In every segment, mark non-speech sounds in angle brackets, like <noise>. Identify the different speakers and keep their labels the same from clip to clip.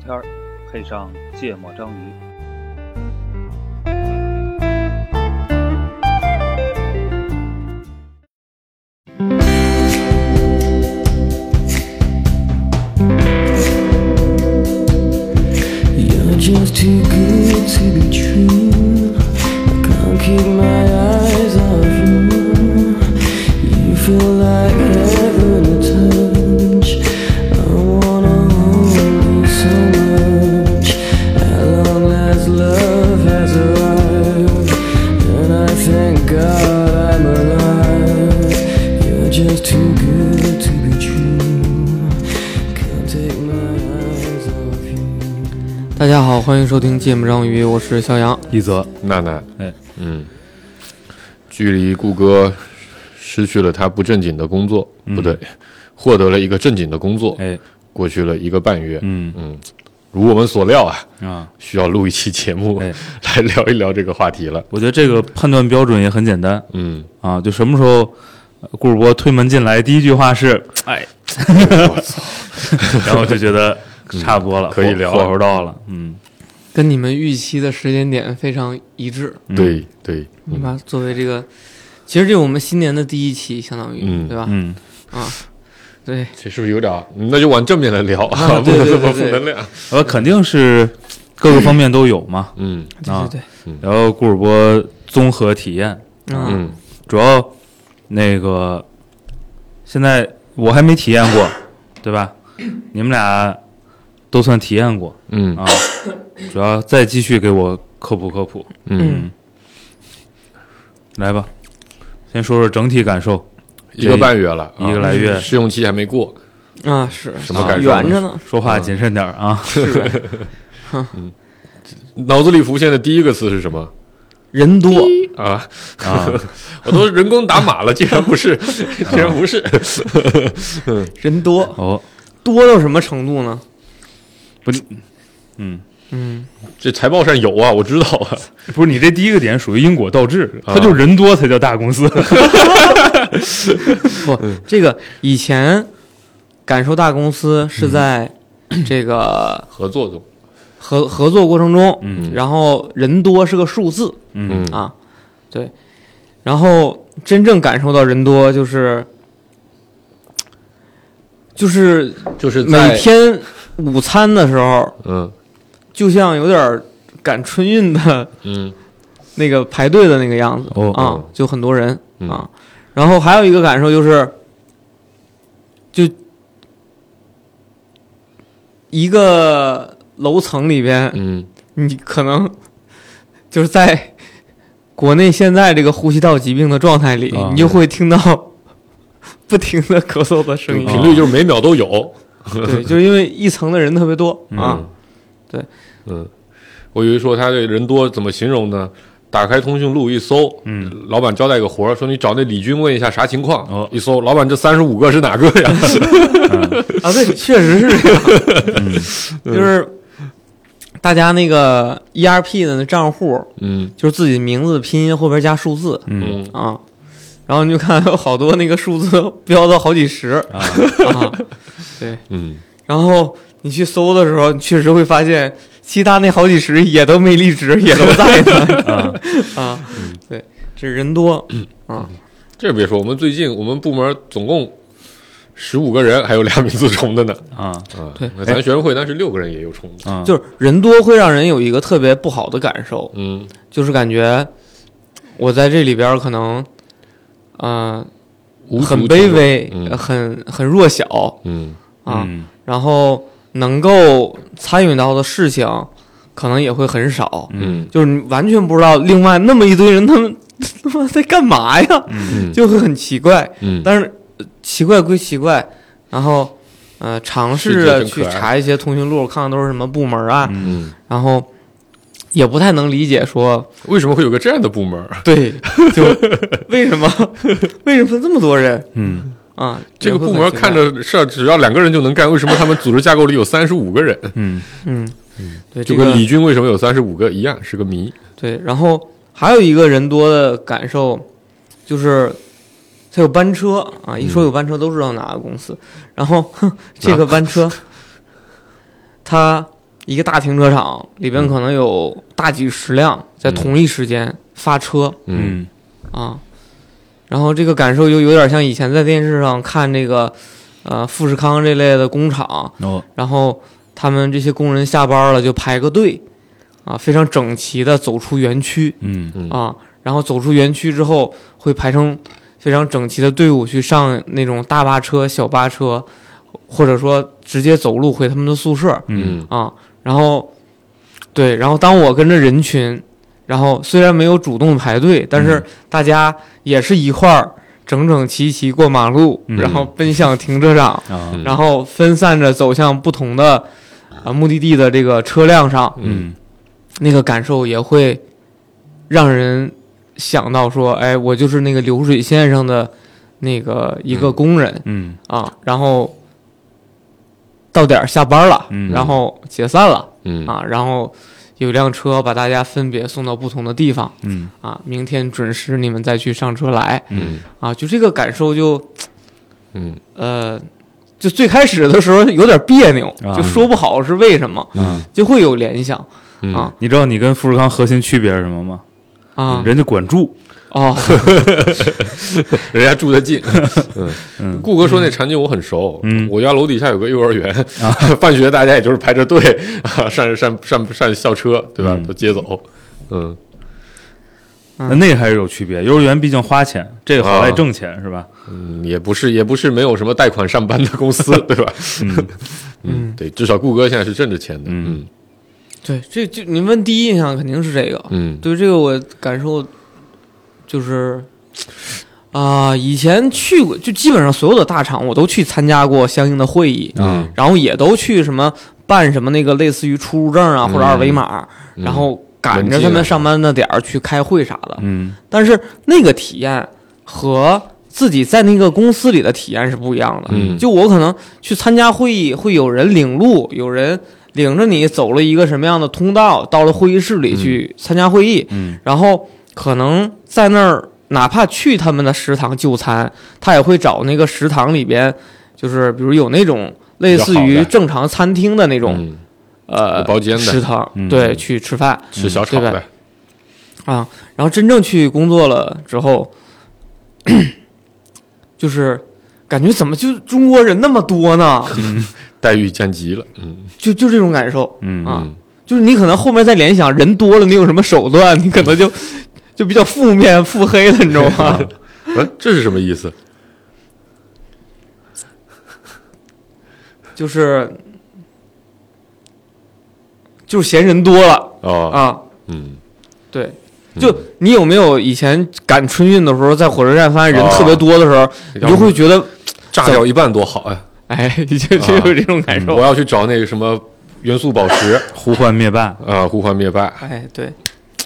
Speaker 1: 天儿，配上芥末章鱼。
Speaker 2: You're just too good to be true. I can't keep my eyes off you. You feel like heaven to touch. I wanna hold you so much. At long last, love has arrived, and I thank God I'm alive. You're just too good to be true. Can't take my eyes off you.
Speaker 3: 大家好，欢迎收听《芥末章鱼》，我是肖阳。
Speaker 4: 一泽，
Speaker 5: 娜娜，
Speaker 4: 哎，
Speaker 5: 嗯，距离顾哥失去了他不正经的工作，不对，获得了一个正经的工作，
Speaker 4: 嗯哎，
Speaker 5: 过去了一个半月，
Speaker 4: 嗯
Speaker 5: 如我们所料啊，
Speaker 4: 啊，
Speaker 5: 需要录一期节目、
Speaker 4: 哎
Speaker 5: <laughs> 来聊一聊这个话题了。
Speaker 4: 我觉得这个判断标准也很简单
Speaker 5: 嗯，
Speaker 4: 啊，就什么时候呃顾主播推门进来，第一句话是“哎”， <laughs> 然后就觉得差不多了，
Speaker 5: 嗯可以聊了
Speaker 4: 火火候到了，嗯，
Speaker 3: 跟你们预期的时间点非常一致，
Speaker 4: 嗯
Speaker 5: 对对，
Speaker 3: 你把它作为这个，其实这是我们新年的第一期，相当于，
Speaker 5: 嗯
Speaker 3: 对吧？
Speaker 4: 嗯，
Speaker 3: 啊，对，
Speaker 5: 这是不是有点儿？那就往正面来聊，
Speaker 3: 啊
Speaker 5: <laughs> 不
Speaker 3: 对对
Speaker 5: 能这
Speaker 3: 对
Speaker 5: 么负
Speaker 3: 对
Speaker 5: 能量。
Speaker 4: 呃，肯定是各个方面都有嘛，
Speaker 5: 嗯
Speaker 3: 对对
Speaker 4: 然后顾主播综合体验，
Speaker 3: 对，啊，
Speaker 5: 嗯，
Speaker 4: 主要那个现在我还没体验过，对吧？你们俩都算体验过，
Speaker 5: 嗯
Speaker 4: 啊，主要再继续给我科普科普，
Speaker 5: 嗯，
Speaker 4: 来吧，先说说整体感受。
Speaker 5: 一个半月了，
Speaker 4: 一个来月
Speaker 5: 啊试用期还没过，
Speaker 3: 啊是
Speaker 5: 什么感受
Speaker 3: 圆着呢，
Speaker 4: 说话谨慎点儿啊！
Speaker 5: 脑子里浮现的第一个词是什么
Speaker 3: 人多，
Speaker 5: 啊？
Speaker 4: 啊，
Speaker 5: <laughs> 我都人工打码了，竟然不是， <laughs> 竟然不是。
Speaker 3: 人多，
Speaker 4: <laughs> 哦，
Speaker 3: 多到什么程度呢？
Speaker 4: 不，嗯，
Speaker 3: 嗯，
Speaker 5: <laughs> 这财报上有啊，我知道啊。
Speaker 4: 不是你这第一个点属于因果倒置，
Speaker 5: 啊
Speaker 4: 他就人多才叫大公司。
Speaker 3: 不，这个以前感受大公司是在这个
Speaker 5: 合作中，
Speaker 3: 合合作过程中，然后人多是个数字，
Speaker 4: <laughs> 嗯
Speaker 3: 啊，对。然后真正感受到人多就是，就是
Speaker 5: 就是在
Speaker 3: 每天午餐的时候，
Speaker 5: 嗯
Speaker 3: 就像有点儿赶春运的
Speaker 5: 嗯
Speaker 3: 那个排队的那个样子、
Speaker 4: 哦
Speaker 3: 啊
Speaker 5: 哦，
Speaker 3: 就很多人、
Speaker 5: 嗯
Speaker 3: 啊。然后还有一个感受就是，就一个楼层里边，
Speaker 5: 嗯
Speaker 3: 你可能就是在国内现在这个呼吸道疾病的状态里，
Speaker 4: 啊
Speaker 3: 你就会听到 <laughs> 不停的咳嗽的声音。
Speaker 4: 啊
Speaker 5: 频率就是每秒都有。
Speaker 3: 对，就是因为一层的人特别多
Speaker 4: 嗯
Speaker 3: 啊。对，
Speaker 5: 嗯，我以为说他这人多怎么形容呢？打开通讯录一搜，嗯，老板交代个活儿，说你找那李军问一下啥情况。
Speaker 4: 哦
Speaker 5: 一搜，老板这三十五个是哪个呀？ <laughs>
Speaker 3: 啊，对，确实是这样，
Speaker 4: 嗯
Speaker 3: 就是大家那个 ERP 的那账户，
Speaker 5: 嗯
Speaker 3: 就是自己名字拼音后边加数字
Speaker 4: 嗯，
Speaker 5: 嗯
Speaker 3: 啊。然后你就看有好多那个数字 <laughs> 飙到好几十
Speaker 4: 啊
Speaker 3: 啊，对，
Speaker 5: 嗯，
Speaker 3: 然后你去搜的时候，你确实会发现，其他那好几十也都没离职，也都在
Speaker 5: <laughs>
Speaker 3: 呢。 <laughs> 啊，
Speaker 5: 嗯
Speaker 3: 对，这人多啊，
Speaker 5: 这别说，我们最近我们部门总共十五个人，还有俩名字重的呢。
Speaker 4: 啊
Speaker 5: 啊，
Speaker 3: 对
Speaker 5: 那咱学生会当时六个人也有重的。
Speaker 4: 啊，
Speaker 3: 嗯就是人多会让人有一个特别不好的感受，
Speaker 5: 嗯
Speaker 3: 就是感觉我在这里边儿可能，啊，
Speaker 5: 无足
Speaker 3: 很
Speaker 5: 轻
Speaker 3: 卑
Speaker 5: 重
Speaker 3: 微，
Speaker 5: 嗯
Speaker 3: 呃很很弱小
Speaker 5: 嗯
Speaker 3: 啊，
Speaker 4: 嗯
Speaker 3: 然后能够参与到的事情可能也会很少。
Speaker 5: 嗯
Speaker 3: 就是你完全不知道另外那么一堆人他们 <laughs> 他妈在干嘛呀，
Speaker 5: 嗯
Speaker 3: 就会很奇怪。
Speaker 5: 嗯
Speaker 3: 但是呃奇怪归奇怪，然后呃尝试
Speaker 5: 世界
Speaker 3: 着
Speaker 5: 真
Speaker 3: 去
Speaker 5: 可爱
Speaker 3: 查一些通讯录，看看都是什么部门啊，
Speaker 5: 嗯，
Speaker 3: 然后也不太能理解
Speaker 5: <laughs>
Speaker 3: 说
Speaker 5: 为什么会有个这样的部门儿？
Speaker 3: 对，就为什么 <laughs> 为什么这么多人
Speaker 4: 嗯
Speaker 3: 啊？
Speaker 5: 这个部
Speaker 3: 也会
Speaker 5: 门
Speaker 3: 很奇怪
Speaker 5: 看着事儿只要两个人就能干，为什么他们组织架构里有三十五个人？
Speaker 4: 嗯
Speaker 3: 嗯，对
Speaker 5: 就
Speaker 3: 这个
Speaker 5: 跟李军为什么有三十五个一样，是个谜。
Speaker 3: 对，然后还有一个人多的感受就是。他有班车啊，一说有班车都知道哪个公司。然后哼这个班车，它一个大停车场里边可能有大几十辆在同一时间发车
Speaker 5: 嗯
Speaker 4: 嗯
Speaker 3: 啊，然后这个感受就有点像以前在电视上看这个，呃，富士康这类的工厂，
Speaker 4: 哦
Speaker 3: 然后他们这些工人下班了就排个队，啊，非常整齐的走出园区
Speaker 4: 嗯
Speaker 5: 嗯
Speaker 3: 啊，然后走出园区之后会排成非常整齐的队伍去上那种大巴车、小巴车，或者说直接走路回他们的宿舍
Speaker 4: 嗯
Speaker 5: 嗯
Speaker 3: 啊。然后，对，然后当我跟着人群，然后虽然没有主动排队，但
Speaker 5: 嗯
Speaker 3: 是大家也是一块儿整整齐齐过马路，
Speaker 4: 嗯
Speaker 3: 然后奔向停车场。
Speaker 4: 啊
Speaker 5: 嗯
Speaker 3: 然后分散着走向不同的啊、呃目的地的这个车辆上，
Speaker 4: 嗯
Speaker 3: 那个感受也会让人想到说，哎，我就是那个流水线上的那个一个工人、
Speaker 4: 嗯
Speaker 3: 啊，然后到点儿下班了，
Speaker 4: 嗯
Speaker 3: 然后解散了
Speaker 5: 嗯
Speaker 3: 啊，然后有辆车把大家分别送到不同的地方
Speaker 4: 嗯
Speaker 3: 啊，明天准时你们再去上车来
Speaker 5: 嗯
Speaker 3: 啊，就这个感受就
Speaker 5: 嗯
Speaker 3: 呃，就最开始的时候有点别扭，
Speaker 4: 啊
Speaker 3: 就说不好是为什么，
Speaker 4: 啊！
Speaker 3: 就会有联想
Speaker 5: 嗯
Speaker 3: 啊
Speaker 4: 你知道你跟富士康核心区别是什么吗？
Speaker 3: 啊
Speaker 4: 人家管住，
Speaker 3: 哦，
Speaker 5: 人家住得近。嗯，顾哥说那场景我很熟。
Speaker 4: 嗯
Speaker 5: 我家楼底下有个幼儿园， <laughs> 放学大家也就是排着队啊，上上上上校车，对吧
Speaker 4: 嗯？
Speaker 5: 都接走。嗯
Speaker 3: 啊
Speaker 4: 那那还是有区别。幼儿园毕竟花钱，这个好赖挣钱是吧？
Speaker 5: 嗯，也不是也不是没有什么贷款上班的公司，对吧？
Speaker 4: 嗯
Speaker 5: 嗯，对，至少顾哥现在是挣着钱的。
Speaker 4: 嗯
Speaker 5: 嗯
Speaker 3: 对，这就你问第一印象肯定是这个，
Speaker 5: 嗯
Speaker 3: 对这个我感受就是啊、以前去过，就基本上所有的大厂我都去参加过相应的会议，
Speaker 5: 啊
Speaker 3: 然后也都去什么办什么那个类似于出入证啊或者
Speaker 5: 嗯
Speaker 3: 二维码，
Speaker 5: 嗯
Speaker 3: 然后赶着他
Speaker 5: 文件
Speaker 3: 们上班的点儿去开会啥的，
Speaker 4: 嗯
Speaker 3: 但是那个体验和自己在那个公司里的体验是不一样的。
Speaker 5: 嗯
Speaker 3: 就我可能去参加会议，会有人领路，有人领着你走了一个什么样的通道，到了会议室里去参加会议，
Speaker 4: 嗯
Speaker 3: 然后可能在那儿，哪怕去他们的食堂就餐，他也会找那个食堂里边，就是比如有那种类似
Speaker 5: 比较好
Speaker 3: 于
Speaker 5: 的
Speaker 3: 正常餐厅的那种、
Speaker 5: 嗯
Speaker 3: 呃
Speaker 5: 有包间的
Speaker 3: 食堂，
Speaker 4: 嗯
Speaker 3: 对，去吃饭。
Speaker 5: 吃小炒
Speaker 3: 对
Speaker 5: 呗。
Speaker 3: 啊，然后真正去工作了之后，就是感觉怎么就中国人那么多
Speaker 5: <laughs>
Speaker 3: 呢？
Speaker 5: 待遇降级了，嗯
Speaker 3: 就就这种感受，
Speaker 4: 嗯
Speaker 3: 啊
Speaker 5: 嗯
Speaker 3: 就是你可能后面再联想人多了，你有什么手段，你可能就就比较负面腹黑了，你知道
Speaker 5: <laughs>
Speaker 3: 吗？
Speaker 5: 哎，这是什么意思？
Speaker 3: 就是就是嫌人多了
Speaker 5: 哦，
Speaker 3: 啊，
Speaker 5: 嗯，
Speaker 3: 对。就你有没有以前赶春运的时候，在火车站发现人
Speaker 5: 啊
Speaker 3: 特别多的时候，你就会觉
Speaker 5: 哦
Speaker 3: 得，
Speaker 5: 炸掉一半多好啊！
Speaker 3: 哎，就 <laughs> 就有这种感受
Speaker 5: 我。要去找那个什么元素宝石
Speaker 4: 嗯呼唤灭霸，
Speaker 3: 嗯
Speaker 5: 啊，呼唤灭霸。
Speaker 3: 哎，对，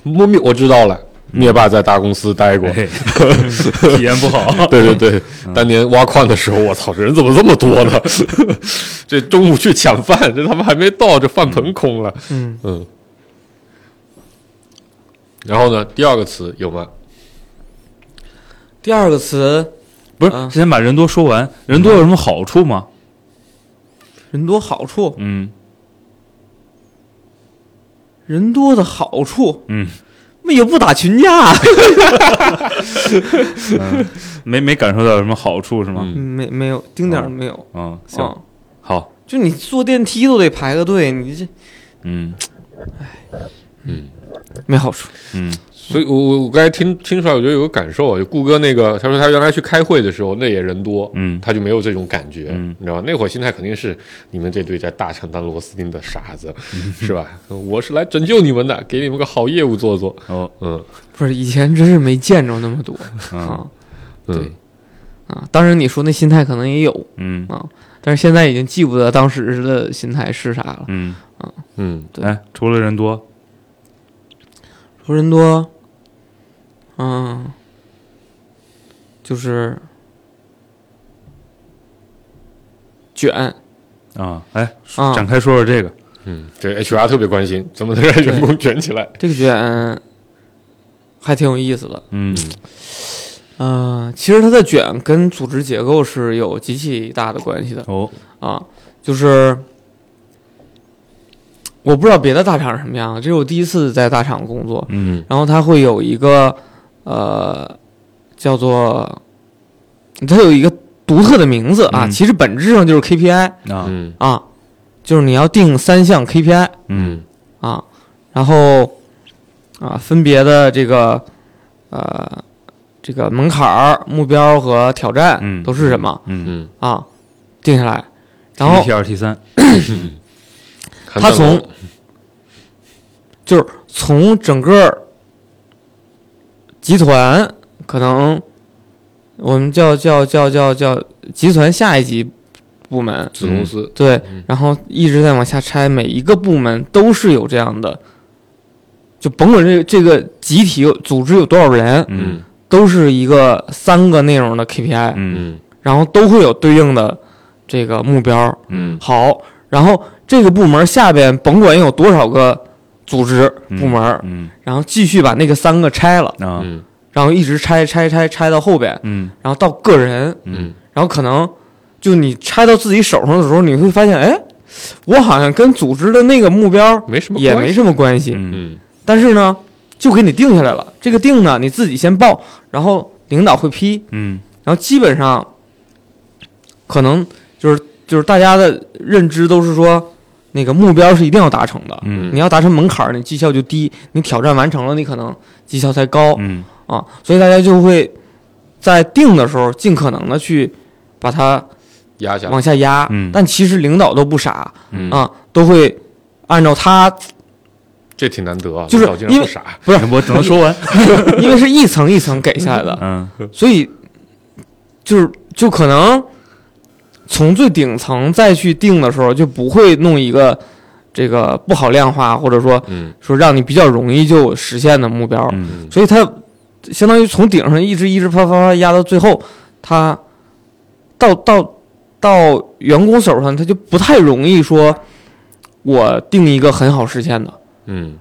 Speaker 5: 我灭我知道了，
Speaker 3: 嗯
Speaker 5: 灭霸在大公司待过。
Speaker 3: 哎
Speaker 4: 嘿哎体验不好。
Speaker 5: <laughs> 对对对，
Speaker 3: 嗯
Speaker 5: 当年挖矿的时候，我操，这人怎么这么
Speaker 3: <laughs>
Speaker 5: 多呢？这中午去抢饭，这他妈还没到，这饭盆空了。
Speaker 3: 嗯
Speaker 5: 嗯。然后呢，第二个词有吗？
Speaker 3: 第二个词
Speaker 4: 不是
Speaker 3: 嗯，
Speaker 4: 先把人多说完。人多有什么好处吗？
Speaker 3: 人多好处，
Speaker 4: 嗯
Speaker 3: 人多的好处，
Speaker 4: 嗯，
Speaker 3: 那也不打群架，
Speaker 4: 没没感受到有什么好处是吗？
Speaker 5: 嗯
Speaker 3: <laughs> 没没有，丁点儿都没有。
Speaker 4: 嗯，行，
Speaker 3: 啊，
Speaker 4: 好，
Speaker 3: 就你坐电梯都得排个队，你这
Speaker 4: 嗯
Speaker 3: 没好处。
Speaker 4: 嗯
Speaker 5: 所以我我我刚才听听出来，我觉得有个感受啊，就顾哥那个，他说他原来去开会的时候，那也人多，
Speaker 4: 嗯
Speaker 5: 他就没有这种感觉，
Speaker 4: 嗯
Speaker 5: 你知道吗？那会儿心态肯定是你们这堆在大厂当螺丝钉的
Speaker 3: <laughs>
Speaker 5: 傻子，是吧？我是来拯救你们的，给你们个好业务做做，
Speaker 4: 哦
Speaker 5: 嗯
Speaker 3: 不是以前真是没见着那么多啊
Speaker 4: 嗯
Speaker 5: 嗯
Speaker 3: 啊！当然你说那心态可能也有
Speaker 4: 嗯
Speaker 3: 啊，但是现在已经记不得当时的心态是啥了。
Speaker 4: 嗯，
Speaker 5: 嗯
Speaker 3: 对
Speaker 4: 哎，除了人多，
Speaker 3: 说人多，嗯，就是卷，
Speaker 4: 啊，哎，
Speaker 3: 啊
Speaker 4: 展开说说这个，
Speaker 5: 嗯，这 HR 特别关心，怎么能让员工卷起来？
Speaker 3: 这个卷还挺有意思的。
Speaker 4: 嗯
Speaker 3: 嗯、其实它的卷跟组织结构是有极其大的关系的
Speaker 4: 哦，
Speaker 3: 啊，就是我不知道别的大厂是什么样的，这是我第一次在大厂工作。
Speaker 4: 嗯
Speaker 3: 然后它会有一个呃叫做它有一个独特的名字啊，
Speaker 4: 嗯
Speaker 3: 其实本质上就是 KPI
Speaker 4: 啊
Speaker 5: 嗯
Speaker 3: 啊，就是你要定三项 KPI
Speaker 4: 嗯
Speaker 3: 啊，然后啊分别的这个呃这个门槛儿、目标和挑战
Speaker 4: 嗯
Speaker 3: 都是什么、
Speaker 4: 嗯，
Speaker 5: 嗯，
Speaker 3: 啊定下来，然后
Speaker 4: T 二 T 三，
Speaker 5: 看
Speaker 3: 他
Speaker 5: 蛋糕
Speaker 3: 从就是从整个集团，可能我们叫叫叫叫叫集团下一级部门，嗯
Speaker 5: 子公司，
Speaker 3: 对，然后一直在往下拆，每一个部门都是有这样的，就甭管这这个集体有组织有多少人，
Speaker 4: 嗯
Speaker 3: 都是一个三个内容的 KPI，
Speaker 4: 嗯
Speaker 5: 嗯
Speaker 3: 然后都会有对应的这个目标，
Speaker 5: 嗯
Speaker 3: 好，然后这个部门下边甭管有多少个组织部门，
Speaker 4: 嗯
Speaker 3: 然后继续把那个三个拆了，
Speaker 4: 啊
Speaker 5: 嗯
Speaker 3: 然后一直拆拆拆拆到后边，
Speaker 4: 嗯
Speaker 3: 然后到个人，
Speaker 5: 嗯
Speaker 3: 然后可能就你拆到自己手上的时候，你会发现，哎，我好像跟组织的那个目标
Speaker 5: 没什么
Speaker 3: 也
Speaker 5: 关
Speaker 3: 没
Speaker 5: 系
Speaker 3: 什么关系，
Speaker 4: 嗯
Speaker 5: 嗯
Speaker 3: 但是呢，就给你定下来了。这个定呢，你自己先报，然后领导会批，
Speaker 4: 嗯
Speaker 3: 然后基本上，可能就是就是大家的认知都是说，那个目标是一定要达成的。
Speaker 4: 嗯
Speaker 3: 你要达成门槛儿，你绩效就低；你挑战完成了，你可能绩效才高、
Speaker 4: 嗯
Speaker 3: 啊。所以大家就会在定的时候，尽可能的去把它
Speaker 5: 压下来
Speaker 3: 往下压。
Speaker 4: 嗯
Speaker 3: 但其实领导都不傻
Speaker 4: 嗯
Speaker 3: 啊，都会按照他
Speaker 5: 这挺难得啊，
Speaker 3: 就是
Speaker 5: 领导竟然
Speaker 3: 因
Speaker 5: 不
Speaker 3: 为
Speaker 5: 傻，
Speaker 3: 不是，
Speaker 4: 我只能说完，
Speaker 3: 因为是一层一层给下来的，
Speaker 4: 嗯
Speaker 3: 所以就是就可能从最顶层再去定的时候，就不会弄一个这个不好量化，或者说
Speaker 5: 嗯
Speaker 3: 说让你比较容易就实现的目标。
Speaker 4: 嗯
Speaker 5: 嗯
Speaker 3: 所以它相当于从顶上一直一直啪啪啪压到最后，它到到到员工手上，它就不太容易说我定一个很好实现的。
Speaker 5: 嗯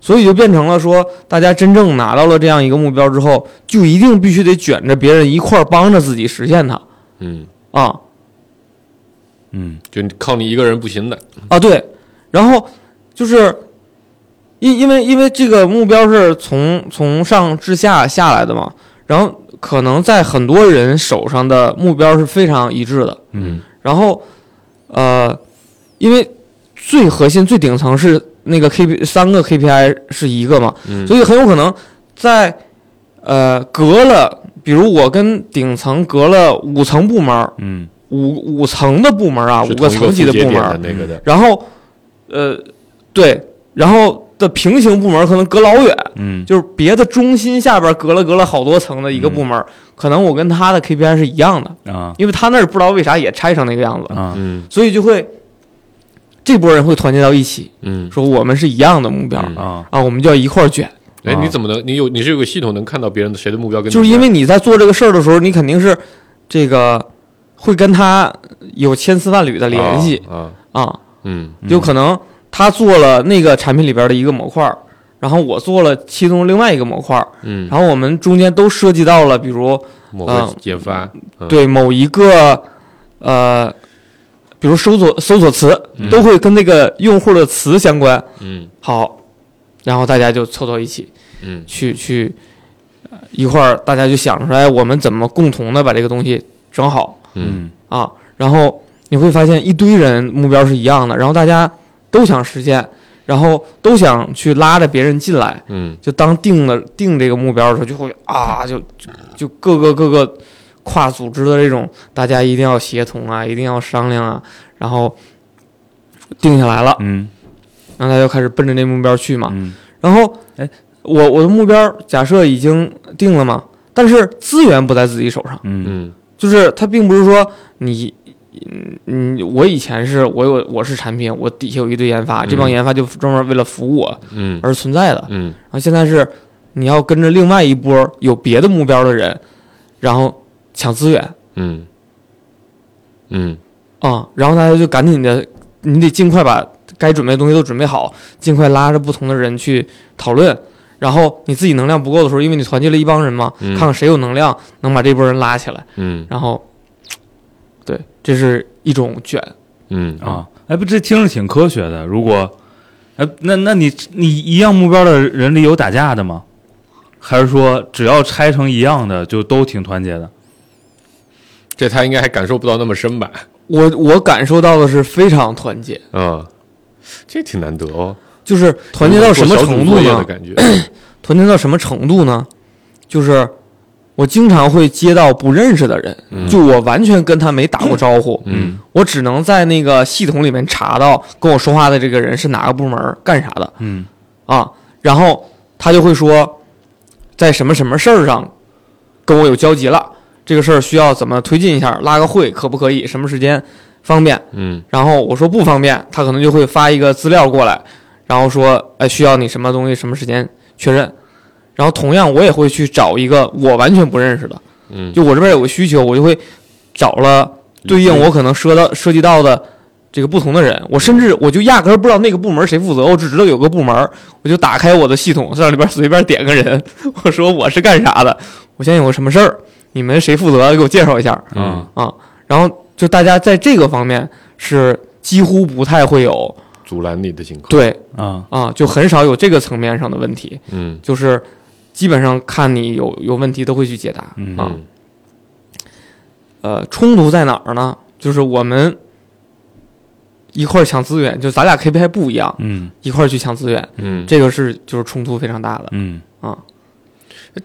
Speaker 3: 所以就变成了说，大家真正拿到了这样一个目标之后，就一定必须得卷着别人一块儿帮着自己实现它
Speaker 5: 嗯，
Speaker 3: 啊
Speaker 4: 嗯
Speaker 5: 就你靠你一个人不行的，
Speaker 3: 啊对，然后就是因因为因为这个目标是从从上至下下来的嘛，然后可能在很多人手上的目标是非常一致的，
Speaker 4: 嗯
Speaker 3: 然后呃，因为最核心最顶层是那个 K P 三个 K P I 是一个嘛，
Speaker 5: 嗯，
Speaker 3: 所以很有可能在呃隔了，比如我跟顶层隔了五层部门儿，
Speaker 4: 嗯
Speaker 3: 五五层的部门儿啊，
Speaker 5: 是
Speaker 3: 五
Speaker 5: 同一
Speaker 3: 层级
Speaker 5: 的
Speaker 3: 的部门
Speaker 5: 的
Speaker 3: 儿，
Speaker 5: 那个的，
Speaker 3: 然后呃对，然后的平行部门儿可能隔老远，
Speaker 4: 嗯
Speaker 3: 就是别的中心下边儿隔了隔了好多层的一
Speaker 5: 嗯
Speaker 3: 个部门儿，可能我跟他的 KPI 是一样的，
Speaker 4: 啊
Speaker 3: 因为他那儿不知道为啥也拆成那个样子，
Speaker 4: 啊
Speaker 5: 嗯
Speaker 3: 所以就会这波人会团结到一起，
Speaker 5: 嗯，
Speaker 3: 说我们是一样的目标、
Speaker 5: 嗯
Speaker 4: 啊
Speaker 3: 啊，我们就要一块儿卷。
Speaker 5: 哎，
Speaker 4: 啊
Speaker 5: 你怎么能？你有你是有个系统能看到别人的谁的目标跟你
Speaker 3: 就是因
Speaker 5: 一
Speaker 3: 为你在做这个事儿的时候，你肯定是这个会跟他有千丝万缕的
Speaker 5: 样
Speaker 3: 联系
Speaker 5: 啊啊，
Speaker 3: 啊
Speaker 5: 嗯
Speaker 3: 有可能他做了那个产品里边的一个模块儿，然后我做了其中另外一个模块儿，
Speaker 5: 嗯，
Speaker 3: 然后我们中间都涉及到了，比如
Speaker 5: 某
Speaker 3: 啊
Speaker 5: 个研发，嗯
Speaker 3: 对某一个呃，比如搜索搜索词都会跟那个用户的词相关，
Speaker 5: 嗯
Speaker 3: 好，然后大家就凑到一起。
Speaker 5: 嗯
Speaker 3: 去去呃一块儿，大家就想出来我们怎么共同的把这个东西整好
Speaker 5: 嗯
Speaker 4: 嗯
Speaker 3: 啊。然后你会发现一堆人目标是一样的，然后大家都想实现，然后都想去拉着别人进来。
Speaker 5: 嗯
Speaker 3: 就当定了定这个目标的时候，就会啊，就就就各个各个跨组织的这种，大家一定要协同啊，一定要商量啊，然后定下来了，
Speaker 4: 嗯
Speaker 3: 然后大家就开始奔着那目标去嘛。
Speaker 4: 嗯
Speaker 3: 然后，
Speaker 4: 哎，
Speaker 3: 我我的目标假设已经定了嘛，但是资源不在自己手上，
Speaker 4: 嗯
Speaker 5: 嗯
Speaker 3: 就是它并不是说你，嗯嗯，我以前是我有我是产品，我底下有一堆研发，这帮
Speaker 5: 嗯
Speaker 3: 研发就专门为了服务我
Speaker 5: 嗯
Speaker 3: 而存在的。
Speaker 5: 嗯
Speaker 3: 然后现在是你要跟着另外一波有别的目标的人，然后抢资源
Speaker 5: 嗯嗯
Speaker 3: 啊、然后大家就赶紧的，你得尽快把该准备的东西都准备好，尽快拉着不同的人去讨论。然后你自己能量不够的时候，因为你团结了一帮人嘛，
Speaker 5: 嗯
Speaker 3: 看看谁有能量能把这波人拉起来。
Speaker 5: 嗯
Speaker 3: 然后，对，这是一种卷，
Speaker 5: 嗯
Speaker 4: 啊，哎不，这听着挺科学的。如果呃，那那你你一样目标的人里有打架的吗？还是说只要拆成一样的就都挺团结的？
Speaker 5: 这他应该还感受不到那
Speaker 3: <laughs>
Speaker 5: 么深吧？
Speaker 3: 我我感受到的是非常团结，
Speaker 5: 嗯，这挺难得哦。
Speaker 3: 就是啊团结到什么
Speaker 5: 嗯做小组
Speaker 3: 程度
Speaker 5: 作业的
Speaker 3: 呢？
Speaker 5: 感觉，
Speaker 3: 团结到什么程度呢？就是我经常会接到不认识的人，
Speaker 5: 嗯
Speaker 3: 就我完全跟他没打过招呼，
Speaker 5: 嗯
Speaker 3: 我只能在那个系统里面查到跟我说话的这个人是哪个部门儿干啥的
Speaker 4: 嗯
Speaker 3: 啊，然后他就会说，在什么什么事儿上跟我有交集了，这个事儿需要怎么推进一下，拉个会可不可以？什么时间方便？
Speaker 5: 嗯
Speaker 3: 然后我说不方便，他可能就会发一个资料过来，然后说，哎，需要你什么东西，什么时间确认。然后同样，我也会去找一个我完全不认识的，
Speaker 5: 嗯，
Speaker 3: 就我这边有个需求，我就会找了对应我可能涉到涉及到的这个不同的人。我甚至我就压根儿不知道那个部门谁负责，我只知道有个部门儿，我就打开我的系统，上里边随便点个人， <laughs> 我说我是干啥的，我现在有个什么事儿，你们谁负责，给我介绍一下。
Speaker 5: 嗯
Speaker 3: 啊，然后就大家在这个方面是几乎不太会有
Speaker 5: 阻拦你的情况，，
Speaker 3: 对
Speaker 4: 啊，
Speaker 3: 啊，就很少有这个层面上的问题，
Speaker 5: 嗯
Speaker 3: 就是基本上看你有有问题都会去解答。
Speaker 4: 嗯
Speaker 3: 啊
Speaker 5: 嗯
Speaker 3: 呃，冲突在哪儿呢？就是我们一块儿抢资源，就咱俩 KPI 不一样，
Speaker 4: 嗯
Speaker 3: 一块儿去抢资源，
Speaker 5: 嗯，
Speaker 3: 这个是就是冲突非常大的。
Speaker 4: 嗯，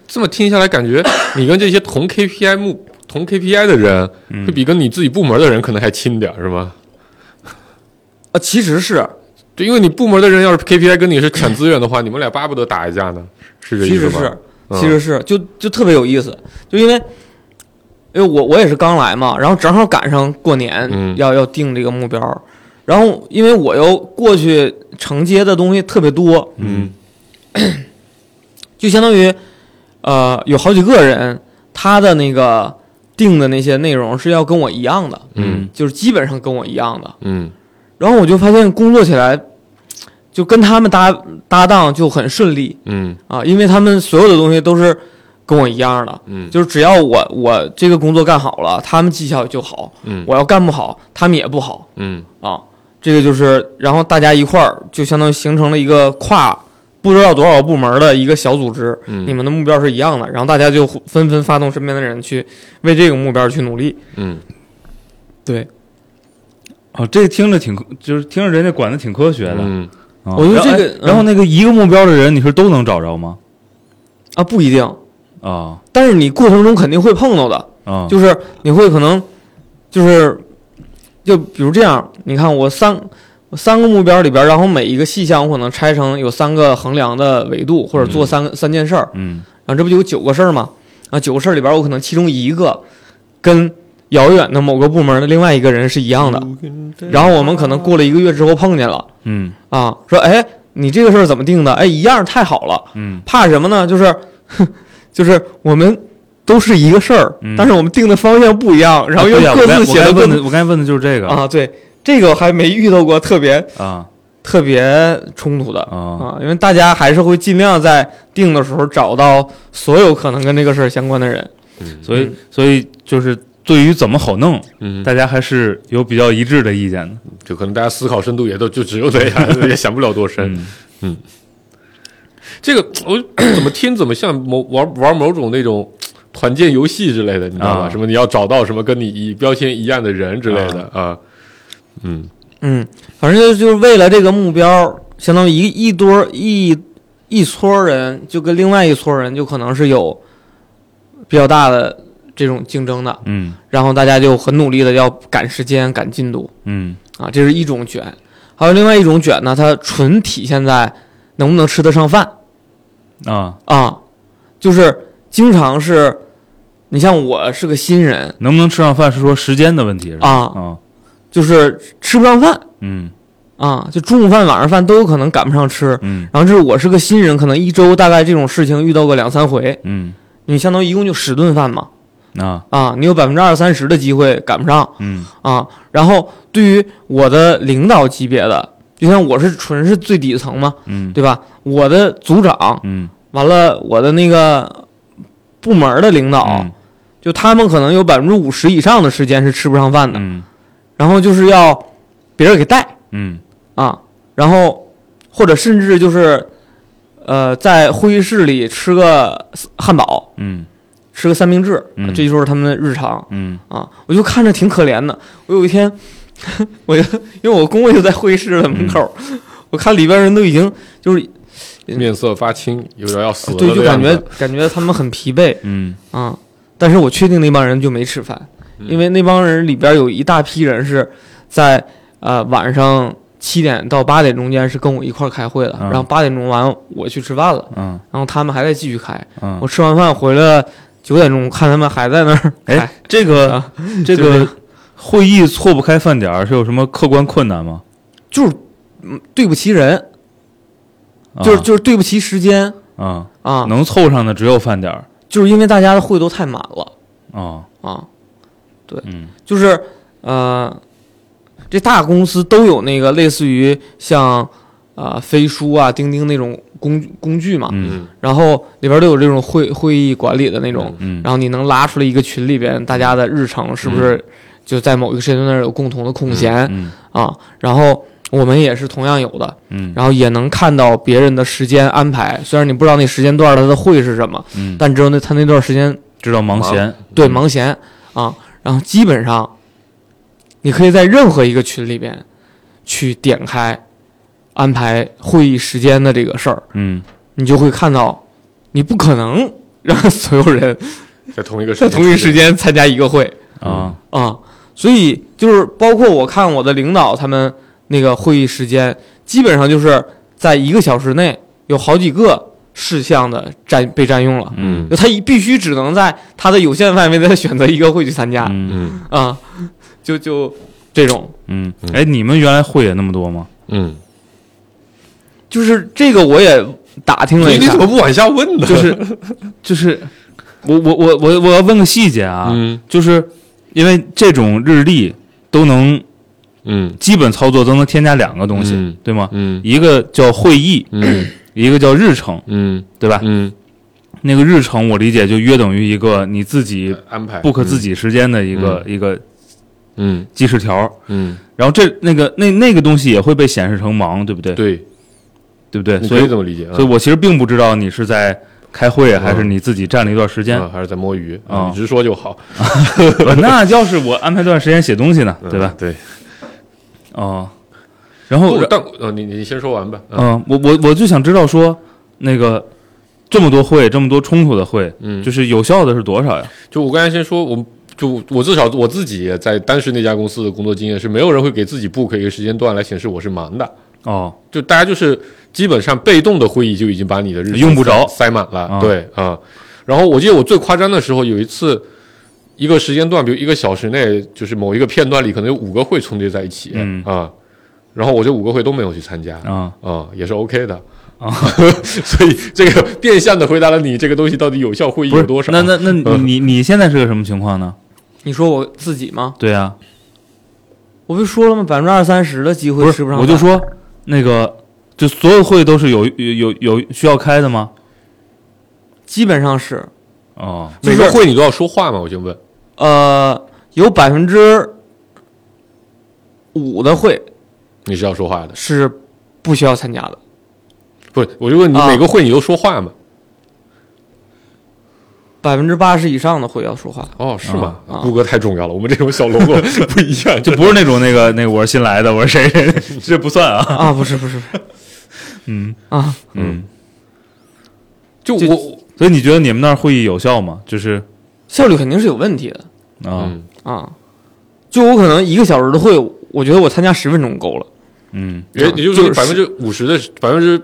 Speaker 5: 这么听下来，感觉你跟这些同 KPI 目同 KPI 的人，
Speaker 4: 嗯
Speaker 5: 会比跟你自己部门的人可能还亲点儿，是吗？
Speaker 3: 呃，其实是，
Speaker 5: 对，因为你部门的人要是 KPI 跟你是抢资源的话，你们俩巴不得打一架呢，是这
Speaker 3: 其
Speaker 5: 意
Speaker 3: 实
Speaker 5: 思嗯
Speaker 3: 是
Speaker 5: 吧？，
Speaker 3: 其实是，就就特别有意思，就因为，因为我我也是刚来嘛，然后正好赶上过年，
Speaker 5: 嗯
Speaker 3: 要要定这个目标，然后因为我又过去承接的东西特别多，
Speaker 5: 嗯
Speaker 3: 就相当于，呃，有好几个人他的那个定的那些内容是要跟我一样的，
Speaker 5: 嗯
Speaker 3: 就是基本上跟我一样的，
Speaker 5: 嗯
Speaker 3: 然后我就发现工作起来，就跟他们搭搭档就很顺利
Speaker 5: 嗯
Speaker 3: 啊，因为他们所有的东西都是跟我一样的。
Speaker 5: 嗯，
Speaker 3: 就是只要我我这个工作干好了，他们绩效就好；
Speaker 5: 嗯
Speaker 3: 我要干不好，他们也不好
Speaker 5: 嗯
Speaker 3: 啊。这个就是，然后大家一块儿就相当于形成了一个跨不知道多少部门的一个小组织，
Speaker 5: 嗯
Speaker 3: 你们的目标是一样的，然后大家就互纷纷发动身边的人去为这个目标去努力。
Speaker 5: 嗯
Speaker 3: 对，
Speaker 4: 哦，这听着挺科就是听着人家管的挺科学的。
Speaker 5: 嗯
Speaker 4: 啊
Speaker 3: 我觉得这个嗯
Speaker 4: 然后哎然后那个一个目标的人，你是都能找着吗？
Speaker 3: 啊，不一定，
Speaker 4: 啊
Speaker 3: 但是你过程中肯定会碰到的，
Speaker 4: 啊，
Speaker 3: 就是你会可能就是就比如这样，你看我三我三个目标里边，然后每一个细项我可能拆成有三个衡量的维度，或者做三个、三件事儿，
Speaker 4: 嗯
Speaker 3: 然后这不就有九个事儿吗？啊，九个事儿里边，我可能其中一个跟遥远的某个部门的另外一个人是一样
Speaker 5: 嗯
Speaker 3: 的，然后我们可能过了一个月之后碰见了
Speaker 4: 嗯
Speaker 3: 啊，说哎，你这个事儿怎么定的？哎，一样太好了，
Speaker 4: 嗯
Speaker 3: 怕什么呢？就是 <laughs> 就是我们都是一个事儿，
Speaker 4: 嗯
Speaker 3: 但是我们定的方向不一样，然后又
Speaker 4: 啊对呀
Speaker 3: 各自
Speaker 4: 我刚
Speaker 3: 写的
Speaker 4: 我刚才
Speaker 3: 各
Speaker 4: 问的，
Speaker 3: 自
Speaker 4: 我刚才问的就是这个
Speaker 3: 啊，对，这个还没遇到过特别
Speaker 4: 啊
Speaker 3: 特别冲突的
Speaker 4: 啊
Speaker 3: 啊，因为大家还是会尽量在定的时候找到所有可能跟这个事儿相关的人。
Speaker 4: 所
Speaker 3: 嗯
Speaker 4: 以所以就是对于怎么好弄，
Speaker 5: 嗯，
Speaker 4: 大家还是有比较一致的意见的。
Speaker 5: 就可能大家思考深度也都就只有这样， <laughs> 也想不了多深。
Speaker 4: 嗯
Speaker 5: 这个我 <clears throat> 怎么听怎么像某玩玩某种那种团建游戏之类的，你知道吧？
Speaker 4: 啊
Speaker 5: 什么你要找到什么跟你一标签一样的人之类的啊，嗯
Speaker 3: 嗯，反正就是就是为了这个目标，相当于一一堆儿一一撮儿人，就跟另外一撮儿人就可能是有比较大的这种竞争的。
Speaker 4: 嗯
Speaker 3: 然后大家就很努力的要赶时间、赶进度
Speaker 4: 嗯
Speaker 3: 啊，这是一种卷。还有另外一种卷呢，它纯体现在能不能吃得上饭
Speaker 4: 啊，
Speaker 3: 啊，就是经常是，你像我是个新人，
Speaker 4: 能不能吃上饭是说时间的问题是吧？
Speaker 3: 啊
Speaker 4: 啊
Speaker 3: 就是吃不上饭
Speaker 4: 嗯
Speaker 3: 啊，就中午饭、晚上饭都有可能赶不上吃。
Speaker 4: 嗯
Speaker 3: 然后这是我是个新人，可能一周大概这种事情遇到个两三回，
Speaker 4: 嗯
Speaker 3: 你相当于一共就十顿饭嘛，
Speaker 4: 啊
Speaker 3: 啊，你有百分之二三十的机会赶不上，
Speaker 4: 嗯
Speaker 3: 啊。然后对于我的领导级别的，就像我是纯是最底层嘛，
Speaker 4: 嗯
Speaker 3: 对吧？我的组长，
Speaker 4: 嗯
Speaker 3: 完了我的那个部门的领导，
Speaker 4: 嗯
Speaker 3: 就他们可能有百分之五十以上的时间是吃不上饭的，
Speaker 4: 嗯
Speaker 3: 然后就是要别人给带
Speaker 4: 嗯
Speaker 3: 啊，然后或者甚至就是，呃，在会议室里吃个汉堡，
Speaker 4: 嗯
Speaker 3: 吃个三明治，
Speaker 4: 嗯
Speaker 3: 这就是他们的日常
Speaker 4: 嗯
Speaker 3: 啊。我就看着挺可怜的。我有一天， <laughs> 我就因为我工位就在会议室的
Speaker 4: 嗯
Speaker 3: 门口，我看里边人都已经就是
Speaker 5: 面色发青，有点要死了的
Speaker 3: 对，
Speaker 5: 样子。
Speaker 3: 就感觉感觉他们很疲惫
Speaker 4: 嗯
Speaker 3: 啊。但是我确定那帮人就没吃饭，因为那帮人里边有一大批人是在呃晚上七点到八点中间是跟我一块儿开会的，
Speaker 4: 嗯
Speaker 3: 然后八点钟完我去吃饭了，
Speaker 4: 嗯
Speaker 3: 然后他们还在继续开。
Speaker 4: 嗯
Speaker 3: 我，吃完饭回来九点钟，看他们还在那儿开。
Speaker 4: 哎，这
Speaker 3: <laughs>
Speaker 4: 个
Speaker 3: 啊
Speaker 4: 这
Speaker 3: 就是
Speaker 4: 个会议错不开饭点儿是有什么客观困难吗？
Speaker 3: 就是嗯对不起人，就是就是对不起时间
Speaker 4: 啊，
Speaker 3: 啊
Speaker 4: 嗯，啊能凑上的只有饭点儿
Speaker 3: 就是因为大家的会都太满了
Speaker 4: 啊，
Speaker 3: 啊，
Speaker 4: 嗯
Speaker 3: 就是呃，这大公司都有那个类似于像啊、呃飞书啊、钉钉那种工具工具嘛，
Speaker 4: 嗯
Speaker 5: 嗯，
Speaker 3: 然后里边都有这种会会议管理的那种，
Speaker 4: 嗯
Speaker 3: 然后你能拉出来一个群里边大家的日程是不是就在某一个时间段有共同的空闲、
Speaker 4: 嗯
Speaker 3: 啊，然后。我们也是同样有的，
Speaker 4: 嗯
Speaker 3: 然后也能看到别人的时间安排，虽然你不知道那时间段儿他的会是什么，
Speaker 4: 嗯，
Speaker 3: 但只有那他那段时间
Speaker 4: 知道忙闲，
Speaker 3: 对忙闲啊，然后基本上你可以在任何一个群里边去点开安排会议时间的这个事儿，
Speaker 4: 嗯
Speaker 3: 你就会看到，你不可能让所有人
Speaker 5: 在同一
Speaker 3: <laughs>
Speaker 5: 个
Speaker 3: 在同一时
Speaker 5: 间，
Speaker 3: 间参加一个会
Speaker 4: 啊
Speaker 3: 啊，所以就是包括我看我的领导他们那个会议时间，基本上就是在一个小时内有好几个事项的占被占用了。
Speaker 4: 嗯
Speaker 3: 就他一必须只能在他的有限范围内选择一个会去参加，
Speaker 4: 嗯
Speaker 5: 嗯
Speaker 3: 啊，就就这种，
Speaker 4: 嗯，哎，你们原来会也那么多吗？
Speaker 5: 嗯，
Speaker 3: 就是这个我也打
Speaker 4: 嗯
Speaker 3: 听了
Speaker 5: 你
Speaker 3: 一
Speaker 5: 你
Speaker 3: 下
Speaker 5: 怎么，不往下问呢？
Speaker 4: 就是 <laughs> 就是，我我我我我要问个细节啊，
Speaker 5: 嗯
Speaker 4: 就是因为这种日历都能
Speaker 5: 嗯
Speaker 4: 基本操作都能添加两个东西，
Speaker 5: 嗯
Speaker 4: 对吗？
Speaker 5: 嗯
Speaker 4: 一个叫会议，
Speaker 5: 嗯
Speaker 4: 一个叫日程，
Speaker 5: 嗯
Speaker 4: 对吧？
Speaker 5: 嗯，
Speaker 4: 那个日程我理解就约等于一个你自己
Speaker 5: 安排
Speaker 4: book 自，己时间的一个、一个
Speaker 5: 嗯
Speaker 4: 记事条。
Speaker 5: 嗯，
Speaker 4: 然后这那个那那个东西也会被显示成忙，对不对？
Speaker 5: 嗯对，
Speaker 4: 对不对？
Speaker 5: 你
Speaker 4: 所
Speaker 5: 可以
Speaker 4: 以
Speaker 5: 这么理解
Speaker 3: 嗯
Speaker 5: 啊，
Speaker 4: 所以我其实并不知道你是在开会还是
Speaker 5: 嗯
Speaker 4: 你自己占了一段时间。
Speaker 3: 嗯
Speaker 5: 啊还是在摸鱼
Speaker 4: 啊
Speaker 5: 你直说就好，
Speaker 4: 呃那要是我安排段时间写东西呢，
Speaker 5: 嗯
Speaker 4: 对吧？
Speaker 5: 对，
Speaker 4: 哦，然后
Speaker 5: 不，但呃，你你先说完吧，啊
Speaker 4: 嗯，我我我就想知道说，那个这么多会，这么多冲突的会，
Speaker 5: 嗯
Speaker 4: 就是有效的是多少呀？
Speaker 5: 就我刚才先说，我们就我至少我自己在当时那家公司的工作经验是，没有人会给自己 book 一个时间段来显示我是忙的，
Speaker 3: 嗯
Speaker 4: 哦，
Speaker 5: 就大家就是基本上被动的会议就已经把你的日程
Speaker 4: 用不着
Speaker 5: 塞满了，
Speaker 4: 啊
Speaker 5: 对啊、然后我记得我最夸张的时候有一次，一个时间段，比如一个小时内，就是某一个片段里可能有五个会重叠在一起，
Speaker 4: 嗯
Speaker 5: 啊，然后我这五个会都没有去参加，啊、
Speaker 4: 啊、
Speaker 5: 也是 OK 的。啊， <laughs> 所以这个变相的回答了你这个东西到底有效会议
Speaker 4: 不
Speaker 5: 有
Speaker 4: 是
Speaker 5: 多少？
Speaker 4: 那那那你
Speaker 5: 嗯
Speaker 3: <laughs>
Speaker 4: 你你现在是个什么情况呢？
Speaker 3: 你说我自己吗？
Speaker 4: 对呀、
Speaker 3: 我不是说了吗？百分之二三十的机会
Speaker 4: 不
Speaker 3: 吃
Speaker 4: 是，
Speaker 3: 不上
Speaker 4: 我
Speaker 3: 饭，
Speaker 4: 就说那个，就所有会都是有有有有需要开的吗？
Speaker 3: 基本上是，
Speaker 4: 哦，
Speaker 5: 每
Speaker 3: 就
Speaker 5: 个
Speaker 3: 是
Speaker 5: 会你都要说话吗？我先问。
Speaker 3: 呃，有百分之五的会
Speaker 5: 你是要说话的，
Speaker 3: 是不需要参加的，
Speaker 5: 不是？我就问你，
Speaker 3: 啊
Speaker 5: 每个会你都说话吗？
Speaker 3: 百分之八十以上的会要说话，
Speaker 5: 哦，是吗？
Speaker 3: 啊啊
Speaker 5: 顾哥太重要了，我们这种小喽啰 <laughs> 不一样，
Speaker 4: 就不是那种那个那个我是新来的，我是谁谁， <laughs> 这不算啊。
Speaker 3: 啊，不是不是，不是
Speaker 4: <laughs> 嗯
Speaker 3: 啊，
Speaker 4: 嗯，
Speaker 5: 就
Speaker 3: 就
Speaker 5: 我
Speaker 4: 所以你觉得你们那儿会议有效吗？就是
Speaker 3: 效率肯定是有问题的
Speaker 4: 啊，
Speaker 5: 嗯
Speaker 3: 啊，就我可能一个小时的会，我觉得我参加十分钟够了。
Speaker 4: 嗯
Speaker 5: 也也就是
Speaker 3: 就
Speaker 5: 说
Speaker 3: 是
Speaker 5: 百分之五十的百分之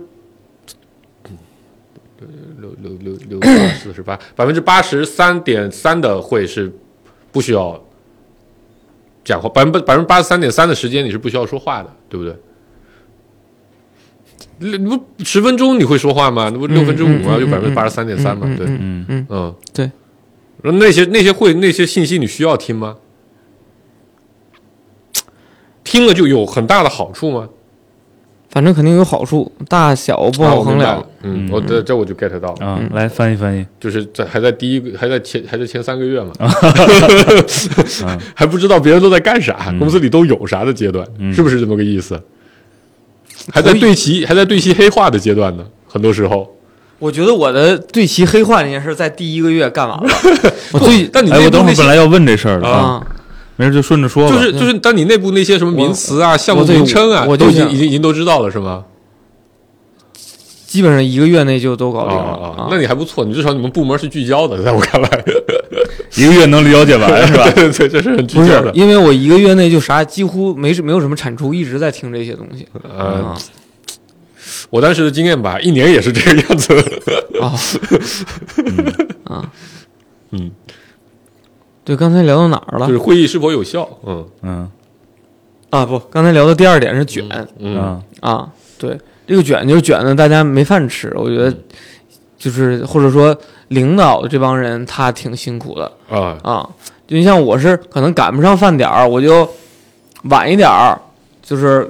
Speaker 5: 六六六六六四十八百分之八十三点三的会是不需要讲话，百分百分之八十三点三的时间你是不需要说话的，对不对？你不十分钟你会说话吗？那不六分之五吗？
Speaker 3: 嗯嗯
Speaker 5: 就
Speaker 3: 嗯
Speaker 5: 百分之八十三点三嘛
Speaker 3: 嗯，
Speaker 5: 对，
Speaker 3: 嗯
Speaker 4: 嗯，
Speaker 5: 嗯，
Speaker 3: 对。
Speaker 5: 然后那些那些会那些信息你需要听吗？听了就有很大的好处吗？
Speaker 3: 反正肯定有好处，大小不
Speaker 5: 啊
Speaker 3: 好
Speaker 5: 我
Speaker 3: 衡
Speaker 5: 明白
Speaker 3: 量嗯
Speaker 5: 了。。嗯
Speaker 4: 嗯，
Speaker 5: 我这这我就 get 到了，
Speaker 4: 啊，来翻译翻译，
Speaker 5: 就是在还在第一个，还在前还在前三个月嘛，
Speaker 3: 嗯
Speaker 5: <laughs>
Speaker 3: 嗯
Speaker 5: 还不知道别人都在干啥，公司里都有啥的阶段，是不是这么个意思？还在对齐还在对齐黑化的阶段呢，很多时候。
Speaker 3: 我觉得我的对齐黑化这件事在第一个月干完了
Speaker 4: 我最
Speaker 5: 但你
Speaker 4: 哎，
Speaker 5: 内
Speaker 4: 我
Speaker 5: 部
Speaker 4: 等会
Speaker 5: 那
Speaker 4: 儿
Speaker 5: 些
Speaker 4: 本来要问这事儿的，
Speaker 3: 啊。
Speaker 4: 没事就顺着说吧。
Speaker 5: 就是就是，当你内部那些什么名词啊、项目
Speaker 3: 我对
Speaker 5: 名称啊，
Speaker 3: 我就
Speaker 5: 都已经
Speaker 3: 想
Speaker 5: 已经已经都知道了是吗？
Speaker 3: 基本上一个月内就都搞定了啊
Speaker 5: 哦哦那你还不错，你至少你们部门是聚焦的，在我看来， <laughs>
Speaker 4: 一个月能了解完是吧？
Speaker 5: 对对对，这是很聚
Speaker 3: 不
Speaker 5: 焦
Speaker 3: 是
Speaker 5: 的，。
Speaker 3: 因为我一个月内就啥几乎没没有什么产出，一直在听这些东西
Speaker 5: 呃，
Speaker 3: 啊
Speaker 5: 我当时的经验吧，一年也是这个样子。
Speaker 3: 啊 <laughs> 啊
Speaker 5: 嗯，
Speaker 3: 对，刚才聊到哪儿了
Speaker 5: 就是会议是否有效？嗯
Speaker 4: 嗯
Speaker 3: 啊？不，刚才聊的第二点是卷
Speaker 5: 嗯
Speaker 4: 嗯，
Speaker 3: 啊，对，这个卷就是卷的大家没饭吃，我觉得就是或者说领导这帮人他挺辛苦的，
Speaker 5: 啊，
Speaker 3: 啊，就像我是可能赶不上饭点儿，我就晚一点儿，就是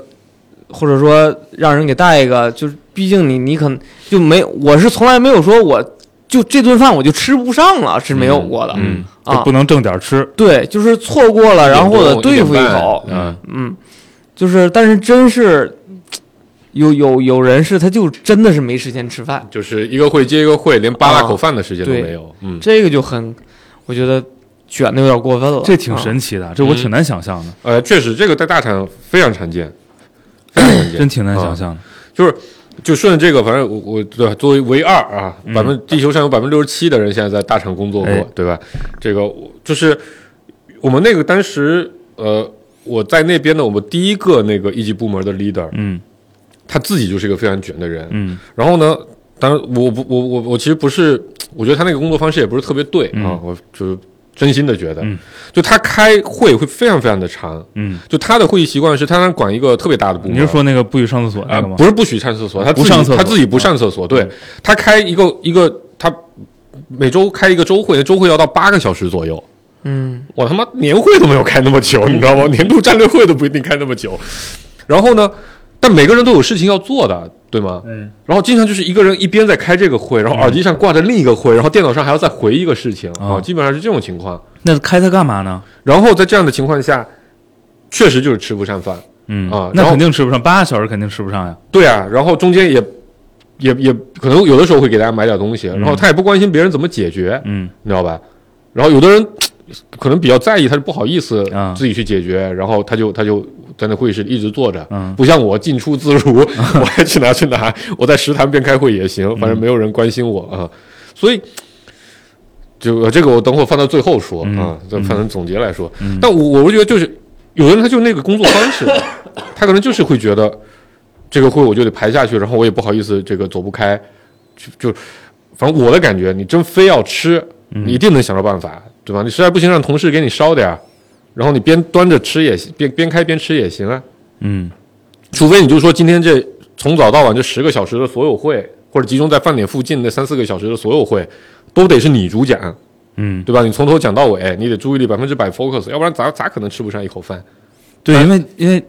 Speaker 3: 或者说让人给带一个，就是毕竟你你可能就没，我是从来没有说我就这顿饭我就吃不上了是没有过的，
Speaker 5: 嗯
Speaker 4: 就
Speaker 3: 啊
Speaker 4: 不，能正点儿吃。
Speaker 3: 对，就是错过了，然后
Speaker 5: 一
Speaker 3: 我
Speaker 5: 点
Speaker 3: 得
Speaker 5: 多
Speaker 3: 对付
Speaker 5: 一
Speaker 3: 一
Speaker 5: 点半
Speaker 3: 口，
Speaker 5: 嗯
Speaker 3: 嗯，就是但是真是。有有有人是他就真的是没时间吃饭，
Speaker 5: 就是一个会接一个会，连扒拉口饭的时间都
Speaker 3: 啊对
Speaker 5: 没有。嗯，
Speaker 3: 这个就很，我觉得卷的有点过分了。
Speaker 4: 这挺
Speaker 3: 啊
Speaker 4: 神奇的，这我挺难想象的，
Speaker 5: 呃，确实这个在大厂非常常见，非
Speaker 3: <clears throat>
Speaker 5: 常常见，
Speaker 4: 真挺难想
Speaker 5: 啊
Speaker 4: 象的。
Speaker 5: 就是就顺着这个，反正我我对吧作为唯二啊，百分地球上有百分之六十七的人现在在大厂工作过，
Speaker 4: 嗯哎
Speaker 5: 对吧？这个我就是我们那个当时呃，我在那边的我们第一个那个一级部门的 leader，
Speaker 4: 嗯
Speaker 5: 他自己就是一个非常卷的人。
Speaker 4: 嗯
Speaker 5: 然后呢，当然我不我我我其实不是，我觉得他那个工作方式也不是特别对、啊，我就是真心的觉得，
Speaker 4: 嗯
Speaker 5: 就他开会会非常非常的长。
Speaker 4: 嗯，
Speaker 5: 就他的会议习惯是，他能管一个特别大的部门。
Speaker 4: 你是说那个不许上厕所
Speaker 5: 嗯啊、
Speaker 4: 那个吗
Speaker 5: 不？是不许上厕所，他自己
Speaker 4: 不上厕所嗯
Speaker 5: 他自己不上厕所。对他开一个一个，他每周开一个周会，周会要到八个小时左右。
Speaker 3: 嗯，
Speaker 5: 我他妈年会都没有开那么久，你知道
Speaker 4: <laughs>
Speaker 5: 吗？年度战略会都不一定开那么久。然后呢，但每个人都有事情要做的，对吗？嗯。然后经常就是一个人一边在开这个会，
Speaker 4: 嗯
Speaker 5: 然后耳机上挂着另一个会，然后电脑上还要再回一个事情啊、
Speaker 4: 哦
Speaker 5: 基本上是这种情况。
Speaker 4: 那开它干嘛呢？
Speaker 5: 然后在这样的情况下，确实就是吃不上饭。
Speaker 4: 嗯
Speaker 5: 啊
Speaker 4: 那
Speaker 5: 然后
Speaker 4: 肯定吃不上，八个小时肯定吃不上呀。
Speaker 5: 对啊，然后中间也也也可能有的时候会给大家买点东西，然后他也不关心别人怎么解决，
Speaker 4: 嗯
Speaker 5: 你知道吧？然后有的人可能比较在意，他就不好意思
Speaker 4: 啊
Speaker 5: 自己去解决，然后他就他就在那会议室一直坐着，
Speaker 4: 嗯
Speaker 5: 不像我进出
Speaker 4: <laughs>
Speaker 5: 自如，我爱去哪去哪，我在食堂边开会也
Speaker 4: 嗯
Speaker 5: 行，反正没有人关心我啊，所以。就呃这个，我等会儿放到最后说
Speaker 4: 嗯
Speaker 5: 啊。这
Speaker 4: 嗯
Speaker 5: 反正总结来说，但我我觉得就是有的人他就那个工作方
Speaker 4: <laughs>
Speaker 5: 式，他可能就是会觉得这个会我就得排下去，然后我也不好意思这个走不开，就就反正我的感觉，你真非要吃，
Speaker 4: 嗯
Speaker 5: 你一定能想到办法，对吧？你实在不行让同事给你烧点儿，然后你边端着吃也行，边边开边吃也行啊。
Speaker 4: 嗯
Speaker 5: 除非你就说今天这从早到晚这十个小时的所有会，或者集中在饭点附近的三四个小时的所有会，都得是你主讲，
Speaker 4: 嗯，
Speaker 5: 对吧？你从头讲到尾，哎你得注意力百分之百 focus，要不然咋咋可能吃不上一口饭？
Speaker 4: 对，
Speaker 5: 啊
Speaker 4: 因为因为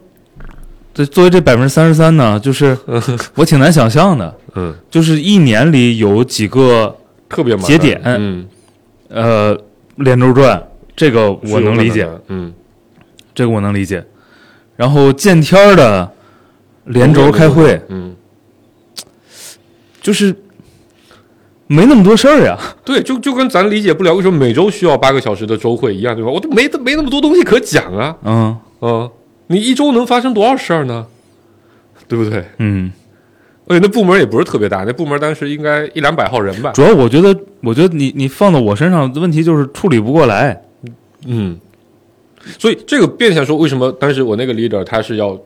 Speaker 4: 这作为这百分之三十三呢，就是
Speaker 5: <laughs>
Speaker 4: 我挺难想象的，
Speaker 5: 嗯，
Speaker 4: 就是一年里有几个
Speaker 5: 特别麻烦
Speaker 4: 节点
Speaker 5: 嗯，
Speaker 4: 呃连轴转，这个我能理
Speaker 5: 是有
Speaker 4: 解
Speaker 5: 可，的，嗯，
Speaker 4: 这个我能理解。然后见天儿的连轴开会，
Speaker 5: 嗯，
Speaker 4: 就是没那么多事儿呀。
Speaker 5: 对，就就跟咱理解不了为什么每周需要八个小时的周会一样，对吧？我都没没那么多东西可讲啊，
Speaker 4: 嗯
Speaker 5: 嗯，你一周能发生多少事儿呢？对不对？
Speaker 4: 嗯，
Speaker 5: 而且那部门也不是特别大，那部门当时应该一两百号人吧。
Speaker 4: 主要我觉得，我觉得你你放到我身上问题就是处理不过来。
Speaker 5: 嗯，所以这个变相说，为什么当时我那个 leader 他是要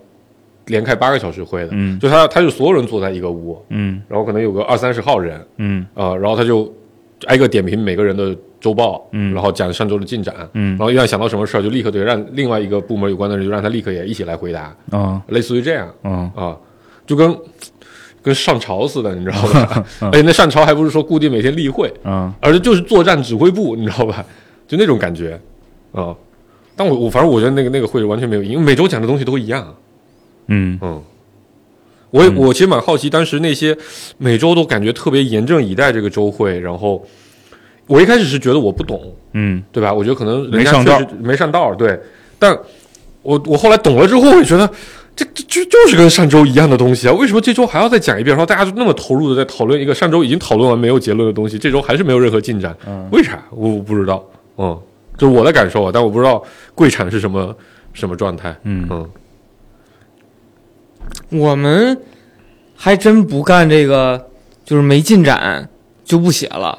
Speaker 5: 连开八个小时会的？
Speaker 4: 嗯
Speaker 5: 就他他就所有人坐在一个屋，
Speaker 4: 嗯
Speaker 5: 然后可能有个二三十号人
Speaker 4: 嗯
Speaker 5: 啊、然后他就挨个点评每个人的周报，
Speaker 4: 嗯
Speaker 5: 然后讲上周的进展，
Speaker 4: 嗯
Speaker 5: 然后一旦想到什么事儿，就立刻得让另外一个部门有关的人就让他立刻也一起来回答，
Speaker 4: 啊
Speaker 5: 类似于这样
Speaker 4: 啊
Speaker 5: 啊、就跟跟上朝似的，你知道
Speaker 4: <laughs>
Speaker 5: 吧？ <laughs>
Speaker 4: 嗯
Speaker 5: 而且那上朝还不是说固定每天例会，
Speaker 4: 啊！
Speaker 5: 而且就是作战指挥部，你知道吧？ <laughs> 就那种感觉啊、但我我反正我觉得那个那个会完全没有因为每周讲的东西都一样。
Speaker 4: 嗯
Speaker 5: 嗯，我也我其实蛮好奇，当时那些每周都感觉特别严阵以待这个周会，然后我一开始是觉得我不懂，
Speaker 4: 嗯
Speaker 5: 对吧？我觉得可能人
Speaker 4: 没
Speaker 5: 家
Speaker 4: 上
Speaker 5: 确实没上道儿，对。但我我后来懂了之后，我也觉得这这就就是跟上周一样的东西啊！为什么这周还要再讲一遍？然后大家就那么投入的在讨论一个上周已经讨论完没有结论的东西，这周还是没有任何进展，为啥？我我不知道，嗯，这是我的感受啊，但我不知道贵产是什么什么状态，
Speaker 4: 嗯
Speaker 5: 嗯，
Speaker 3: 我们还真不干这个，就是没进展就不写了，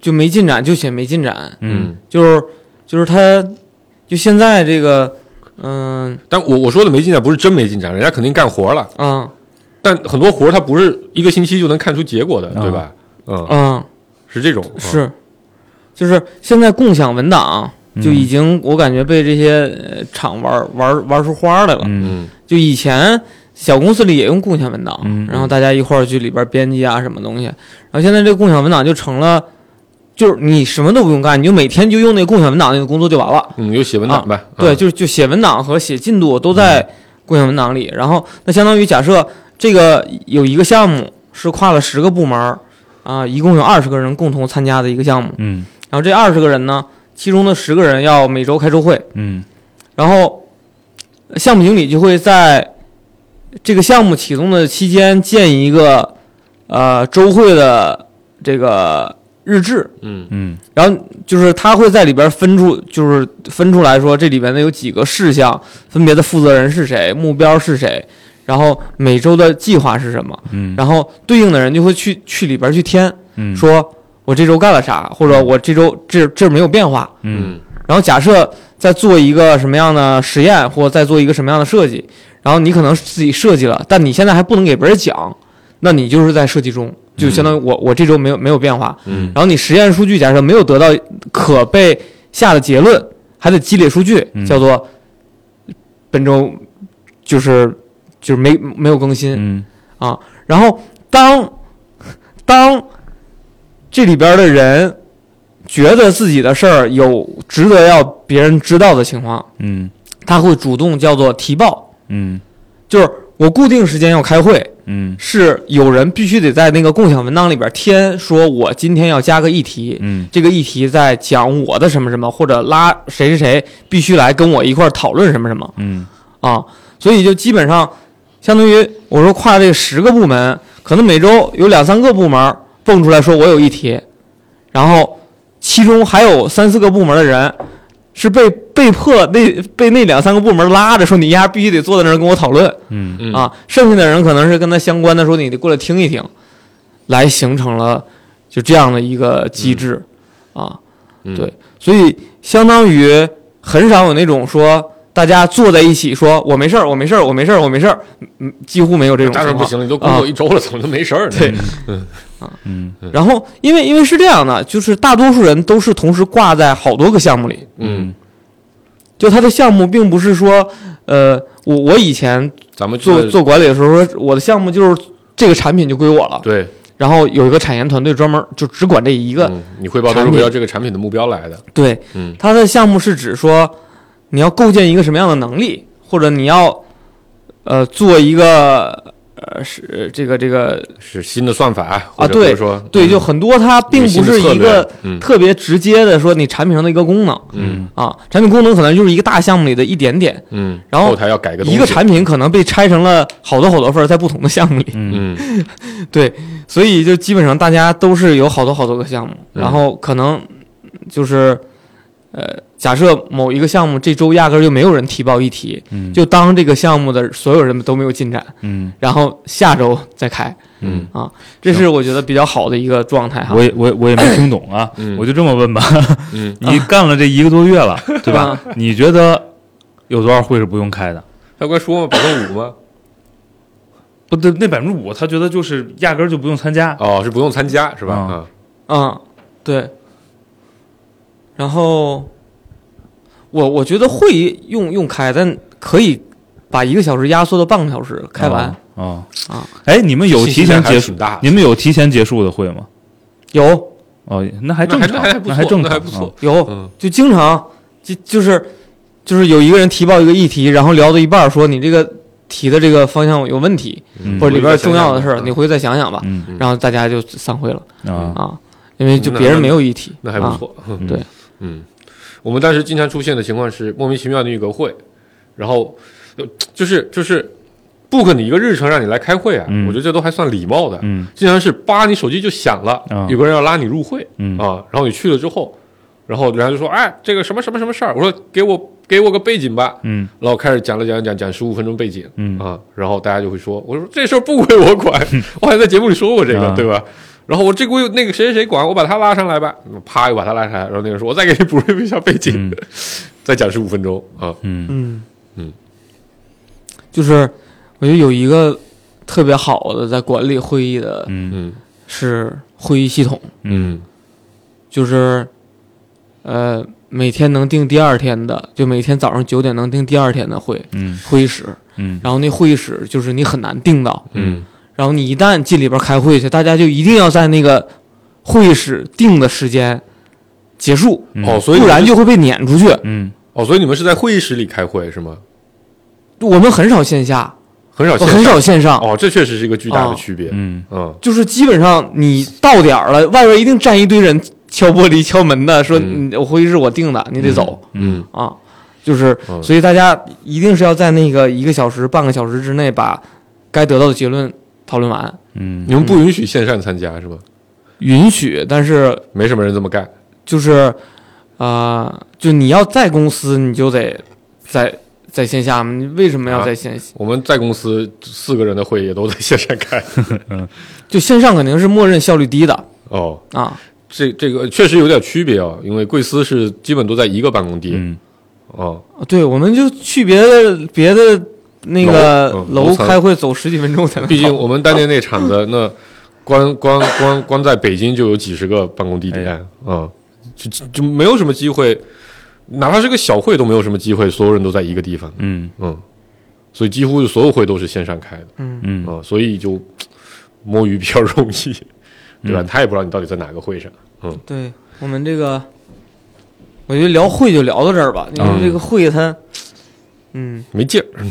Speaker 3: 就没进展就写没进展，
Speaker 4: 嗯，
Speaker 3: 就是就是他，就现在这个，嗯
Speaker 5: 但我我说的没进展不是真没进展，人家肯定干活了，
Speaker 3: 啊
Speaker 5: 但很多活儿它不是一个星期就能看出结果的，
Speaker 4: 啊
Speaker 5: 对吧？嗯，
Speaker 3: 啊
Speaker 5: 是这种，嗯
Speaker 3: 是，就是现在共享文档
Speaker 4: 嗯
Speaker 3: 就已经我感觉被这些呃厂玩玩玩出花来了，
Speaker 4: 嗯
Speaker 5: 嗯
Speaker 3: 就以前小公司里也用共享文档，
Speaker 4: 嗯
Speaker 3: 然后大家一块儿去里边编辑啊什么东西，然后现在这个共享文档就成了，就是你什么都不用干，你就每天就用那个共享文档那个工作就完了。
Speaker 5: 嗯，有写文档呗，嗯
Speaker 3: 啊对，，就是就写文档和写进度都
Speaker 4: 嗯
Speaker 3: 在共享文档里。然后那相当于假设这个有一个项目是跨了十个部门儿啊，一共有二十个人共同参加的一个项目。
Speaker 4: 嗯
Speaker 3: 然后这二十个人呢，其中的十个人要每周开周会，
Speaker 4: 嗯
Speaker 3: 然后呃项目经理就会在这个项目启动的期间建一个呃周会的这个日志，
Speaker 5: 嗯
Speaker 4: 嗯
Speaker 3: 然后就是他会在里边分出，就是分出来说这里边的有几个事项，分别的负责人是谁，目标是谁，然后每周的计划是什么，
Speaker 4: 嗯，
Speaker 3: 然后对应的人就会去去里边去填，
Speaker 4: 嗯
Speaker 3: 说我这周干了啥，或者我这周这这没有变化，
Speaker 4: 嗯
Speaker 5: 嗯
Speaker 3: 然后假设再做一个什么样的实验，或再做一个什么样的设计，然后你可能自己设计了，但你现在还不能给别人讲，那你就是在设计中，就相当于我、我这周没有没有变化。
Speaker 5: 嗯
Speaker 3: 然后你实验数据假设没有得到可被下的结论，还得积累数据
Speaker 4: 嗯，
Speaker 3: 叫做本周就是就是没没有更新，
Speaker 4: 嗯
Speaker 3: 啊。然后当当这里边的人觉得自己的事儿有值得要别人知道的情况，
Speaker 4: 嗯
Speaker 3: 他会主动叫做提报，
Speaker 4: 嗯
Speaker 3: 就是我固定时间要开会，
Speaker 4: 嗯
Speaker 3: 是有人必须得在那个共享文档里边填，说我今天要加个议题。
Speaker 4: 嗯
Speaker 3: 这个议题在讲我的什么什么，或者拉谁谁谁必须来跟我一块儿讨论什么什么，
Speaker 4: 嗯
Speaker 3: 啊，所以就基本上相当于我说跨这十个部门，可能每周有两三个部门蹦出来说我有一题，然后其中还有三四个部门的人是被被迫那被那两三个部门拉着说你丫必须得坐在那儿跟我讨论
Speaker 4: 嗯
Speaker 5: 嗯，
Speaker 3: 啊，剩下的人可能是跟他相关的说你得过来听一听，来形成了就这样的一个机制啊。
Speaker 5: 嗯
Speaker 3: 对所以相当于很少有那种说大家坐在一起说我没事儿，我没事儿，我没事儿，我没事儿，嗯嗯，几乎没有这种
Speaker 5: 当
Speaker 3: 情
Speaker 5: 然不
Speaker 3: 况。
Speaker 5: 行了，你都工作一周了，怎么就没事儿呢？
Speaker 3: 啊对，
Speaker 4: 嗯
Speaker 3: 然后因为因为是这样的，就是大多数人都是同时挂在好多个项目里，
Speaker 5: 嗯，
Speaker 3: 就他的项目并不是说，呃，我我以前
Speaker 5: 咱们
Speaker 3: 做
Speaker 5: 就是
Speaker 3: 做管理的时候说，我的项目就是这个产品就归我了，
Speaker 5: 对
Speaker 3: 然后有一个产研团队专门就只管这一个，
Speaker 5: 嗯，你汇报都是围绕这个产品的目标来的，
Speaker 3: 对，
Speaker 5: 嗯
Speaker 3: 它的项目是指说你要构建一个什么样的能力，或者你要呃做一个呃是这个这个
Speaker 5: 是新的算法
Speaker 3: 啊
Speaker 5: 或者或
Speaker 3: 对
Speaker 5: 者说
Speaker 3: 对，
Speaker 5: 嗯
Speaker 3: 就很多它并不是一个
Speaker 5: 嗯
Speaker 3: 特别直接的说你产品上的一个功能
Speaker 5: 嗯
Speaker 3: 啊，产品功能可能就是一个大项目里的一点点，
Speaker 5: 嗯，
Speaker 3: 然后
Speaker 5: 后台要改个东
Speaker 3: 一
Speaker 5: 西
Speaker 3: 个产品可能被拆成了好多好多份儿在不同的项目里，
Speaker 4: 嗯
Speaker 5: 嗯
Speaker 3: 对，所以就基本上大家都是有好多好多个项目，
Speaker 5: 嗯
Speaker 3: 然后可能就是，呃，假设某一个项目这周压根儿就没有人提报一提，
Speaker 4: 嗯
Speaker 3: 就当这个项目的所有人都没有进展，
Speaker 4: 嗯。
Speaker 3: 然后下周再开，
Speaker 5: 嗯
Speaker 3: 啊，这是我觉得比较好的一个状态哈
Speaker 4: 我。也我也我也没听懂啊，
Speaker 5: 嗯
Speaker 4: 我就这么问吧， <laughs>
Speaker 5: 嗯
Speaker 4: 你干了这一个多月了， <laughs> 对吧
Speaker 3: 啊？
Speaker 4: 你觉得有多少会是不用开的？
Speaker 5: 他快说嘛，百分之五吗？
Speaker 4: 不对，那百分之五，他觉得就是压根儿就不用参加。
Speaker 5: 哦，是不用参加是吧？
Speaker 4: 啊
Speaker 5: 啊，
Speaker 3: 嗯，对。然后我我觉得会用用开，但可以把一个小时压缩到半个小时开完。
Speaker 4: 啊
Speaker 3: 啊！
Speaker 4: 哎，你们有提前
Speaker 5: 信息量还
Speaker 4: 结束
Speaker 5: 是挺哦大的？
Speaker 4: 你们有提前结束的会吗？
Speaker 3: 有
Speaker 4: 哦，那还
Speaker 5: 那
Speaker 4: 正
Speaker 5: 还
Speaker 4: 常
Speaker 5: 那还，不
Speaker 4: 还
Speaker 5: 错
Speaker 4: 正
Speaker 5: 那
Speaker 4: 常，
Speaker 5: 还不错
Speaker 4: 啊
Speaker 3: 有，
Speaker 5: 嗯
Speaker 3: 就经常就就是就是有一个人提报一个议题，然后聊到一半儿说你这个提的这个方向有问题，
Speaker 4: 嗯
Speaker 3: 或者里边儿重要的事儿，你
Speaker 5: 会
Speaker 3: 回去再想想吧。
Speaker 4: 嗯
Speaker 5: 嗯
Speaker 3: 然后大家就散会了
Speaker 4: 啊，
Speaker 3: 啊，因为就别人没有议题，
Speaker 5: 那还不
Speaker 3: 啊。
Speaker 5: 错，嗯
Speaker 3: 对，
Speaker 5: 嗯，我们当时经常出现的情况是莫名其妙的一个会，然后呃就是就是 book 你一个日程让你来开会啊，
Speaker 4: 嗯
Speaker 5: 我觉得这都还算礼貌的。
Speaker 4: 嗯
Speaker 5: 经常是叭，你手机就响了，
Speaker 4: 啊
Speaker 5: 有个人要拉你入会，
Speaker 4: 嗯
Speaker 5: 啊，然后你去了之后，然后人家就说，哎，这个什么什么什么事儿，我说给我给我个背景吧，
Speaker 4: 嗯
Speaker 5: 然后开始讲了讲讲讲十五分钟背景，
Speaker 4: 嗯
Speaker 5: 啊，然后大家就会说，我说这事儿不归我管，我还在节目里说过这个，
Speaker 4: 啊
Speaker 5: 对吧？然后我这归那个谁谁谁管，我把他拉上来吧，啪又把他拉上来，然后那个人说，我再给你补录一下背景，
Speaker 4: 嗯
Speaker 5: <laughs> 再讲十五分钟啊，
Speaker 4: 嗯
Speaker 3: 嗯
Speaker 5: 嗯，
Speaker 3: 就是我觉得有一个特别好的在管理会议的
Speaker 4: 嗯
Speaker 5: 嗯
Speaker 3: 是会议系统，
Speaker 5: 嗯
Speaker 3: 就是呃每天能定第二天的，就每天早上九点能定第二天的会
Speaker 4: 嗯
Speaker 3: 会议室，
Speaker 4: 嗯
Speaker 3: 然后那会议室就是你很难定到，
Speaker 5: 嗯
Speaker 3: 然后你一旦进里边开会去，大家就一定要在那个会议室定的时间结束，
Speaker 4: 嗯
Speaker 5: 哦，所以
Speaker 3: 不然
Speaker 5: 你们
Speaker 3: 就会被撵出去。
Speaker 4: 嗯
Speaker 5: 哦，所以你们是在会议室里开会是吗？
Speaker 3: 我们很少线下，
Speaker 5: 很少
Speaker 3: 我
Speaker 5: 线上
Speaker 3: 很少线上，
Speaker 5: 哦，这确实是一个巨大的
Speaker 3: 哦
Speaker 5: 区别，
Speaker 4: 嗯
Speaker 5: 嗯
Speaker 3: 就是基本上你到点儿了，外边一定站一堆人敲玻璃、敲门的，说
Speaker 5: 嗯
Speaker 3: 你我会议室我定的，你得走、
Speaker 5: 嗯
Speaker 3: 啊。就是，
Speaker 5: 嗯
Speaker 3: 所以大家一定是要在那个一个小时、半个小时之内把该得到的结论讨论完，
Speaker 4: 嗯
Speaker 5: 你们不允许线上参加是吧？
Speaker 3: 允许，但是
Speaker 5: 没什么人这么干。
Speaker 3: 就是，呃，就你要在公司，你就得在在线下嘛，你为什么
Speaker 5: 啊
Speaker 3: 要在线？
Speaker 5: 我们在公司四个人的会也都在线上开。
Speaker 3: 就线上肯定是默认效率低的
Speaker 5: 哦，
Speaker 3: 啊，
Speaker 5: 这这个确实有点区别啊，因为贵司是基本都在一个办公地。
Speaker 4: 嗯
Speaker 5: 哦，
Speaker 3: 对，我们就去别的别的那个
Speaker 5: 楼嗯楼
Speaker 3: 楼
Speaker 5: 层
Speaker 3: 开会走十几分钟才能到，
Speaker 5: 毕竟我们当年那
Speaker 4: <laughs>
Speaker 5: 场子，那光光光光在北京就有几十个办公
Speaker 4: 哎
Speaker 5: 地点啊、嗯就就就没有什么机会，哪怕是个小会都没有什么机会，所有人都在一个地方。
Speaker 4: 嗯
Speaker 5: 嗯，所以几乎所有会都是线上开的。
Speaker 4: 嗯
Speaker 5: 啊、所以就摸鱼比较容易，
Speaker 4: 嗯
Speaker 5: 对吧？他也不知道你到底在哪个会上。
Speaker 3: 对我们这个，我觉得聊会就聊到这儿吧，因为这个会它，嗯，
Speaker 5: 没劲儿，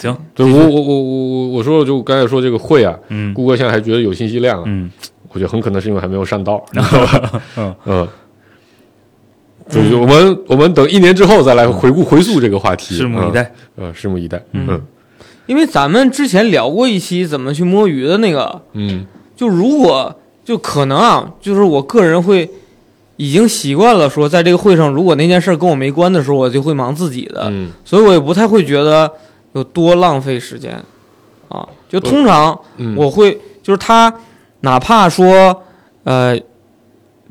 Speaker 4: 行
Speaker 5: 对我我我我我我说就刚才说这个会啊，
Speaker 4: 嗯
Speaker 5: 顾哥现在还觉得有信息量啊，
Speaker 4: 嗯
Speaker 5: 我觉得很可能是因为还没有上道，你知道吧？嗯，就是我们我们等一年之后再来回顾回溯这个话题，
Speaker 4: 嗯拭目以待。
Speaker 5: 嗯，呃，拭目以待，
Speaker 4: 嗯
Speaker 5: 嗯
Speaker 3: 因为咱们之前聊过一期怎么去摸鱼的那个，
Speaker 5: 嗯
Speaker 3: 就如果就可能啊，就是我个人会已经习惯了说，在这个会上，如果那件事儿跟我没关的时候，我就会忙自己的，
Speaker 5: 嗯
Speaker 3: 所以我也不太会觉得有多浪费时间啊。就通常
Speaker 5: 嗯，
Speaker 3: 我会就是他哪怕说呃，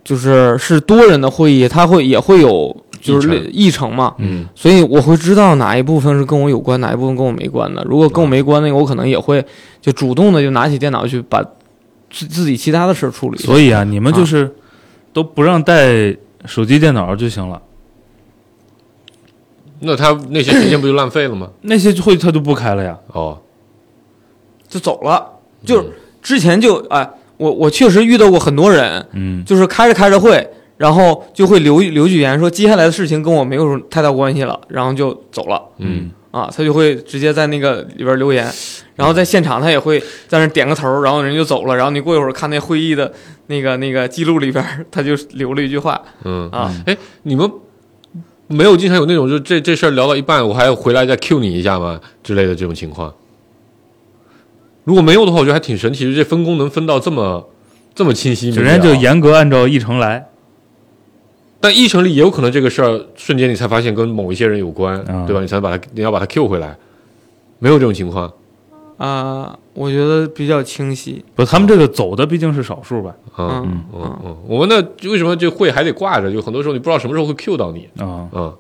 Speaker 3: 就是是多人的会议，他会也会有就是
Speaker 5: 议程
Speaker 3: 类议程嘛，
Speaker 5: 嗯
Speaker 3: 所以我会知道哪一部分是跟我有关，哪一部分跟我没关的。如果跟我没关那个，我可能也会就主动的就拿起电脑去把自自己其他的事儿处理。
Speaker 4: 所以啊，你们就是都不让带手机、电脑就行了，
Speaker 5: 那他那些时间不就浪费了吗？
Speaker 4: 那些会他就不开了呀。
Speaker 5: 哦，
Speaker 3: 就走了，就是之前就哎，我我确实遇到过很多人，
Speaker 4: 嗯
Speaker 3: 就是开着开着会，然后就会留留句言说接下来的事情跟我没有太大关系了，然后就走了。
Speaker 5: 嗯，
Speaker 3: 啊，他就会直接在那个里边留言，然后在现场他也会在那点个头儿，然后人就走了。然后你过一会儿看那会议的那个那个记录里边儿，他就留了一句话
Speaker 5: 嗯
Speaker 3: 啊，
Speaker 5: 哎，你们没有经常有那种就这这事儿聊到一半，我还要回来再 Q 你一下吗之类的这种情况？如果没有的话，我觉得还挺神奇，就这分工能分到这么这么清晰明
Speaker 4: 就
Speaker 5: 了。
Speaker 4: 人家就严格按照议程来
Speaker 5: 但议程里也有可能这个事儿瞬间你才发现跟某一些人有关，
Speaker 3: 嗯
Speaker 4: 啊
Speaker 5: 对吧？你才把他你要把他 Q 回来，没有这种情况
Speaker 3: 啊，我觉得比较清晰。
Speaker 4: 不，他们这个走的毕竟是少数吧？
Speaker 5: 啊。
Speaker 3: 嗯
Speaker 5: 嗯嗯嗯，我们那为什么这会还得挂着？就很多时候你不知道什么时候会 Q 到你
Speaker 4: 啊，
Speaker 5: 啊，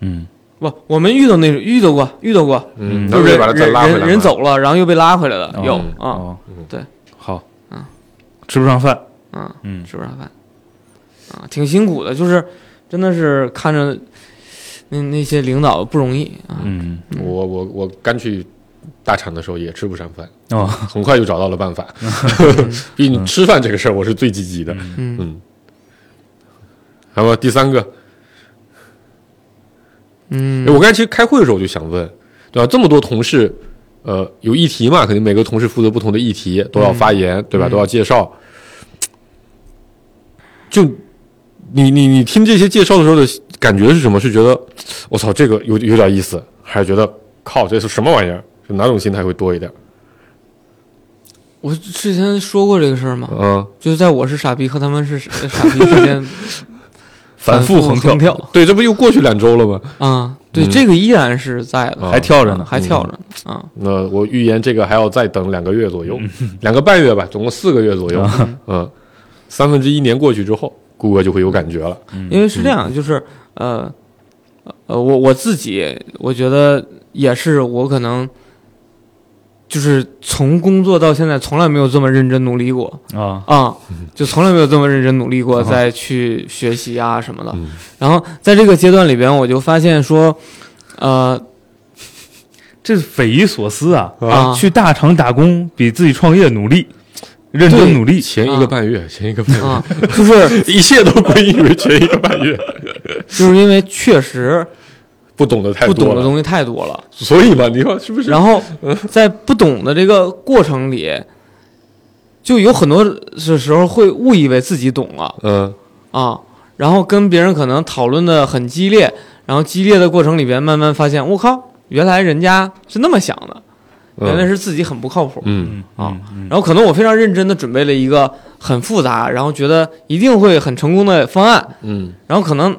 Speaker 4: 嗯
Speaker 3: 不，我们遇到那种遇到过，遇到过，
Speaker 5: 嗯，那
Speaker 3: 就
Speaker 5: 不
Speaker 3: 是
Speaker 5: 得把他再
Speaker 3: 人
Speaker 5: 拉回来嗯
Speaker 3: 人
Speaker 5: 吗
Speaker 3: 人，走了，然后又被拉回来了，有
Speaker 4: 哦
Speaker 3: 啊，
Speaker 4: 哦
Speaker 3: 对，
Speaker 4: 好，
Speaker 3: 嗯，
Speaker 4: 吃不上饭，
Speaker 3: 嗯
Speaker 4: 嗯
Speaker 3: 吃不上饭啊，挺辛苦的，就是真的是看着那那些领导不容易啊，
Speaker 4: 嗯
Speaker 5: 我我我刚去大厂的时候也吃不上饭。
Speaker 4: 哦，
Speaker 5: 很快就找到了办法。 <laughs> 毕竟吃饭这个事儿，我是最积极的。
Speaker 3: 嗯
Speaker 5: 嗯，好吧，第三个，哎
Speaker 3: 嗯
Speaker 5: 我刚才其实开会的时候我就想问，对吧？这么多同事，呃，有议题嘛，肯定每个同事负责不同的议题，都要发
Speaker 3: 嗯
Speaker 5: 言，对吧？都要介绍。就你你你听这些介绍的时候的感觉是什么？是觉得我操，这个有有点意思，还是觉得靠，这是什么玩意儿？就哪种心态会多一点？
Speaker 3: 我之前说过这个事儿吗？
Speaker 5: 嗯，
Speaker 3: 就是在我是傻逼和他们是傻傻逼之间
Speaker 4: 反
Speaker 3: 复
Speaker 4: 复横
Speaker 3: 跳
Speaker 4: 跳，
Speaker 5: 对，这不又过去两周了吗？
Speaker 3: 啊，对，
Speaker 5: 嗯
Speaker 3: 这个依然是在的，
Speaker 5: 啊
Speaker 4: 还跳着呢。
Speaker 3: 还跳着啊。
Speaker 5: 那我预言这个还要再等两个月左右，两个半月吧，总共四个月左右。嗯，三分之一年过去之后，顾哥就会有感觉了。
Speaker 3: 因为是这样，就是呃呃，我我自己我觉得也是，我可能就是从工作到现在从来没有这么认真努力过
Speaker 4: 啊，
Speaker 3: 啊，就从来没有这么认真努力过，
Speaker 4: 啊
Speaker 3: 再去学习啊什么的
Speaker 5: 嗯。
Speaker 3: 然后在这个阶段里边，我就发现说，呃
Speaker 4: 这匪夷所思啊！
Speaker 3: 啊，
Speaker 4: 去大厂打工比自己创业努力，认真
Speaker 3: 对
Speaker 4: 努力。
Speaker 5: <laughs> 前一个半月，前一个半月，
Speaker 3: 啊，就是
Speaker 5: 啊 <laughs> 一切都归因于前一个半月，
Speaker 3: 就是因为确实
Speaker 5: 不懂得太
Speaker 3: 不
Speaker 5: 多
Speaker 3: 懂的
Speaker 5: 了，
Speaker 3: 东西太多了。
Speaker 5: 所以嘛，你说是不嗯是？
Speaker 3: 然后在不懂的这个过程里，就有很多是时候会误以为自己懂了
Speaker 5: 嗯
Speaker 3: 啊，然后跟别人可能讨论的很激烈，然后激烈的过程里边慢慢发现，我靠，原来人家是那么想的，原来
Speaker 5: 嗯
Speaker 3: 是自己很不靠谱。
Speaker 5: 嗯
Speaker 4: 嗯
Speaker 3: 啊
Speaker 4: 嗯
Speaker 3: 然后可能我非常认真的准备了一个很复杂，然后觉得一定会很成功的方案，
Speaker 5: 嗯
Speaker 3: 然后可能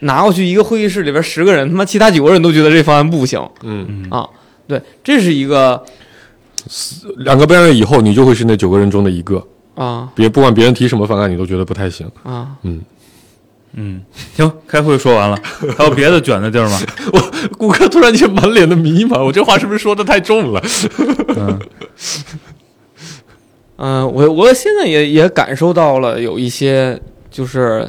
Speaker 3: 拿过去一个会议室里边十个人，他妈其他九个人都觉得这方案不行
Speaker 5: 嗯，
Speaker 4: 嗯
Speaker 3: 啊。对，这是一个
Speaker 5: 两个半月以后，你就会是那九个人中的一个，
Speaker 3: 啊
Speaker 5: 别不管别人提什么方案，你都觉得不太行。
Speaker 3: 啊
Speaker 5: 嗯，
Speaker 4: 嗯，行，开会说完了，还有别的卷的地儿吗？
Speaker 5: 顾客突然间满脸的迷茫，我这话是不是说的太重了？
Speaker 4: 嗯
Speaker 3: 嗯，我我现在也也感受到了有一些就是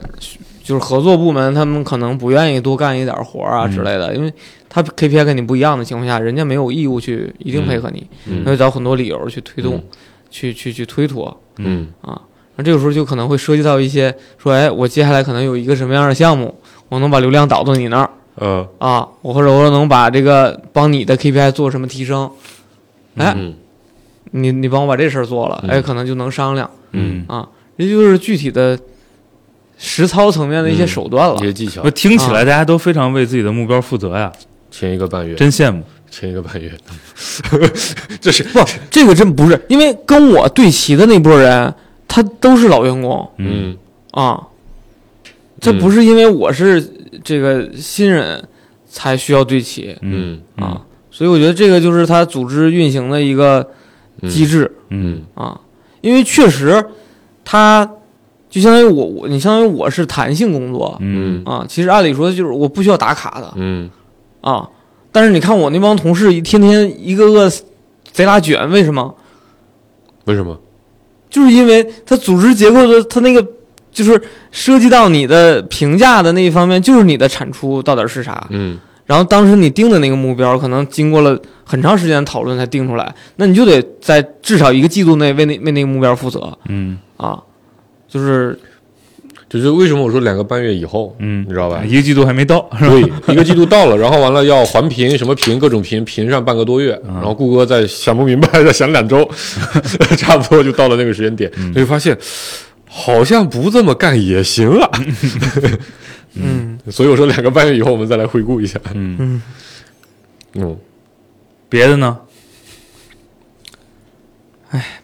Speaker 3: 就是合作部门他们可能不愿意多干一点活儿啊
Speaker 4: 嗯
Speaker 3: 之类的，因为他 KPI 跟你不一样的情况下，人家没有义务去一定配合你，
Speaker 5: 嗯
Speaker 3: 他会找很多理由去推动，
Speaker 5: 嗯
Speaker 3: 去去去推脱
Speaker 5: 嗯
Speaker 3: 啊。那这个时候就可能会涉及到一些说，哎，我接下来可能有一个什么样的项目，我能把流量导到你那儿
Speaker 5: 呃
Speaker 3: 啊，我或者我能把这个帮你的 KPI 做什么提升，哎，
Speaker 5: 嗯
Speaker 3: 你你帮我把这事儿做了，
Speaker 5: 嗯
Speaker 3: 哎，可能就能商量。
Speaker 4: 嗯，
Speaker 3: 啊，这就是具体的实操层面的一些
Speaker 5: 嗯
Speaker 3: 手段了
Speaker 5: 一。些技巧
Speaker 4: 我。听
Speaker 3: 啊
Speaker 4: 起来大家都非常为自己的目标负责呀，
Speaker 5: 前一个半月，
Speaker 4: 真羡慕。
Speaker 5: 前一个半月， <laughs> 这是
Speaker 3: 不，这个真不是，因为跟我对齐的那波人，他都是老员工
Speaker 4: 嗯，
Speaker 5: 嗯
Speaker 3: 啊，这
Speaker 5: 嗯
Speaker 3: 不是因为我是这个新人才需要对齐
Speaker 5: 嗯
Speaker 3: 啊，所以我觉得这个就是他组织运行的一个
Speaker 5: 嗯
Speaker 3: 机制
Speaker 4: 嗯
Speaker 3: 啊，因为确实他就相当于我我你相当于我是弹性工作
Speaker 4: 嗯
Speaker 5: 嗯
Speaker 3: 啊，其实按理说就是我不需要打卡的，
Speaker 5: 嗯
Speaker 3: 啊，但是你看我那帮同事一天天一个个贼拉卷，为什么？
Speaker 5: 为什么？
Speaker 3: 就是因为他组织结构的他那个就是涉及到你的评价的那一方面，就是你的产出到底是啥。
Speaker 5: 嗯
Speaker 3: 然后当时你定的那个目标，可能经过了很长时间的讨论才定出来，那你就得在至少一个季度内为那为那个目标负责
Speaker 4: 嗯
Speaker 3: 啊。就是
Speaker 5: 就是为什么我说两个半月以后，
Speaker 4: 嗯，
Speaker 5: 你知
Speaker 3: 哎
Speaker 5: 道吧？
Speaker 4: 一个季度还没到， <laughs>
Speaker 5: 对，一个季度到了，然后完了要环评，什么评各种评，评上半个多
Speaker 3: 嗯
Speaker 5: 月，然后顾哥再想不明白，再想
Speaker 3: <laughs>
Speaker 5: 两周，差不多就到了那个时间点，就发现好像不这么干也行啊。 <laughs>
Speaker 3: 嗯，
Speaker 5: 所以我说两个半月以后我们再来回顾一下。
Speaker 4: 嗯，
Speaker 3: 嗯，
Speaker 5: 嗯
Speaker 4: 别的呢？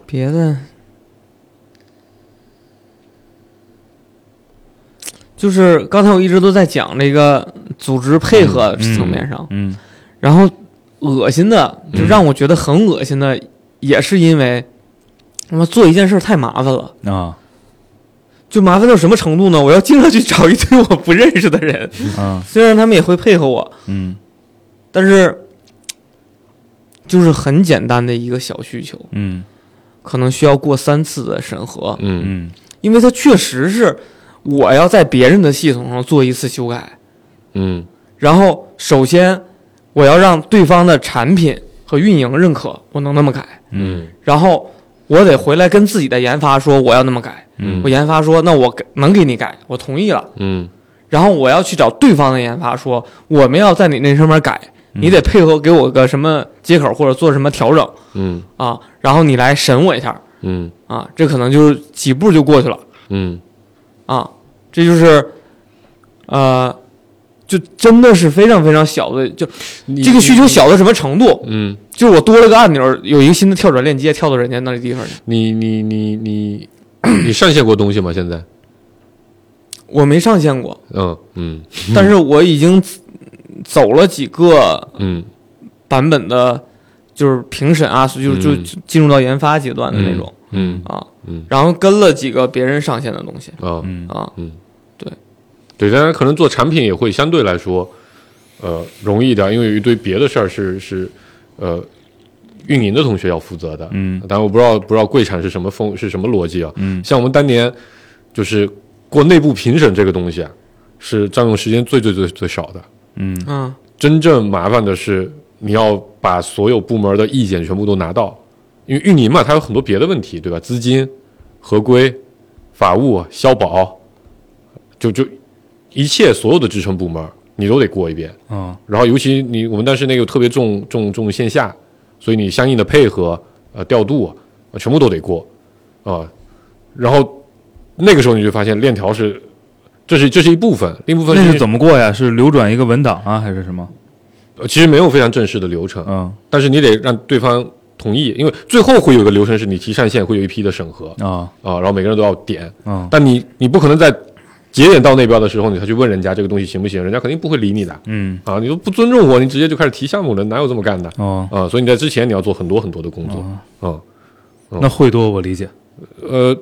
Speaker 3: 别的就是刚才我一直都在讲这个组织配合呃层面上，
Speaker 4: 嗯
Speaker 3: 然后恶心的就让我觉得很恶心的，也是因为他妈做一件事儿太麻烦了。
Speaker 4: 啊
Speaker 3: 就麻烦到什么程度呢？我要经常去找一堆我不认识的人，
Speaker 4: 啊
Speaker 3: 虽然他们也会配合我，
Speaker 4: 嗯
Speaker 3: 但是就是很简单的一个小需求，
Speaker 4: 嗯
Speaker 3: 可能需要过三次的审核。
Speaker 5: 嗯
Speaker 4: 嗯
Speaker 3: 因为它确实是我要在别人的系统上做一次修改，
Speaker 5: 嗯
Speaker 3: 然后首先我要让对方的产品和运营认可我能那么改，
Speaker 5: 嗯
Speaker 3: 然后我得回来跟自己的研发说我要那么改，我
Speaker 5: 嗯
Speaker 3: 研发说那我给能给你改，我同意了，
Speaker 5: 嗯
Speaker 3: 然后我要去找对方的研发说我们要在你那上面改，
Speaker 5: 嗯
Speaker 3: 你得配合给我个什么接口或者做什么调整
Speaker 5: 嗯
Speaker 3: 啊，然后你来审我一下
Speaker 5: 嗯
Speaker 3: 啊，这可能就是几步就过去了。
Speaker 5: 嗯
Speaker 3: 啊，这就是，呃，就真的是非常非常小的，就
Speaker 5: 嗯，
Speaker 3: 这个需求小到什么程度？
Speaker 5: 嗯
Speaker 3: 就是我多了个按钮，有一个新的跳转链接跳到人家那地方去。
Speaker 5: 你你你
Speaker 4: <clears throat>
Speaker 5: 你你上线过东西吗？现在？
Speaker 3: 我没上线过，
Speaker 5: 嗯嗯
Speaker 3: 但是我已经走了几个
Speaker 5: 嗯
Speaker 3: 版本的，就是评审啊，就就
Speaker 5: 嗯
Speaker 3: 就进入到研发阶段的那种、
Speaker 5: 嗯
Speaker 3: 啊，
Speaker 5: 嗯
Speaker 3: 然后跟了几个别人上线的东西
Speaker 5: 啊
Speaker 4: 嗯
Speaker 3: 啊，
Speaker 5: 对，当然可能做产品也会相对来说，呃，容易一点，因为有一堆别的事儿是是，呃，运营的同学要负责的。
Speaker 4: 嗯，
Speaker 5: 当然我不知道不知道贵产是什么风是什么逻辑啊。
Speaker 4: 嗯
Speaker 5: 像我们当年就是过内部评审这个东西啊，是占用时间最最最最少的。
Speaker 4: 嗯
Speaker 3: 嗯
Speaker 5: 真正麻烦的是你要把所有部门的意见全部都拿到，因为运营嘛，它有很多别的问题，对吧？资金、合规、法务、消保，就就一切所有的支撑部门你都得过一遍。
Speaker 4: 啊
Speaker 5: 然后尤其你我们当时那个特别重重重线下，所以你相应的配合呃调度、呃全部都得过啊、然后那个时候你就发现链条是。这是这是一部分，另一部分
Speaker 4: 那
Speaker 5: 是
Speaker 4: 是怎么过呀？是流转一个文档啊，还是什么？
Speaker 5: 呃其实没有非常正式的流程，
Speaker 4: 嗯
Speaker 5: 但是你得让对方同意，因为最后会有一个流程是你提上线会有一批的审核
Speaker 4: 啊
Speaker 5: 啊，然后每个人都要点，
Speaker 4: 啊
Speaker 5: 但你你不可能在节点到那边的时候你才去问人家这个东西行不行，人家肯定不会理你的
Speaker 4: 嗯
Speaker 5: 啊，你都不尊重我，你直接就开始提项目了，哪有这么干的
Speaker 4: 哦，
Speaker 5: 啊？所以你在之前你要做很多很多的工作
Speaker 4: 哦
Speaker 5: 啊，
Speaker 4: 那会多我理解。
Speaker 5: 呃。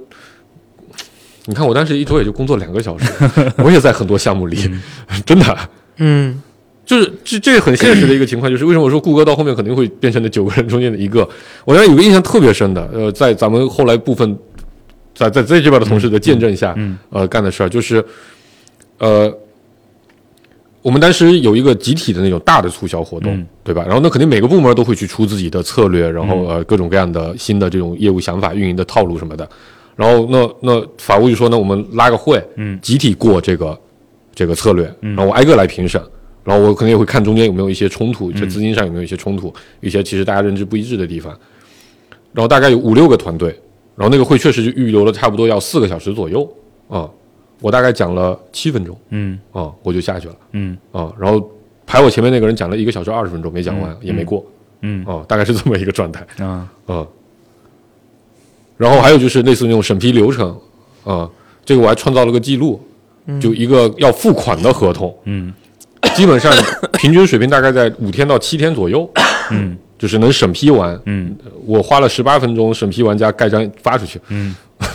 Speaker 5: 你看，我当时一周也就工作两个小时，我也在很多项目里， <laughs> 真的
Speaker 3: 嗯，
Speaker 5: 就是这这很现实的一个情况，就是为什么我说谷歌到后面肯定会变成那九个人中间的一个。我原来有个印象特别深的，呃，在咱们后来部分在在在这边的同事的见证下，
Speaker 4: 嗯
Speaker 5: 呃，干的事儿就是，呃，我们当时有一个集体的那种大的促销活动，
Speaker 4: 嗯
Speaker 5: 对吧？然后那肯定每个部门都会去出自己的策略，然
Speaker 4: 嗯
Speaker 5: 后呃各种各样的新的这种业务想法、运营的套路什么的。然后那那法务就说呢，我们拉个会，
Speaker 4: 嗯
Speaker 5: 集体过这个这个策略，然后我挨个来评审。然后我肯定也会看中间有没有一些冲
Speaker 4: 嗯
Speaker 5: 突，这资金上有没有一些冲突，一些其实大家认知不一致的地方。然后大概有五六个团队，然后那个会确实就预留了差不多要四个小时左右啊、我大概讲了七分钟
Speaker 4: 嗯
Speaker 5: 啊、我就下去了
Speaker 4: 嗯
Speaker 5: 啊、然后排我前面那个人讲了一个小时二十分钟没讲完，也没过
Speaker 4: 嗯
Speaker 5: 啊、大概是这么一个状态。
Speaker 4: 啊
Speaker 5: 嗯，然后还有就是类似那种审批流程啊、这个我还创造了个记录，就一个要付款的合同，
Speaker 4: 嗯
Speaker 5: 基本
Speaker 4: <coughs>
Speaker 5: 上平均水平大概在五天到七天左右，
Speaker 4: 嗯
Speaker 5: 就是能审批完。
Speaker 4: 嗯
Speaker 5: 我花了十八分钟审批完加盖章发出去，
Speaker 4: 嗯
Speaker 5: <laughs>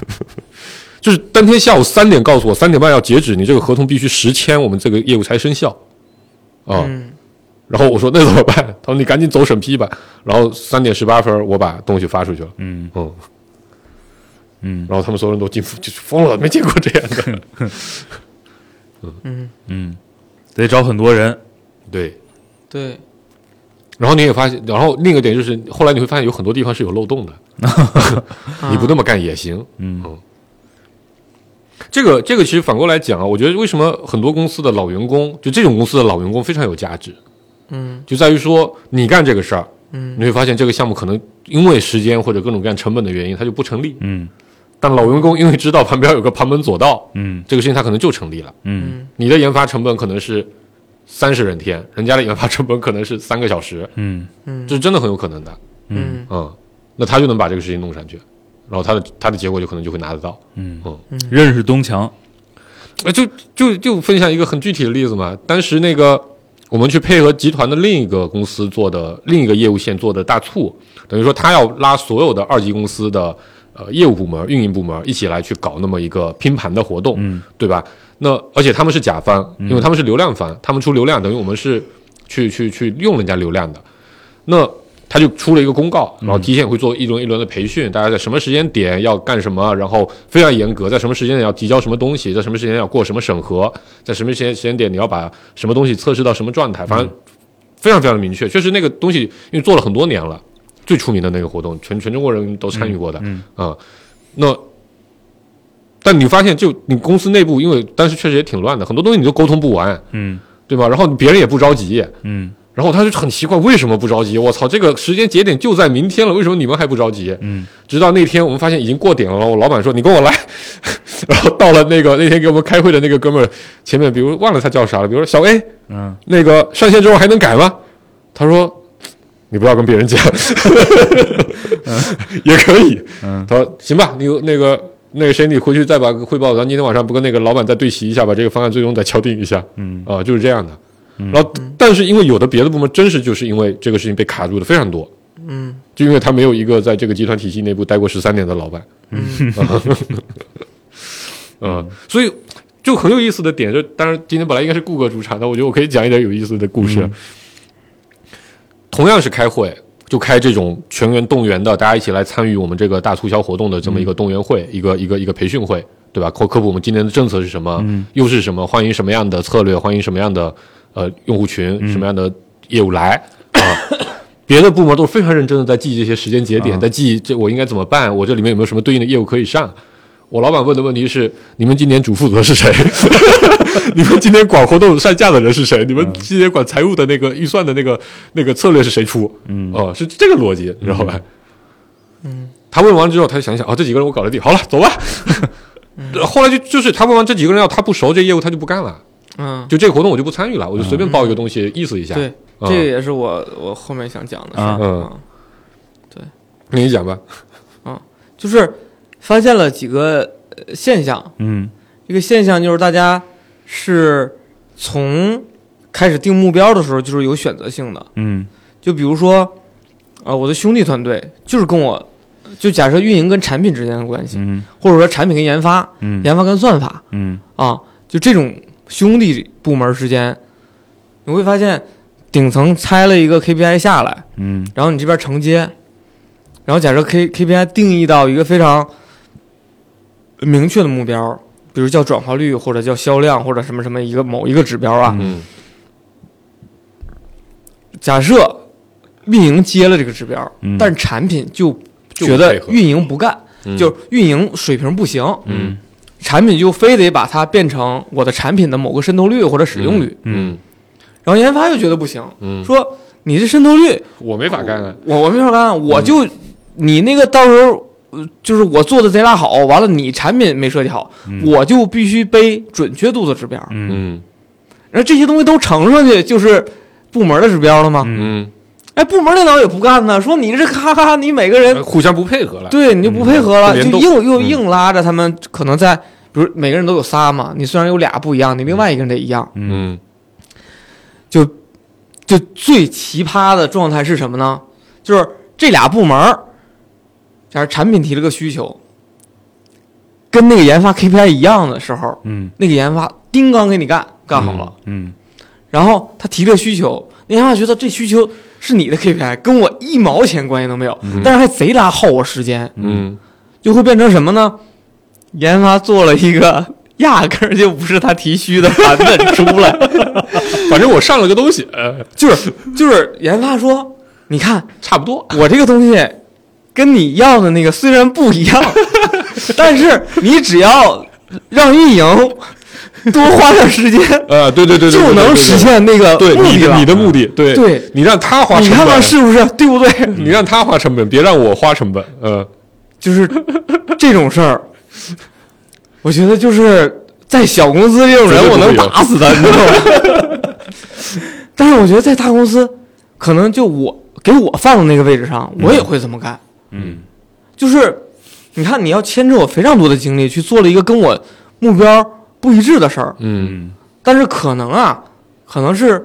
Speaker 5: 就是当天下午三点告诉我三点半要截止，你这个合同必须实签，我们这个业务才生效啊。
Speaker 4: 嗯
Speaker 5: 然后我说那怎么办？他说你赶紧走审批吧。然后三点十八分我把东西发出去了，
Speaker 4: 嗯
Speaker 5: 嗯。
Speaker 4: 嗯
Speaker 5: 然后他们所有人都惊就疯了，没见过这样的。
Speaker 4: 嗯，得找很多人。
Speaker 5: 对，
Speaker 3: 对，
Speaker 5: 然后你也发现，然后另一个点就是，后来你会发现有很多地方是有漏洞的，你不那么干也行。
Speaker 4: 嗯
Speaker 5: 这个这个其实反过来讲啊，我觉得为什么很多公司的老员工，就这种公司的老员工非常有价值，
Speaker 3: 嗯
Speaker 5: 就在于说你干这个事儿，
Speaker 3: 嗯
Speaker 5: 你会发现这个项目可能因为时间或者各种各样成本的原因，它就不成立。
Speaker 4: 嗯
Speaker 5: 但老员工因为知道旁边有个旁门左道，
Speaker 4: 嗯
Speaker 5: 这个事情他可能就成立了。
Speaker 4: 嗯
Speaker 3: 嗯
Speaker 5: 你的研发成本可能是三十人天，人家的研发成本可能是三个小时，
Speaker 4: 嗯
Speaker 3: 嗯
Speaker 5: 这是真的很有可能的。
Speaker 4: 嗯
Speaker 3: 嗯
Speaker 5: 嗯，那他就能把这个事情弄上去，然后他的他的结果就可能就会拿得到。
Speaker 4: 嗯嗯，认识东强。
Speaker 5: 呃，就就就分享一个很具体的例子嘛，当时那个我们去配合集团的另一个公司做的另一个业务线做的大促，等于说他要拉所有的二级公司的呃业务部门、运营部门一起来去搞那么一个拼盘的活动，
Speaker 4: 嗯
Speaker 5: 对吧？那而且他们是甲方，因为他们是流量方，他们出流量，等于我们是去去去用人家流量的。那他就出了一个公告，
Speaker 4: 嗯
Speaker 5: 然后提前会做一轮一轮的培训，大家在什么时间点要干什么，然后非常严格，在什么时间点要提交什么东西，在什么时间要过什么审核，在什么时间时间点你要把什么东西测试到什么状态，反正非常非常的明确。确实那个东西因为做了很多年了，最出名的那个活动，全全中国人都参与过的，
Speaker 4: 嗯
Speaker 5: 啊，那。但你发现，就你公司内部，因为当时确实也挺乱的，很多东西你都沟通不完，
Speaker 4: 嗯
Speaker 5: 对吧？然后别人也不着急，
Speaker 4: 嗯
Speaker 5: 然后他就很奇怪，为什么不着急？我操，这个时间节点就在明天了，为什么你们还不着急？
Speaker 4: 嗯
Speaker 5: 直到那天我们发现已经过点了，然后我老板说：“你跟我来。” <laughs> 然后到了那个那天给我们开会的那个哥们儿前面，比如忘了他叫啥了，比如说小 A，
Speaker 4: 嗯
Speaker 5: 那个上线之后还能改吗？他说：“你不要跟别人讲， <laughs> 也可以。
Speaker 4: 嗯
Speaker 5: 他说行吧，你那个那个谁，你回去再把汇报，咱今天晚上不跟那个老板再对齐一下，把这个方案最终再敲定一下。
Speaker 4: 嗯
Speaker 5: 啊、就是这样的。然后，但是因为有的别的部门真是就是因为这个事情被卡住的非常多，
Speaker 3: 嗯
Speaker 5: 就因为他没有一个在这个集团体系内部待过十三年的老板， <laughs>
Speaker 4: <laughs>
Speaker 5: 嗯，嗯，所以就很有意思的点，就当然今天本来应该是顾哥主场的，我觉得我可以讲一点有意思的故事。同样是开会，就开这种全员动员的，大家一起来参与我们这个大促销活动的这么一个动员会，一个一个一个培训会，对吧？科科普我们今年的政策是什么，又是什么，欢迎什么样的策略，欢迎什么样的呃用户群，什么样的业务来啊。 <coughs> 别的部门都是非常认真的在记这些时间节点，在记这我应该怎么办，我这里面有没有什么对应的业务可以上。我老板问的问题是：你们今年主负责是谁？ <laughs> 你们今年管活动上架的人是谁？你们今年管财务的那个预算的那个那个策略是谁出？嗯，哦、是这个逻辑，你知道吧？嗯，他问完之后，他就想一想，哦，这几个人我搞得定，好了，走吧。后来就就是他问完这几个人要他不熟这业务，他就不干了，
Speaker 3: 嗯，
Speaker 5: 就这个活动我就不参与了，我就随便报一个东西、意思一下。
Speaker 3: 对，
Speaker 5: 嗯
Speaker 3: 这个也是我我后面想讲的事儿。
Speaker 5: 嗯
Speaker 3: 啊
Speaker 5: 那你讲吧，
Speaker 3: 就是发现了几个呃现象，
Speaker 4: 嗯
Speaker 3: 一个现象就是大家是从开始定目标的时候就是有选择性的，
Speaker 4: 嗯
Speaker 3: 就比如说，啊、我的兄弟团队就是跟我，就假设运营跟产品之间的关系，
Speaker 4: 嗯
Speaker 3: 或者说产品跟研发、
Speaker 4: 嗯
Speaker 3: 研发跟算法
Speaker 4: 嗯
Speaker 3: 啊，就这种兄弟部门之间，你会发现顶层拆了一个 KPI 下来，
Speaker 4: 嗯
Speaker 3: 然后你这边承接，然后假设 K KPI 定义到一个非常明确的目标，比如叫转化率或者叫销量或者什么什么一个某一个指标啊，
Speaker 5: 嗯
Speaker 3: 假设运营接了这个指标，
Speaker 4: 嗯
Speaker 3: 但产品就
Speaker 5: 就
Speaker 3: 觉
Speaker 5: 不
Speaker 3: 得
Speaker 5: 配合
Speaker 3: 运营不干，
Speaker 5: 嗯
Speaker 3: 就是运营水平不行，
Speaker 5: 嗯
Speaker 3: 产品就非得把它变成我的产品的某个渗透率或者使用率，
Speaker 5: 嗯
Speaker 3: 然后研发又觉得不行，
Speaker 5: 嗯，
Speaker 3: 说你这渗透率
Speaker 5: 我没法干了，
Speaker 3: 我我没法干，我就、
Speaker 5: 嗯
Speaker 3: 你那个到时候。呃就是我做的贼拉好，完了你产品没设计好，我就必须背准确度的指标。
Speaker 4: 嗯
Speaker 5: 嗯
Speaker 3: 然后这些东西都乘上去，就是部门的指标了吗？
Speaker 5: 嗯，
Speaker 3: 哎，部门领导也不干呢，说你这哈哈，你每个人
Speaker 5: 嗯呃互相不配合了，
Speaker 3: 对你就不配合了，
Speaker 5: 嗯
Speaker 3: 就
Speaker 5: 联动
Speaker 3: 硬又
Speaker 5: 嗯
Speaker 3: 硬拉着他们，可能在比如每个人都有仨嘛，你虽然有俩不一样，你另外一个人得一样。
Speaker 5: 嗯
Speaker 3: 就就最奇葩的状态是什么呢？就是这俩部门儿，假如产品提了个需求，跟那个研发 KPI 一样的时候，
Speaker 4: 嗯
Speaker 3: 那个研发叮当给你干干好了，
Speaker 4: 嗯
Speaker 3: 然后他提了需求，那研发觉得这需求是你的 KPI，跟我一毛钱关系都没有，
Speaker 4: 嗯
Speaker 3: 但是还贼拉耗我时间。
Speaker 5: 嗯
Speaker 3: 就会变成什么呢？研发做了一个 <laughs> 压根儿就不是他提需的版本出来，
Speaker 5: 反正我上了个东西，呃，
Speaker 3: 就是就是研发说，你看
Speaker 5: 差不多，
Speaker 3: 我这个东西跟你要的那个虽然不一样， <laughs> 但是你只要让运营多花点时间，
Speaker 5: 呃，对对对对，
Speaker 3: 就
Speaker 5: 对
Speaker 3: 能实。现那个
Speaker 5: 对对
Speaker 3: 目的
Speaker 5: 对对你的
Speaker 3: 了
Speaker 5: 你。的目的，对
Speaker 3: 对
Speaker 5: 你让他花
Speaker 3: 你
Speaker 5: 成本，嗯
Speaker 3: 看看是不是对不对？
Speaker 5: 你让他花成本，别让我花成本，呃，
Speaker 3: 就是这种事儿，我觉得就是在小公司这种人，我能打死他，你知道吗？ <laughs> 但是我觉得在大公司，可能就我给我放的那个位置上，我也会这么干。
Speaker 4: 嗯，
Speaker 3: 就是你看，你要牵扯我非常多的精力去做了一个跟我目标不一致的事儿，
Speaker 5: 嗯
Speaker 4: 嗯
Speaker 3: 但是可能啊，可能是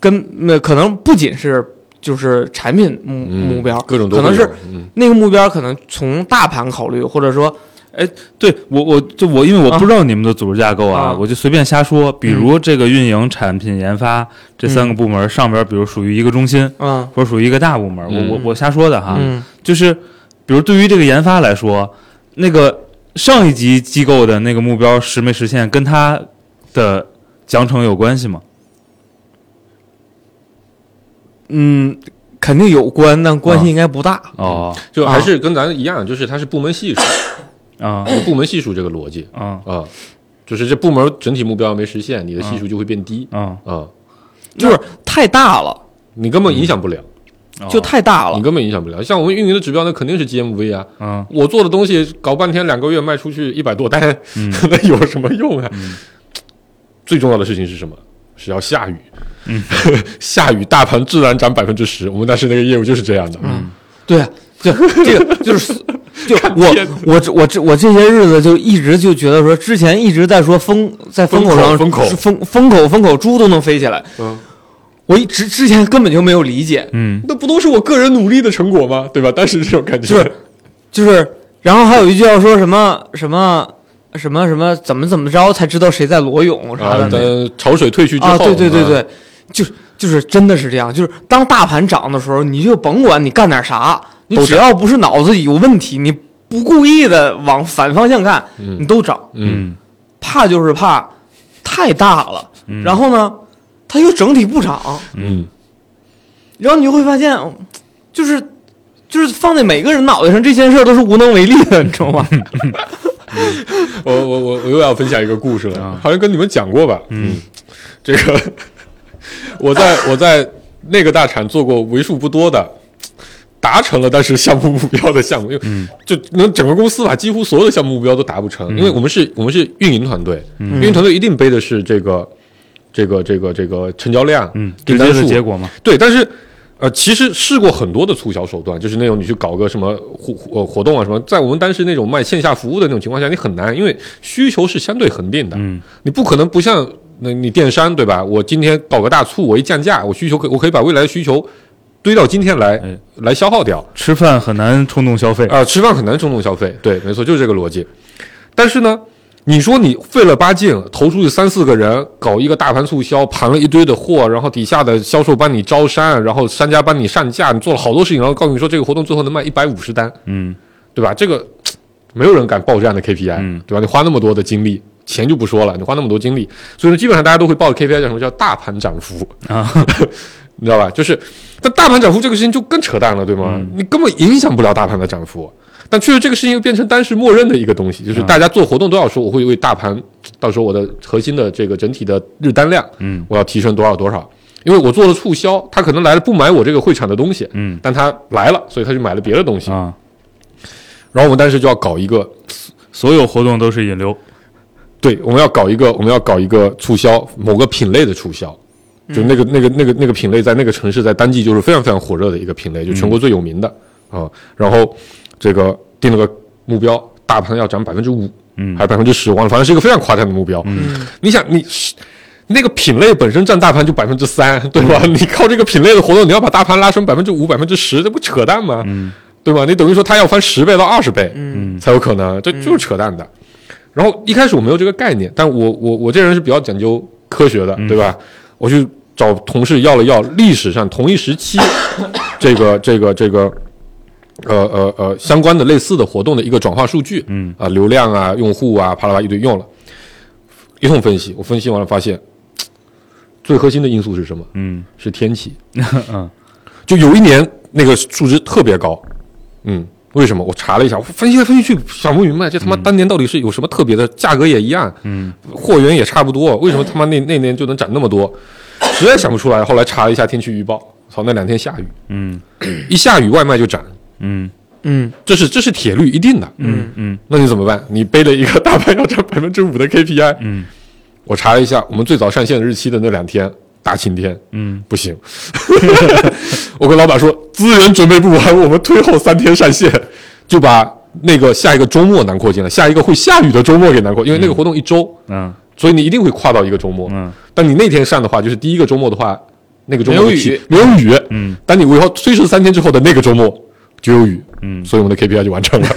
Speaker 3: 跟那可能不仅是就是产品目目标，
Speaker 5: 嗯各种都
Speaker 3: 可能
Speaker 5: 会有
Speaker 3: 是
Speaker 5: 嗯
Speaker 3: 那个目标可能从大盘考虑，或者说
Speaker 4: 对我我就我因为我不知道你们的组织架构啊，
Speaker 3: 啊
Speaker 4: 我就随便瞎说。比如这个运营、产品、研发这三个部门上边，比如属于一个中心，
Speaker 3: 嗯
Speaker 4: 或者属于一个大部门，
Speaker 5: 嗯
Speaker 4: 我我我瞎说的哈。
Speaker 3: 嗯
Speaker 4: 就是比如对于这个研发来说，那个上一级机构的那个目标实没实现，跟他的奖惩有关系吗？
Speaker 3: 嗯，肯定有关，但关
Speaker 5: 啊
Speaker 3: 系应该不大。
Speaker 4: 哦，
Speaker 5: 就还是跟咱一样，就是它是部门系数，
Speaker 4: 啊
Speaker 5: 有部门系数这个逻辑
Speaker 4: 啊
Speaker 5: 啊，就是这部门整体目标没实现，你的系数就会变低
Speaker 4: 啊！
Speaker 5: 啊，
Speaker 3: 就是太大了，
Speaker 5: 你根本影响不了，
Speaker 4: 哦
Speaker 3: 就太大了
Speaker 5: 你。根本影响不了。像我们运营的指标，那肯定是 GMV 啊，
Speaker 4: 嗯
Speaker 5: 我做的东西搞半天两个月卖 <laughs> 出去一百多单，
Speaker 4: 嗯
Speaker 3: 嗯
Speaker 5: 那有什么用啊？最重要的事情是什么？是要下雨，嗯， <laughs> 下雨大盘自然涨百分之十，我们当时那个业务就是这样的，嗯，
Speaker 3: 对啊，就
Speaker 5: <laughs>
Speaker 3: 这个就是。就我我这我这我这些日子就一直就觉得说，之前一直在说风在风口上
Speaker 5: 风口
Speaker 3: 风风口风口猪都能飞起来，
Speaker 5: 嗯，
Speaker 3: 我一直之前根本就没有理解，
Speaker 4: 嗯，
Speaker 5: 那不都是我个人努力的成果吗？对吧？当时这种感觉，
Speaker 3: 就是就是，然后还有一句要说什么什么什么什么怎么怎么着才知道谁在裸泳啥
Speaker 5: 啊，
Speaker 3: 的
Speaker 5: 等潮水退去之后，
Speaker 3: 啊，对对对
Speaker 5: 啊
Speaker 3: 对，就是就是真的是这样，就是当大盘涨的时候，你就甭管你干点啥，你
Speaker 5: 都
Speaker 3: 只要不是脑子有问题，你不故意的往反方向干，
Speaker 5: 嗯
Speaker 3: 你都涨。
Speaker 5: 嗯，
Speaker 3: 怕就是怕太大了，然后呢，它又整体不涨，
Speaker 5: 嗯，
Speaker 3: 然后你就会发现，就是就是放在每个人脑袋上，这件事儿都是无能为力的，你知道
Speaker 5: <laughs>
Speaker 3: 吗？
Speaker 5: 我我我我又要分享一个故事
Speaker 4: 啊
Speaker 5: 了，好像跟你们讲过吧？嗯，这个我在我在那个大厂做过为数不多的。达成了但是项目目标的项目，因为
Speaker 4: 嗯
Speaker 5: 就能整个公司把几乎所有的项目目标都达不成，因为我们是我们是运营团队，
Speaker 4: 嗯
Speaker 5: 运营团队一定背的是这个这个这个这个成交量、
Speaker 4: 嗯，
Speaker 5: 订
Speaker 4: 直
Speaker 5: 单
Speaker 4: 接
Speaker 5: 数
Speaker 4: 的结果嘛，
Speaker 5: 对，但是呃，其实试过很多的促销手段，就是那种你去搞个什么活呃活动啊什么，在我们当时那种卖线下服务的那种情况下，你很难，因为需求是相对恒定的，
Speaker 4: 嗯，
Speaker 5: 你不可能不像那你电商对吧？我今天搞个大促，我一降价，我需求可我可以把未来的需求堆到今天来、
Speaker 4: 哎
Speaker 5: 来消耗掉，
Speaker 4: 吃饭很难冲动消费，
Speaker 5: 啊、吃饭很难冲动消费，对，没错，就是这个逻辑。但是呢，你说你费了八劲，投出去三四个人搞一个大盘促销，盘了一堆的货，然后底下的销售帮你招商，然后商家帮你上架，你做了好多事情，然后告诉你说这个活动最后能卖一百五十单，
Speaker 4: 嗯，
Speaker 5: 对吧？这个没有人敢报这样的 KPI，、
Speaker 4: 嗯
Speaker 5: 对吧？你花那么多的精力，钱就不说了，你花那么多精力，所以呢，基本上大家都会报的 KPI 叫什么叫大盘涨幅
Speaker 4: 嗯啊，
Speaker 5: <laughs> 你知道吧？就是，但大盘涨幅这个事情就更扯淡了，对
Speaker 4: 嗯
Speaker 5: 吗？你根本影响不了大盘的涨幅，但确实这个事情又变成当时默认的一个东西，
Speaker 4: 嗯
Speaker 5: 就是大家做活动都要说我会为大盘，到时候我的核心的这个整体的日单量，
Speaker 4: 嗯，
Speaker 5: 我要提升多少多少。因为我做了促销，他可能来了不买我这个会场的东西，
Speaker 4: 嗯，
Speaker 5: 但他来了，所以他就买了别的东西，
Speaker 4: 啊，
Speaker 5: 然后我们当时就要搞一个，
Speaker 4: 所有活动都是引流，
Speaker 5: 对，我们要搞一个，我们要搞一个促销，某个品类的促销，就那个、那个那个那个品类在那个城市在当季就是非常非常火热的一个品类，就全国最有名的啊、然后这个定了个目标，大盘要涨百分之五，
Speaker 4: 嗯
Speaker 5: 还是百分之十，忘了，反正是一个非常夸张的目标。你想你。那个品类本身占大盘就百分之三， <laughs> 对吧？你靠这个品类的活动，你要把大盘拉升百分之五、百分之十，这不扯淡吗？对吧？你等于说它要翻十倍到二十倍，嗯，才有可能，这就是扯淡的。然后一开始我没有这个概念，但我我我这人是比较讲究科学的，对吧？我去找同事要了要历史上同一时期这个这个这个呃呃呃相关的类似的活动的一个转化数据，
Speaker 4: 嗯
Speaker 5: 啊、流量啊用户啊啪啦啪啦一堆用了，一通分析，我分析完了发现，最核心的因素是什么？
Speaker 4: 嗯
Speaker 5: 是天气。
Speaker 4: <laughs> 嗯，
Speaker 5: 就有一年那个数值特别高，嗯，为什么？我查了一下，我分析来分析去想不明白，这他妈
Speaker 4: 嗯
Speaker 5: 当年到底是有什么特别的？价格也一样，嗯，货源也差不多，为什么他妈那那年就能涨那么多？实在想不出来。后来查了一下天气预报，操，那两天下雨，
Speaker 4: 嗯
Speaker 5: 一下雨外卖就涨，
Speaker 4: 嗯
Speaker 3: 嗯，
Speaker 5: 这是这是铁律，一定的。
Speaker 4: 嗯嗯
Speaker 5: 那你怎么办？你背了一个 <laughs> 大盘要涨百分之五的 KPI，
Speaker 4: 嗯
Speaker 5: 我查了一下，我们最早上线日期的那两天，大晴天，
Speaker 4: 嗯，
Speaker 5: 不行， <laughs> 我跟老板说资源准备不完，我们推后三天上线，就把那个下一个周末囊括进来，下一个会下雨的周末给囊括，因为那个活动一周，
Speaker 4: 嗯
Speaker 5: 所以你一定会跨到一个周末。
Speaker 4: 嗯
Speaker 5: 但你那天上的话，就是第一个周末的话，那个周末
Speaker 3: 没有
Speaker 5: 就起
Speaker 3: 雨，
Speaker 5: 没有雨。
Speaker 4: 嗯，
Speaker 5: 但你以后推迟三天之后的那个周末就有雨，
Speaker 4: 嗯
Speaker 5: 所以我们的 KPI 就
Speaker 3: <laughs>
Speaker 5: 完成了。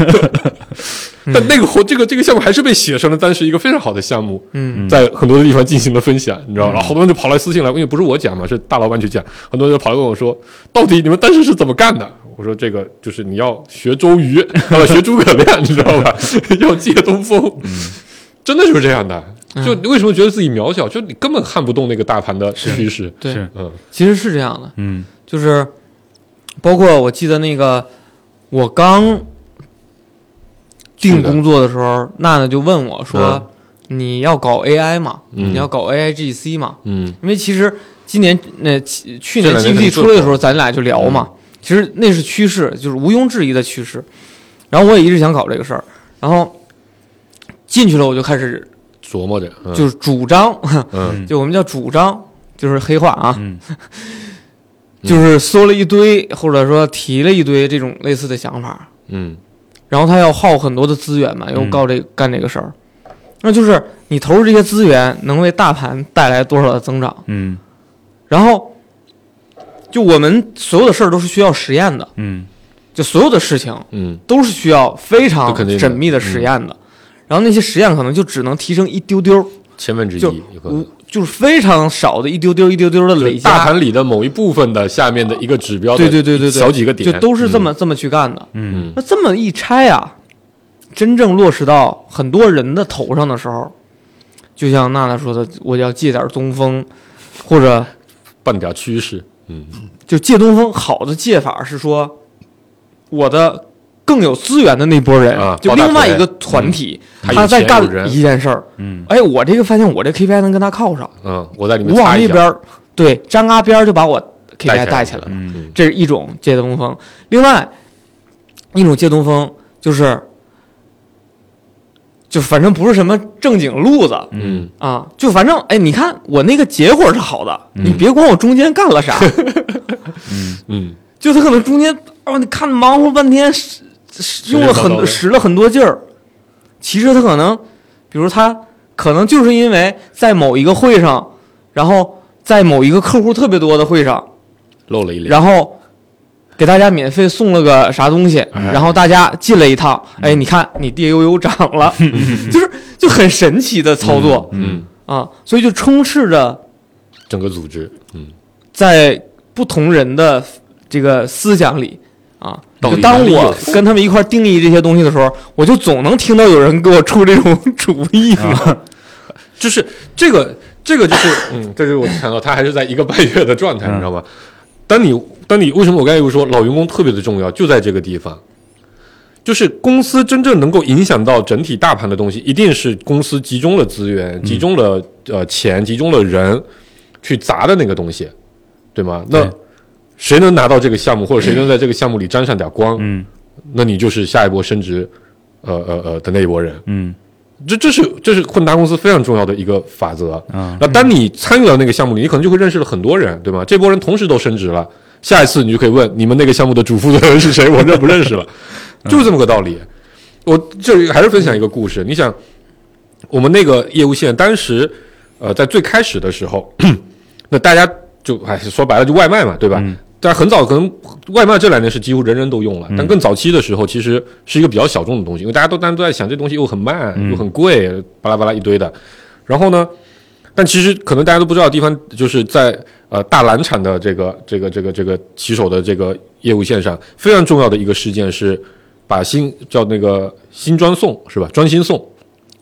Speaker 5: 嗯但那个活这个这个项目还是被写成了当时一个非常好的项目，
Speaker 3: 嗯，
Speaker 5: 在很多的地方进行了分享，你知道吗？好多人就跑来私信来，因为不是我讲嘛，是大老板去讲，很多人就跑来问我说，到底你们当时是怎么干的？我说这个就是你要学周
Speaker 3: <laughs>
Speaker 5: 瑜，要学诸葛亮，你知道吧？ <laughs> 要借东风，
Speaker 3: 嗯
Speaker 5: 真的就是这样的。就你为什么觉得自己渺小？就你根本撼不动那个大盘的趋势。
Speaker 3: 对
Speaker 4: 是，
Speaker 5: 嗯
Speaker 3: 其实是这样的，
Speaker 4: 嗯
Speaker 3: 就是包括我记得那个我刚定工作的时候，娜娜就问我说：“你要搞 AI 吗？你
Speaker 5: 嗯
Speaker 3: 要搞 AIGC 吗？”
Speaker 5: 嗯
Speaker 3: 因为其实今年那去去年
Speaker 5: 这两年
Speaker 3: GPT
Speaker 5: 肯定
Speaker 3: 出来的时候，咱俩就聊嘛，
Speaker 5: 嗯
Speaker 3: 其实那是趋势，就是毋庸置疑的趋势。然后我也一直想搞这个事儿，然后进去了我就开始
Speaker 5: 琢磨着，嗯
Speaker 3: 就是主张，
Speaker 5: 嗯
Speaker 3: 就我们叫主张就是黑话啊，
Speaker 4: 嗯
Speaker 5: 嗯
Speaker 3: 就是说了一堆或者说提了一堆这种类似的想法，
Speaker 5: 嗯
Speaker 3: 然后他要耗很多的资源嘛，又
Speaker 4: 嗯
Speaker 3: 告这干这个事儿，那就是你投入这些资源能为大盘带来多少的增长？
Speaker 4: 嗯
Speaker 3: 然后，就我们所有的事儿都是需要实验的，
Speaker 4: 嗯
Speaker 3: 就所有的事情
Speaker 5: 嗯
Speaker 3: 都是需要非常
Speaker 5: 这肯定的嗯
Speaker 3: 缜密的实验的。然后那些实验可能就只能提升一丢丢，
Speaker 5: 千分之一
Speaker 3: 就
Speaker 5: 有可能
Speaker 3: 无。就是非常少的一丢丢一丢丢的
Speaker 5: 就是
Speaker 3: 累
Speaker 5: 大
Speaker 3: 加，
Speaker 5: 盘里的某一部分的下面的一个指标的
Speaker 3: 对对对对对，
Speaker 5: 哦小几个点
Speaker 3: 就都是这么、这么去干的。
Speaker 4: 嗯
Speaker 3: 那这么一拆啊，真正落实到很多人的头上的时候，就像娜娜说的，我要借点东风，或者
Speaker 5: 半点趋势，嗯
Speaker 3: 就借东风好的借法是说，我的更有资源的那波人，
Speaker 5: 啊
Speaker 3: 就
Speaker 5: 抱大
Speaker 3: 另外
Speaker 5: 腿
Speaker 3: 一个团体，
Speaker 5: 嗯他有
Speaker 3: 在
Speaker 5: 钱
Speaker 3: 干
Speaker 5: 有人
Speaker 3: 一件事儿。
Speaker 4: 嗯
Speaker 3: 哎，我这个发现我这 KPI 能跟他靠上，
Speaker 5: 嗯，我在里面
Speaker 3: 我往
Speaker 5: 擦一
Speaker 3: 那
Speaker 5: 下
Speaker 3: 边儿对张嘎边儿就把我
Speaker 5: 带起
Speaker 3: KPI
Speaker 5: 来
Speaker 3: 带起来了，
Speaker 4: 嗯
Speaker 3: 这是一种借东风。另外一种借东风就是，就反正不是什么正经路子，
Speaker 5: 嗯
Speaker 3: 啊，就反正哎，你看我那个结果是好的，你别管我中间干了
Speaker 5: <laughs>
Speaker 3: 啥，
Speaker 5: 嗯
Speaker 3: 就他可能中间哦，你看忙活半天，使使用了很
Speaker 5: 神神叨叨
Speaker 3: 多
Speaker 5: 的
Speaker 3: 使了很多劲儿。其实他可能，比如他可能就是因为在某一个会上，然后在某一个客户特别多的会上，
Speaker 5: 露了一脸，
Speaker 3: 然后给大家免费送了个啥东西，
Speaker 5: 哎
Speaker 3: 然后大家进了一趟，哎，
Speaker 5: 嗯
Speaker 3: 你看你 DAU 涨
Speaker 5: <laughs>
Speaker 3: 了，就是就很神奇的操作
Speaker 5: 嗯，
Speaker 3: 啊，所以就充斥着
Speaker 5: 整个组织，嗯，
Speaker 3: 在不同人的这个思想里啊，
Speaker 5: 到底
Speaker 3: 就当
Speaker 5: 哪里有
Speaker 3: 我跟他们一块儿定义这些东西的时候，我就总能听到有人给我出这种 <laughs> 主意
Speaker 5: 啊
Speaker 3: 嘛。
Speaker 5: 就是这个这
Speaker 4: <coughs>
Speaker 5: 个就是，嗯，这就是我看到他还是在一个半月的
Speaker 4: 嗯
Speaker 5: 状态，你知道吗？当你当你为什么我刚才又说老员工特别的重要，就在这个地方，就是公司真正能够影响到整体大盘的东西，一定是公司集中了资
Speaker 4: 嗯
Speaker 5: 源、集中了呃钱、集中了人去砸的那个东西，对吗？那
Speaker 4: 对
Speaker 5: 谁能拿到这个项目，或者谁能在这个项目里沾上点光，
Speaker 4: 嗯
Speaker 5: 那你就是下一波升职，呃呃呃的那一波人。
Speaker 4: 嗯
Speaker 5: 这这是这是混搭公司非常重要的一个法则。
Speaker 4: 啊
Speaker 5: 那当你参与到那个项目里，你可能就会认识了很多人，对吗？这波人同时都升职了，下一次你就可以问你们那个项目的主负责人是谁，我认不认识了，就是这么个道理。我这里还是分享一个故事，你想，我们那个业务线当时，呃，在最开始的时候， <clears throat> 那大家就哎说白了就外卖嘛，对吧？
Speaker 4: 嗯
Speaker 5: 但很早可能外卖这两年是几乎人人都用了，
Speaker 4: 嗯
Speaker 5: 但更早期的时候其实是一个比较小众的东西，因为大家都单独在想这东西又很慢、
Speaker 4: 嗯
Speaker 5: 又很贵，巴拉巴拉一堆的。然后呢，但其实可能大家都不知道的地方，就是在呃大蓝产的这个这个这个这个骑手的这个业务线上，非常重要的一个事件是把新叫那个新专送是吧？专心送，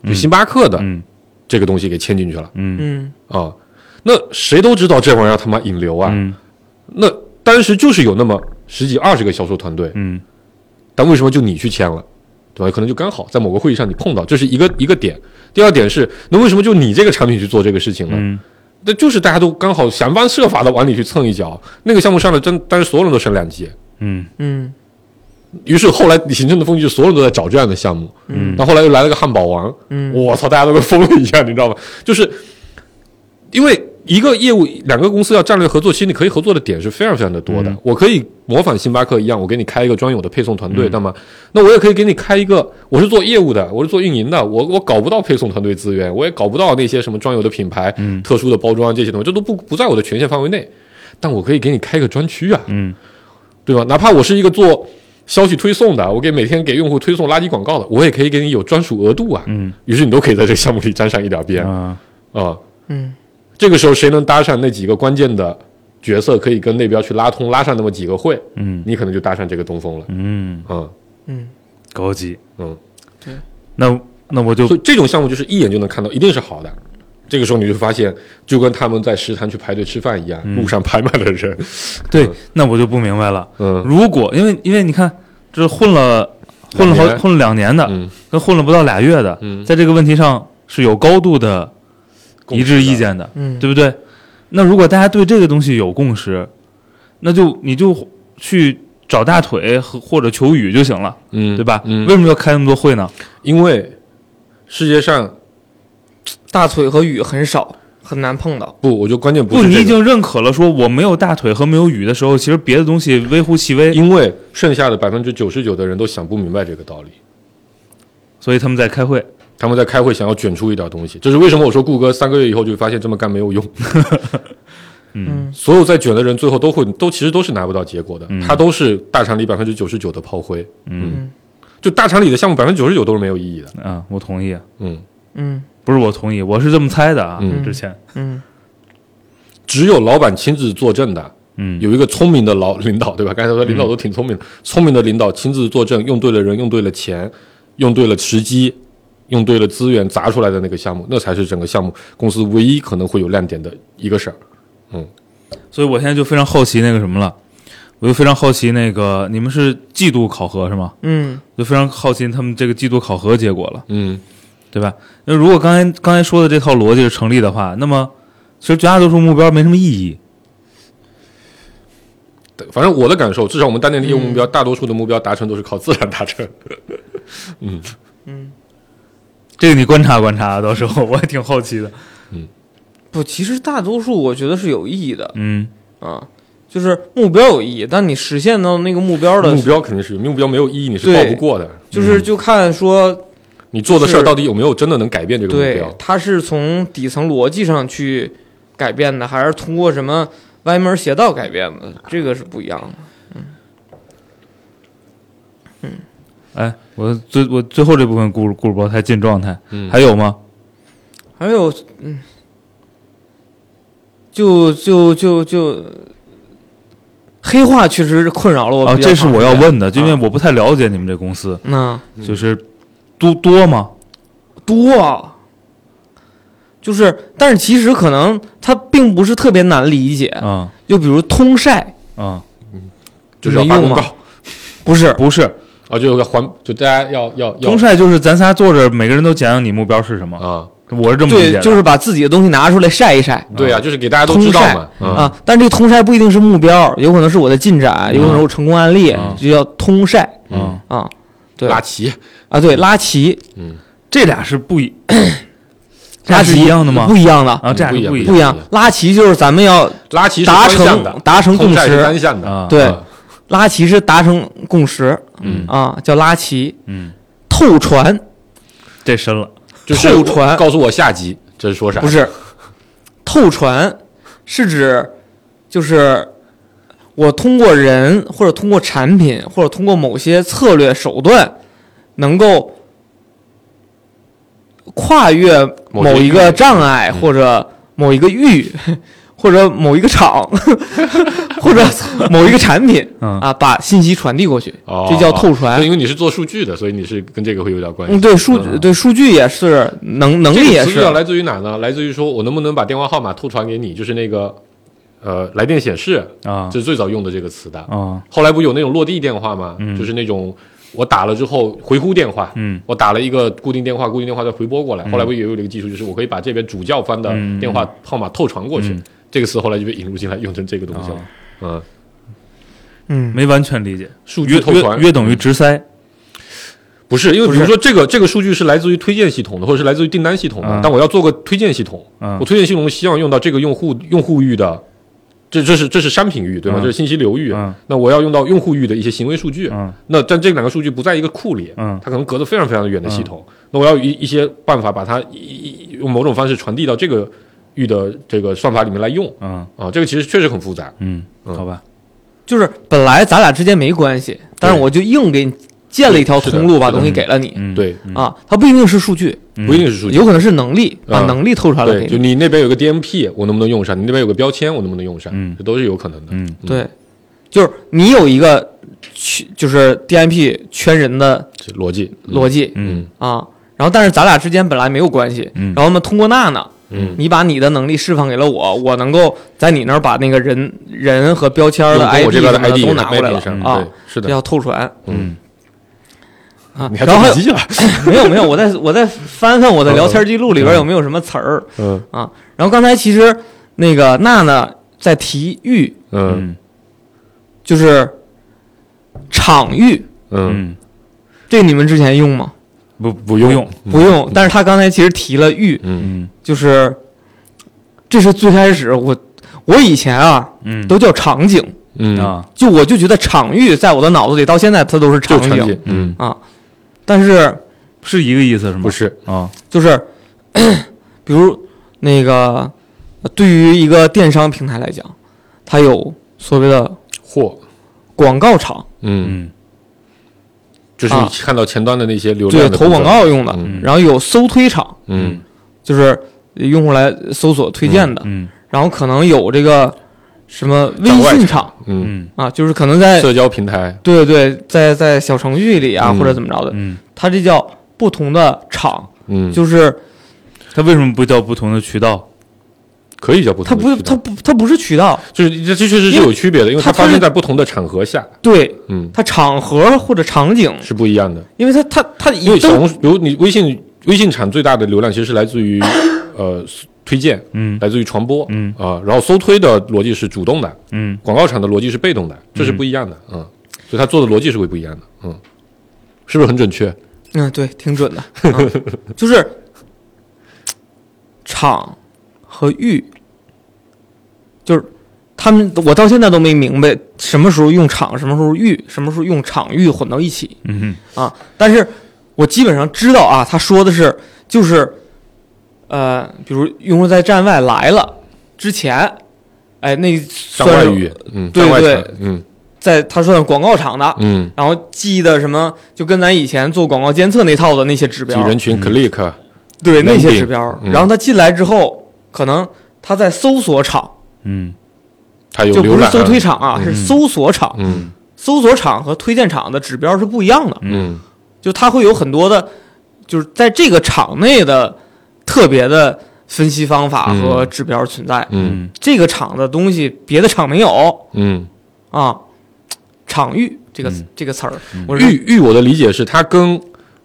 Speaker 5: 就星巴克的
Speaker 4: 嗯
Speaker 5: 这个东西给签进去了
Speaker 4: 嗯
Speaker 3: 嗯，
Speaker 5: 啊。那谁都知道这玩意儿他妈引流啊，
Speaker 4: 嗯
Speaker 5: 那当时就是有那么十几二十个销售团队，
Speaker 4: 嗯
Speaker 5: 但为什么就你去签了，对吧？可能就刚好在某个会议上你碰到，这是一个一个点。第二点是，那为什么就你这个产品去做这个事情呢？
Speaker 4: 嗯
Speaker 5: 那就是大家都刚好想方设法的往里去蹭一脚。那个项目上了，真当时所有人都升两级。
Speaker 4: 嗯
Speaker 3: 嗯，
Speaker 5: 于是后来形成的风气，就是所有人都在找这样的项目。嗯，那后来又来了个汉堡王，
Speaker 3: 嗯
Speaker 5: 我操，大家都跟疯了一样，你知道吗？ <laughs> 就是因为一个业务，两个公司要战略合作，其实你可以合作的点是非常非常的多的。我可以模仿星巴克一样，我给你开一个专有的配送团队，那么、那我也可以给你开一个，我是做业务的，我是做运营的，我我搞不到配送团队资源，我也搞不到那些什么专有的品牌、特殊的包装这些东西，这都不不在我的权限范围内。但我可以给你开一个专区啊，
Speaker 4: 嗯
Speaker 5: 对吧？哪怕我是一个做消息推送的，我给每天给用户推送垃圾广告的，我也可以给你有专属额度啊。
Speaker 4: 嗯，
Speaker 5: 于是你都可以在这个项目里沾上一点边啊、
Speaker 4: 啊
Speaker 3: 嗯，
Speaker 5: 这个时候谁能搭上那几个关键的角色，可以跟那边去拉通，拉上那么几个会，
Speaker 4: 嗯
Speaker 5: 你可能就搭上这个东风了。
Speaker 4: 嗯
Speaker 5: 嗯，
Speaker 4: 高级
Speaker 5: 嗯
Speaker 3: 对，
Speaker 4: 那那我就
Speaker 5: 所以这种项目就是一眼就能看到，一定是好的。这个时候你就发现，就跟他们在食堂去排队吃饭一样，
Speaker 4: 嗯
Speaker 5: 路上排满了人。
Speaker 4: 对，那我就不明白了。
Speaker 5: 嗯
Speaker 4: 如果因为因为你看，这混了混了
Speaker 5: 两
Speaker 4: 好
Speaker 5: 年
Speaker 4: 混了两年的，
Speaker 5: 嗯，
Speaker 4: 跟混了不到俩月的，
Speaker 5: 嗯
Speaker 4: 在这个问题上是有高度的
Speaker 5: 共识的
Speaker 4: 一致意见的，
Speaker 3: 嗯
Speaker 4: 对不对？那如果大家对这个东西有共识，那就你就去找大腿和或者求雨就行了，
Speaker 5: 嗯，
Speaker 4: 对吧？
Speaker 5: 嗯
Speaker 4: 为，什么要开那么多会呢？
Speaker 5: 因为世界上
Speaker 3: 大腿和雨很少，很难碰到。
Speaker 5: 不，我觉得关键不
Speaker 4: 不，
Speaker 5: 是、这
Speaker 4: 你
Speaker 5: 个、
Speaker 4: 已经认可了，说我没有大腿和没有雨的时候，其实别的东西微乎其微，
Speaker 5: 因为剩下的百分之九十九的人都想不明白这个道理，
Speaker 4: 所以他们在开会。
Speaker 5: 他们在开会想要卷出一点东西，这是为什么我说谷歌三个月以后就会发现这么干没
Speaker 4: <laughs>
Speaker 5: 有用。
Speaker 3: 嗯，
Speaker 5: 所有在卷的人最后都会都其实都是拿不到结果的，他都是大厂里百分之九十九的炮灰，
Speaker 4: 嗯
Speaker 5: 就大厂里的项目百分之九十九都是没有意义的。
Speaker 4: 啊，我同意，
Speaker 5: 嗯，
Speaker 3: 嗯
Speaker 4: 不是我同意，我是这么猜的啊。
Speaker 5: 嗯
Speaker 4: 之前，
Speaker 3: 嗯
Speaker 5: 只有老板亲自作证的，
Speaker 4: 嗯，
Speaker 5: 有一个聪明的老领导，
Speaker 3: 嗯
Speaker 5: 对吧？刚才说领导都挺聪明的，聪明的领导亲自作证，用对了人，用对了钱，用对了时机，用对了资源砸出来的那个项目，那才是整个项目公司唯一可能会有亮点的一个事儿。
Speaker 4: 所以我现在就非常好奇那个什么了，我就非常好奇那个你们是季度考核是吗？
Speaker 3: 嗯
Speaker 4: 就非常好奇他们这个季度考核结果了，
Speaker 5: 嗯，
Speaker 4: 对吧？那如果刚才刚才说的这套逻辑是成立的话，那么其实绝大多数目标没什么意义。
Speaker 5: 对反正我的感受，至少我们当年的业务目标，大多数的目标达成都是靠自然
Speaker 3: <laughs>
Speaker 5: 达成。
Speaker 3: 嗯，
Speaker 4: 这个你观察观察，到时候我也挺
Speaker 3: <laughs>
Speaker 4: 好奇的。
Speaker 3: 不，其实大多数我觉得是有意义的
Speaker 4: 嗯，
Speaker 3: 啊，就是目标有意义，但你实现到那个目标的
Speaker 5: 目，标肯定是有，目标没有意义，你是
Speaker 3: 对
Speaker 5: 报不过的。
Speaker 4: 嗯
Speaker 3: 就是就看说，
Speaker 5: 你做的事儿
Speaker 3: 是
Speaker 5: 到底有没有真的能改变这个目
Speaker 3: 对
Speaker 5: 标，？
Speaker 3: 它是从底层逻辑上去改变的，还是通过什么歪门邪道改变的，这个是不一样的。
Speaker 4: 哎，我最我最后这部分故故事包才进状态，
Speaker 5: 嗯
Speaker 4: 还有吗？
Speaker 3: 还有，嗯，就就就就黑化确实是困扰了我
Speaker 4: 啊，
Speaker 3: 比较长
Speaker 4: 这
Speaker 3: 时
Speaker 4: 是
Speaker 3: 间。
Speaker 4: 我要问的，就因为
Speaker 3: 啊嗯
Speaker 4: 我不太了解你们这公司，
Speaker 3: 那
Speaker 4: 就是多多吗？
Speaker 3: 多啊，就是，但是其实可能它并不是特别难理解。
Speaker 4: 啊
Speaker 3: 就比如通晒，
Speaker 4: 啊，
Speaker 5: 就是要
Speaker 3: 没
Speaker 5: 发
Speaker 3: 用啊吗
Speaker 5: 公告
Speaker 3: 不是
Speaker 4: 不是，
Speaker 5: 啊，就要还，就大家要要要
Speaker 4: 通晒就是咱仨坐着，每个人都讲讲你目标是什么，
Speaker 5: 啊，
Speaker 4: 我是这么理解
Speaker 3: 对，
Speaker 4: 的。
Speaker 3: 就是把自己的东西拿出来晒一晒。
Speaker 5: 对呀、就是给大家都
Speaker 3: 通
Speaker 5: 知道
Speaker 3: 晒
Speaker 5: 嘛，嗯
Speaker 3: 啊，但这个通晒不一定是目标，有可能是我的进展，有
Speaker 5: 嗯
Speaker 3: 可能是我成功案例
Speaker 4: 啊，
Speaker 3: 就叫通晒
Speaker 4: 啊，
Speaker 3: 啊。对
Speaker 5: 拉齐，
Speaker 3: 啊，对，拉齐，
Speaker 4: 这俩是不一，
Speaker 3: 拉
Speaker 4: 是
Speaker 3: 齐
Speaker 4: 一样的吗
Speaker 3: 不？一样的，
Speaker 4: 啊，这俩是
Speaker 5: 不
Speaker 4: 一
Speaker 5: 一
Speaker 3: 不一样。拉齐就是咱们要
Speaker 5: 拉齐是
Speaker 3: 达
Speaker 5: 单
Speaker 3: 成
Speaker 5: 向的，
Speaker 3: 达成
Speaker 5: 通
Speaker 3: 共
Speaker 5: 债是单
Speaker 3: 识，
Speaker 5: 向的
Speaker 4: 啊，
Speaker 3: 对
Speaker 5: 啊
Speaker 3: 拉齐是达成共识，
Speaker 5: 嗯
Speaker 3: 啊，叫拉齐。
Speaker 4: 嗯，
Speaker 3: 透传
Speaker 4: 这深了。
Speaker 5: 就是
Speaker 3: 透传
Speaker 5: 告诉我下集这是说啥？
Speaker 3: 不是，透传是指就是我通过人或者通过产品或者通过某些策略手段，能够跨越某一个障碍或者某一个域。 <laughs> 或者某一个厂， <laughs> 或者某一个产品
Speaker 4: 嗯
Speaker 3: 啊，把信息传递过去，
Speaker 5: 哦，
Speaker 3: 这叫透传
Speaker 5: 对。因为你是做数据的，所以你是跟这个会有点关系。
Speaker 3: 嗯，对数对数据也是能能
Speaker 5: 这
Speaker 3: 力
Speaker 5: 个
Speaker 3: 也
Speaker 5: 词
Speaker 3: 是
Speaker 5: 语要来自于哪呢？来自于说我能不能把电话号码透传给你，就是那个呃来电显示，
Speaker 4: 啊
Speaker 5: 这是最早用的这个词的。
Speaker 4: 啊，
Speaker 5: 后来不有那种落地电话吗？
Speaker 3: 嗯
Speaker 5: 就是那种我打了之后回呼电话，
Speaker 4: 嗯，
Speaker 5: 我打了一个固定电话，固定电话再回拨过
Speaker 3: 嗯
Speaker 5: 来。后来不也有这个技术，就是我可以把这边主教方的
Speaker 4: 嗯
Speaker 5: 电话号码透传过去。
Speaker 4: 嗯
Speaker 5: 这个词后来就被引入进来，用成这个东
Speaker 3: 哦
Speaker 5: 西了。
Speaker 4: 啊
Speaker 3: 嗯
Speaker 5: 嗯，
Speaker 4: 没完全理解，
Speaker 5: 数据
Speaker 4: 约
Speaker 5: 透
Speaker 4: 约
Speaker 5: 传
Speaker 4: 约等于直塞
Speaker 5: 不是因为
Speaker 3: 不
Speaker 5: 比
Speaker 3: 是
Speaker 5: 如说这个这个数据是来自于推荐系统的，或者是来自于订单系统的，
Speaker 4: 嗯
Speaker 5: 但我要做个推荐系统，
Speaker 4: 嗯
Speaker 5: 我推荐系统希望用到这个用户用户域的。这这是这是商品域对吗？
Speaker 4: 嗯
Speaker 5: 这是信息流域。
Speaker 4: 嗯
Speaker 5: 那我要用到用户域的一些行为数据。
Speaker 4: 嗯
Speaker 5: 那但这两个数据不在一个库里，
Speaker 4: 嗯
Speaker 5: 它可能隔得非常非常远的系统。那我要有一一些办法把它一一用某种方式传递到这个域的这个算法里面来用
Speaker 4: 嗯
Speaker 5: 啊，这个其实确实很复杂。
Speaker 4: 嗯，
Speaker 5: 嗯
Speaker 4: 好吧，
Speaker 3: 就是本来咱俩之间没关系，但是我就硬给你建了一条通路，把东西给了你
Speaker 4: 嗯，
Speaker 5: 对，
Speaker 4: 嗯
Speaker 3: 啊，它不一定是数据，
Speaker 4: 嗯
Speaker 5: 不一定是数据。
Speaker 3: 有可能是能力，把
Speaker 5: 嗯
Speaker 3: 能力透传了
Speaker 5: 对，
Speaker 3: 给
Speaker 5: 就
Speaker 3: 你。
Speaker 5: 你那边有个 DMP，我能不能用上？你那边有个标签，我能不能用上？
Speaker 4: 嗯
Speaker 5: 这都是有可能的。
Speaker 4: 嗯
Speaker 3: 对，就是你有一个圈，就是 DMP 圈人的
Speaker 5: 这逻辑，
Speaker 3: 逻辑
Speaker 4: 嗯
Speaker 5: 嗯
Speaker 3: 啊，然后但是咱俩之间本来没有关系，
Speaker 4: 嗯
Speaker 3: 然后我们通过娜娜，
Speaker 5: 嗯，
Speaker 3: 你把你的能力释放给了我，我能够在你那儿把那个人人和标签的
Speaker 5: 用跟
Speaker 3: ID
Speaker 5: 我这边
Speaker 3: 什
Speaker 5: 的
Speaker 3: 么的
Speaker 5: ID
Speaker 3: 都拿过来
Speaker 5: 也
Speaker 3: 了
Speaker 5: 是 mapping 上
Speaker 3: 啊
Speaker 5: 对，是
Speaker 3: 这
Speaker 5: 的，
Speaker 3: 叫透传。
Speaker 5: 嗯，
Speaker 3: 啊，
Speaker 5: <laughs> 你还
Speaker 3: 然后还有
Speaker 5: 急
Speaker 3: <laughs>
Speaker 5: 了，
Speaker 3: 没有没有，我再我再翻翻我的聊天记录里边有没有什么词儿
Speaker 5: 嗯
Speaker 3: 啊？然后刚才其实那个娜娜在提域，
Speaker 5: 嗯
Speaker 4: 嗯
Speaker 3: 就是场域，
Speaker 5: 嗯，
Speaker 4: 嗯，
Speaker 3: 这你们之前用吗？
Speaker 4: 不不用
Speaker 5: 嗯
Speaker 3: 不用，但是他刚才其实提了域，
Speaker 5: 嗯
Speaker 4: 嗯
Speaker 3: 就是这是最开始我我以前啊
Speaker 4: 嗯
Speaker 3: 都叫场景，
Speaker 5: 嗯，
Speaker 4: 啊，
Speaker 3: 就我就觉得场域在我的脑子里到现在它都是
Speaker 5: 就
Speaker 3: 场
Speaker 5: 场
Speaker 3: 景
Speaker 5: 景，嗯，
Speaker 3: 啊，但是
Speaker 4: 是一个意思是吗？
Speaker 5: 不是，
Speaker 4: 啊，
Speaker 3: 就是 <clears throat> 比如那个对于一个电商平台来讲，它有所谓的
Speaker 5: 货，
Speaker 3: 广告场，
Speaker 5: 嗯，
Speaker 4: 嗯
Speaker 5: 就是你看到前端的那些流
Speaker 3: 啊对
Speaker 5: 量的
Speaker 3: 投广
Speaker 5: 部分，
Speaker 3: 告用的，
Speaker 5: 嗯
Speaker 3: 然后有搜推场，
Speaker 5: 嗯
Speaker 3: 就是用户来搜索推荐的，
Speaker 4: 嗯
Speaker 3: 然后可能有这个什么微
Speaker 5: 场外
Speaker 3: 信场
Speaker 5: 嗯，
Speaker 4: 嗯
Speaker 3: 啊，就是可能在
Speaker 5: 社交平台，
Speaker 3: 对对，在在小程序里啊、
Speaker 5: 嗯
Speaker 3: 或者怎么着的，
Speaker 4: 嗯，
Speaker 3: 它这叫不同的场，
Speaker 5: 嗯，
Speaker 3: 就是
Speaker 4: 它为什么不叫不同的渠道？
Speaker 5: 可以叫不
Speaker 3: 它
Speaker 5: 同
Speaker 3: 不
Speaker 5: 的
Speaker 3: 是它
Speaker 5: 渠道，嗯
Speaker 3: 不它不是渠道，
Speaker 5: 就是这这确实是有区别的，因为
Speaker 3: 它
Speaker 5: 它
Speaker 3: 它
Speaker 5: 发
Speaker 3: 是
Speaker 5: 生在不同的场合下，
Speaker 3: 对
Speaker 5: 嗯，
Speaker 3: 它场合或者场景，
Speaker 5: 是不一样的。
Speaker 3: 因为它它它
Speaker 5: 因
Speaker 3: 一
Speaker 5: 为小
Speaker 3: 都
Speaker 5: 红书，比如你微信微信产最大的流量其实是来自于呃推荐，
Speaker 4: 嗯
Speaker 5: 来自于传播，
Speaker 4: 嗯
Speaker 5: 啊、然后搜推的逻辑是主动的，
Speaker 4: 嗯，
Speaker 5: 广告产的逻辑是被动的，这是不一样的，嗯，所以它做的逻辑是会不一样的，嗯，是不是很准确？
Speaker 3: 嗯对，挺准的，啊就是场和域，就是。他们，我到现在都没明白什么时候用场，什么时候域，什么时候用场域混到一起。
Speaker 4: 嗯
Speaker 3: 啊，但是我基本上知道啊，他说的是就是，呃，比如用户在站外来了之前，哎，那
Speaker 5: 上
Speaker 3: 算
Speaker 5: 外
Speaker 3: 是
Speaker 5: 语，嗯，
Speaker 3: 对
Speaker 5: 上外
Speaker 3: 对
Speaker 5: 产，嗯
Speaker 3: 在他算是广告场的，
Speaker 5: 嗯，
Speaker 3: 然后记的什么，就跟咱以前做广告监测那套的那些指
Speaker 5: 及
Speaker 3: 标，
Speaker 5: 人群 click，
Speaker 3: 对那些
Speaker 5: 能力
Speaker 3: 指标。
Speaker 5: 嗯
Speaker 3: 然后他进来之后，可能他在搜索场，
Speaker 4: 嗯
Speaker 5: 它有
Speaker 3: 就
Speaker 5: 浏
Speaker 3: 不是
Speaker 5: 览，
Speaker 3: 搜推场啊，是搜索场。
Speaker 5: 嗯
Speaker 3: 搜索场和推荐场的指标是不一样的。
Speaker 5: 嗯
Speaker 3: 就它会有很多的，就是在这个场内的特别的分析方法和指标存在。
Speaker 5: 嗯
Speaker 4: 嗯
Speaker 3: 这个场的东西别的场没有
Speaker 5: 嗯，
Speaker 3: 啊，场域这个、这个词儿，
Speaker 5: 嗯
Speaker 3: 我是
Speaker 5: 域域，我的理解是它跟，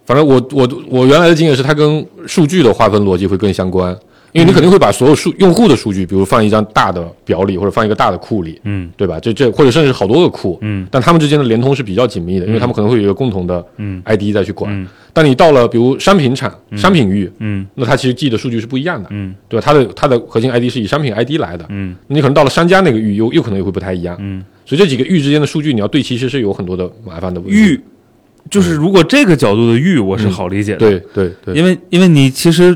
Speaker 5: 反正我我我原来的经验是它跟数据的划分逻辑会更相关，因为
Speaker 4: 嗯
Speaker 5: 你肯定会把所有数用户的数据，比如放一张大的表里或者放一个大的库里，
Speaker 4: 嗯
Speaker 5: 对吧？这这或者甚至是好多个库，
Speaker 4: 嗯
Speaker 5: 但他们之间的联通是比较紧密的，因为他们可能会有一个共同的 ID 再去管。
Speaker 4: 嗯
Speaker 5: 但你到了比如商品产、商品域，
Speaker 4: 嗯
Speaker 5: 那它其实记的数据是不一样的，
Speaker 4: 嗯
Speaker 5: 对吧？它的它的核心 ID 是以商品 ID 来的，
Speaker 4: 嗯
Speaker 5: 你可能到了商家那个域又又可能也会不太一样，
Speaker 4: 嗯，
Speaker 5: 所以这几个域之间的数据你要对，其实是有很多的麻烦的问题。
Speaker 4: 域就是如果这个角度的域，我是好理解的，
Speaker 5: 对对对，
Speaker 4: 因为因为你其实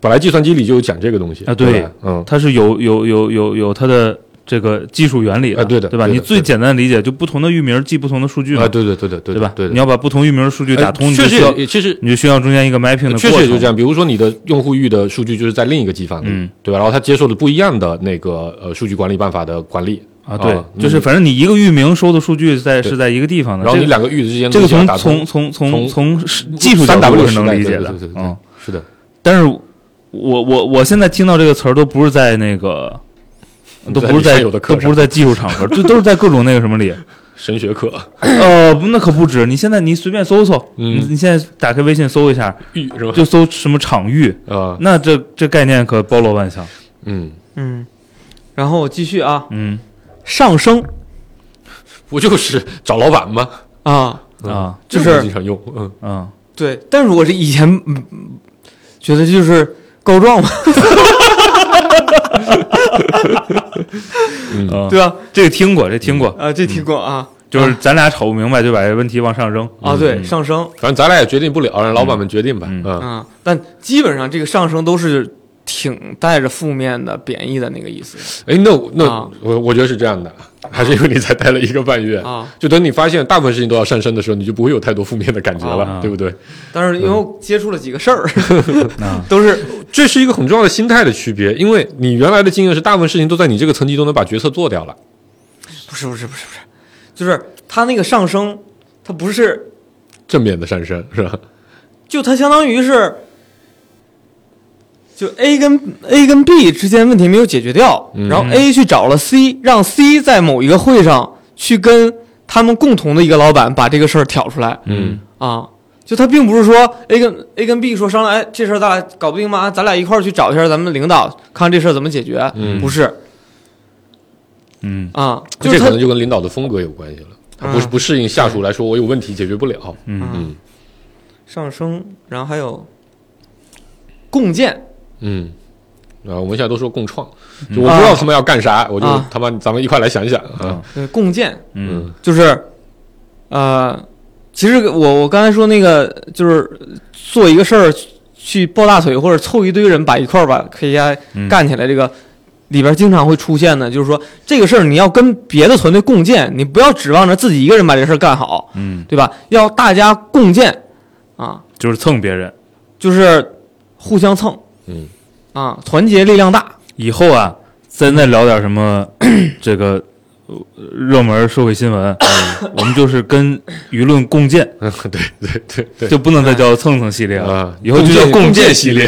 Speaker 5: 本来计算机里就有讲这个东西
Speaker 4: 啊对
Speaker 5: 对吧嗯
Speaker 4: 它是有有有有有它的这个技术原理
Speaker 5: 啊对的
Speaker 4: 对吧？
Speaker 5: 对
Speaker 4: 你
Speaker 5: 的
Speaker 4: 最简单的理解就不同的域名记不同的数据嘛
Speaker 5: 啊，，对对对对对
Speaker 4: 嗯对吧？
Speaker 5: 对的，
Speaker 4: 你要把不同域名的数据
Speaker 5: 哎
Speaker 4: 打通，你就
Speaker 5: 确
Speaker 4: 需
Speaker 5: 实
Speaker 4: 要
Speaker 5: 也其实
Speaker 4: 你就需要中间一个 mapping 的
Speaker 5: 确
Speaker 4: 过
Speaker 5: 实也
Speaker 4: 程，
Speaker 5: 就这样。比如说你的用户域的数据就是在另一个机房里，
Speaker 4: 嗯
Speaker 5: 对吧？然后他接受的不一样的那个呃数据管理办法的管理
Speaker 4: 啊，对
Speaker 5: 啊，
Speaker 4: 就是反正你一个域名收的数据在
Speaker 5: 对
Speaker 4: 是在一个地方的，
Speaker 5: 然后你
Speaker 4: 这个
Speaker 5: 两个域之间
Speaker 4: 这个
Speaker 5: 东西要
Speaker 4: 从
Speaker 5: 打
Speaker 4: 从
Speaker 5: 通
Speaker 4: 从从
Speaker 5: 从
Speaker 4: 从是技术角
Speaker 5: 三
Speaker 4: 度
Speaker 5: W
Speaker 4: 是能理解
Speaker 5: 时代
Speaker 4: 的
Speaker 5: 对对对，对
Speaker 4: 嗯
Speaker 5: 对，，是的，
Speaker 4: 但是我我我现在听到这个词儿都不是在那个，都不是在
Speaker 5: 在你上有的课
Speaker 4: 都
Speaker 5: 上
Speaker 4: 不是在技术场合，这都是在各种那个什么
Speaker 5: <laughs>
Speaker 4: 里。
Speaker 5: 神学课
Speaker 4: 呃，不那可不止，你现在你随便搜搜，
Speaker 5: 嗯
Speaker 4: 你你现在打开微信搜一下，
Speaker 5: 域是吧？
Speaker 4: 就搜什么场域，
Speaker 5: 啊，
Speaker 4: 那这这概念可包罗万象。
Speaker 5: 嗯，
Speaker 3: 嗯。然后我继续啊，
Speaker 4: 嗯
Speaker 3: 上升
Speaker 5: 不就是找老板吗？
Speaker 3: 啊，
Speaker 4: 啊
Speaker 3: 就
Speaker 5: 这个
Speaker 3: 是
Speaker 5: 经常用，嗯，
Speaker 4: 啊，
Speaker 3: 对，但是我是以前嗯嗯觉得这就是告状嘛，<laughs>
Speaker 4: 嗯
Speaker 3: 对吧？
Speaker 4: 这个听过，这听
Speaker 5: 嗯
Speaker 4: 过，
Speaker 3: 啊，这听过啊
Speaker 4: 就是咱俩吵不明白，就把这问题往上扔。
Speaker 3: 啊，对，上升
Speaker 5: 反正咱俩也决定不了，让老板们决定吧，
Speaker 4: 嗯
Speaker 5: 嗯
Speaker 3: 啊，但基本上这个上升都是挺带着负面的、贬义的那个意思。
Speaker 5: 哎，那那、
Speaker 3: 啊
Speaker 5: 我我觉得是这样的，还是因为你才待了一个半月
Speaker 3: 啊，
Speaker 5: 就等你发现大部分事情都要上升的时候，你就不会有太多负面的感觉了，
Speaker 4: 啊
Speaker 5: 对不对？
Speaker 3: 但是因为我接触了几个事儿，
Speaker 4: 嗯 <laughs> 啊
Speaker 3: <laughs> 都是
Speaker 5: 这是一个很重要的心态的区别，因为你原来的经验是大部分事情都在你这个层级都能把决策做掉了，
Speaker 3: 不是不是不是不是，就是它那个上升，它不是
Speaker 5: 正面的上升是吧？
Speaker 3: 就它相当于是，就 A 跟 A 跟 B 之间问题没有解决掉，
Speaker 5: 嗯
Speaker 3: 然后 A 去找了 C，让 C 在某一个会上去跟他们共同的一个老板把这个事儿挑出来，
Speaker 5: 嗯
Speaker 3: 啊，就他并不是说 A 跟 A 跟 B 说商量，哎，这事儿咱俩搞不定吗？啊咱俩一块儿去找一下咱们领导，看这事儿怎么解决。
Speaker 5: 嗯
Speaker 3: 不是
Speaker 4: 嗯
Speaker 3: 啊，就是
Speaker 5: 这
Speaker 3: 他
Speaker 5: 可能就跟领导的风格有关系了，他不是
Speaker 3: 啊
Speaker 5: 不适应下属来说我有问题解决不了，
Speaker 4: 嗯
Speaker 3: 嗯
Speaker 5: 嗯
Speaker 3: 上升，然后还有共建
Speaker 5: 嗯啊，我们现在都说共创，就我不知道他们要干啥，我就
Speaker 3: 啊
Speaker 5: 他妈咱们一块来想一想啊，
Speaker 3: 对，呃共建
Speaker 4: 嗯
Speaker 3: 就是，呃，其实我我刚才说那个就是做一个事儿去抱大腿或者凑一堆人把一块儿把 KPI
Speaker 4: 嗯
Speaker 3: 干起来，这个里边经常会出现的，就是说这个事儿你要跟别的团队共建，你不要指望着自己一个人把这事儿干好，
Speaker 4: 嗯，
Speaker 3: 对吧？要大家共建啊，
Speaker 4: 就是蹭别人。
Speaker 3: 就是互相蹭
Speaker 5: 嗯
Speaker 3: 啊，团结力量大。
Speaker 4: 以后啊，咱再聊点什么 <clears throat> 这个呃热门社会新闻，我们就是跟舆论共建，
Speaker 5: 嗯， <laughs> 对对对对，
Speaker 4: 就不能再叫蹭蹭系列了
Speaker 5: 啊，，
Speaker 4: 以后就叫
Speaker 5: 共
Speaker 4: 建
Speaker 5: 建系，列，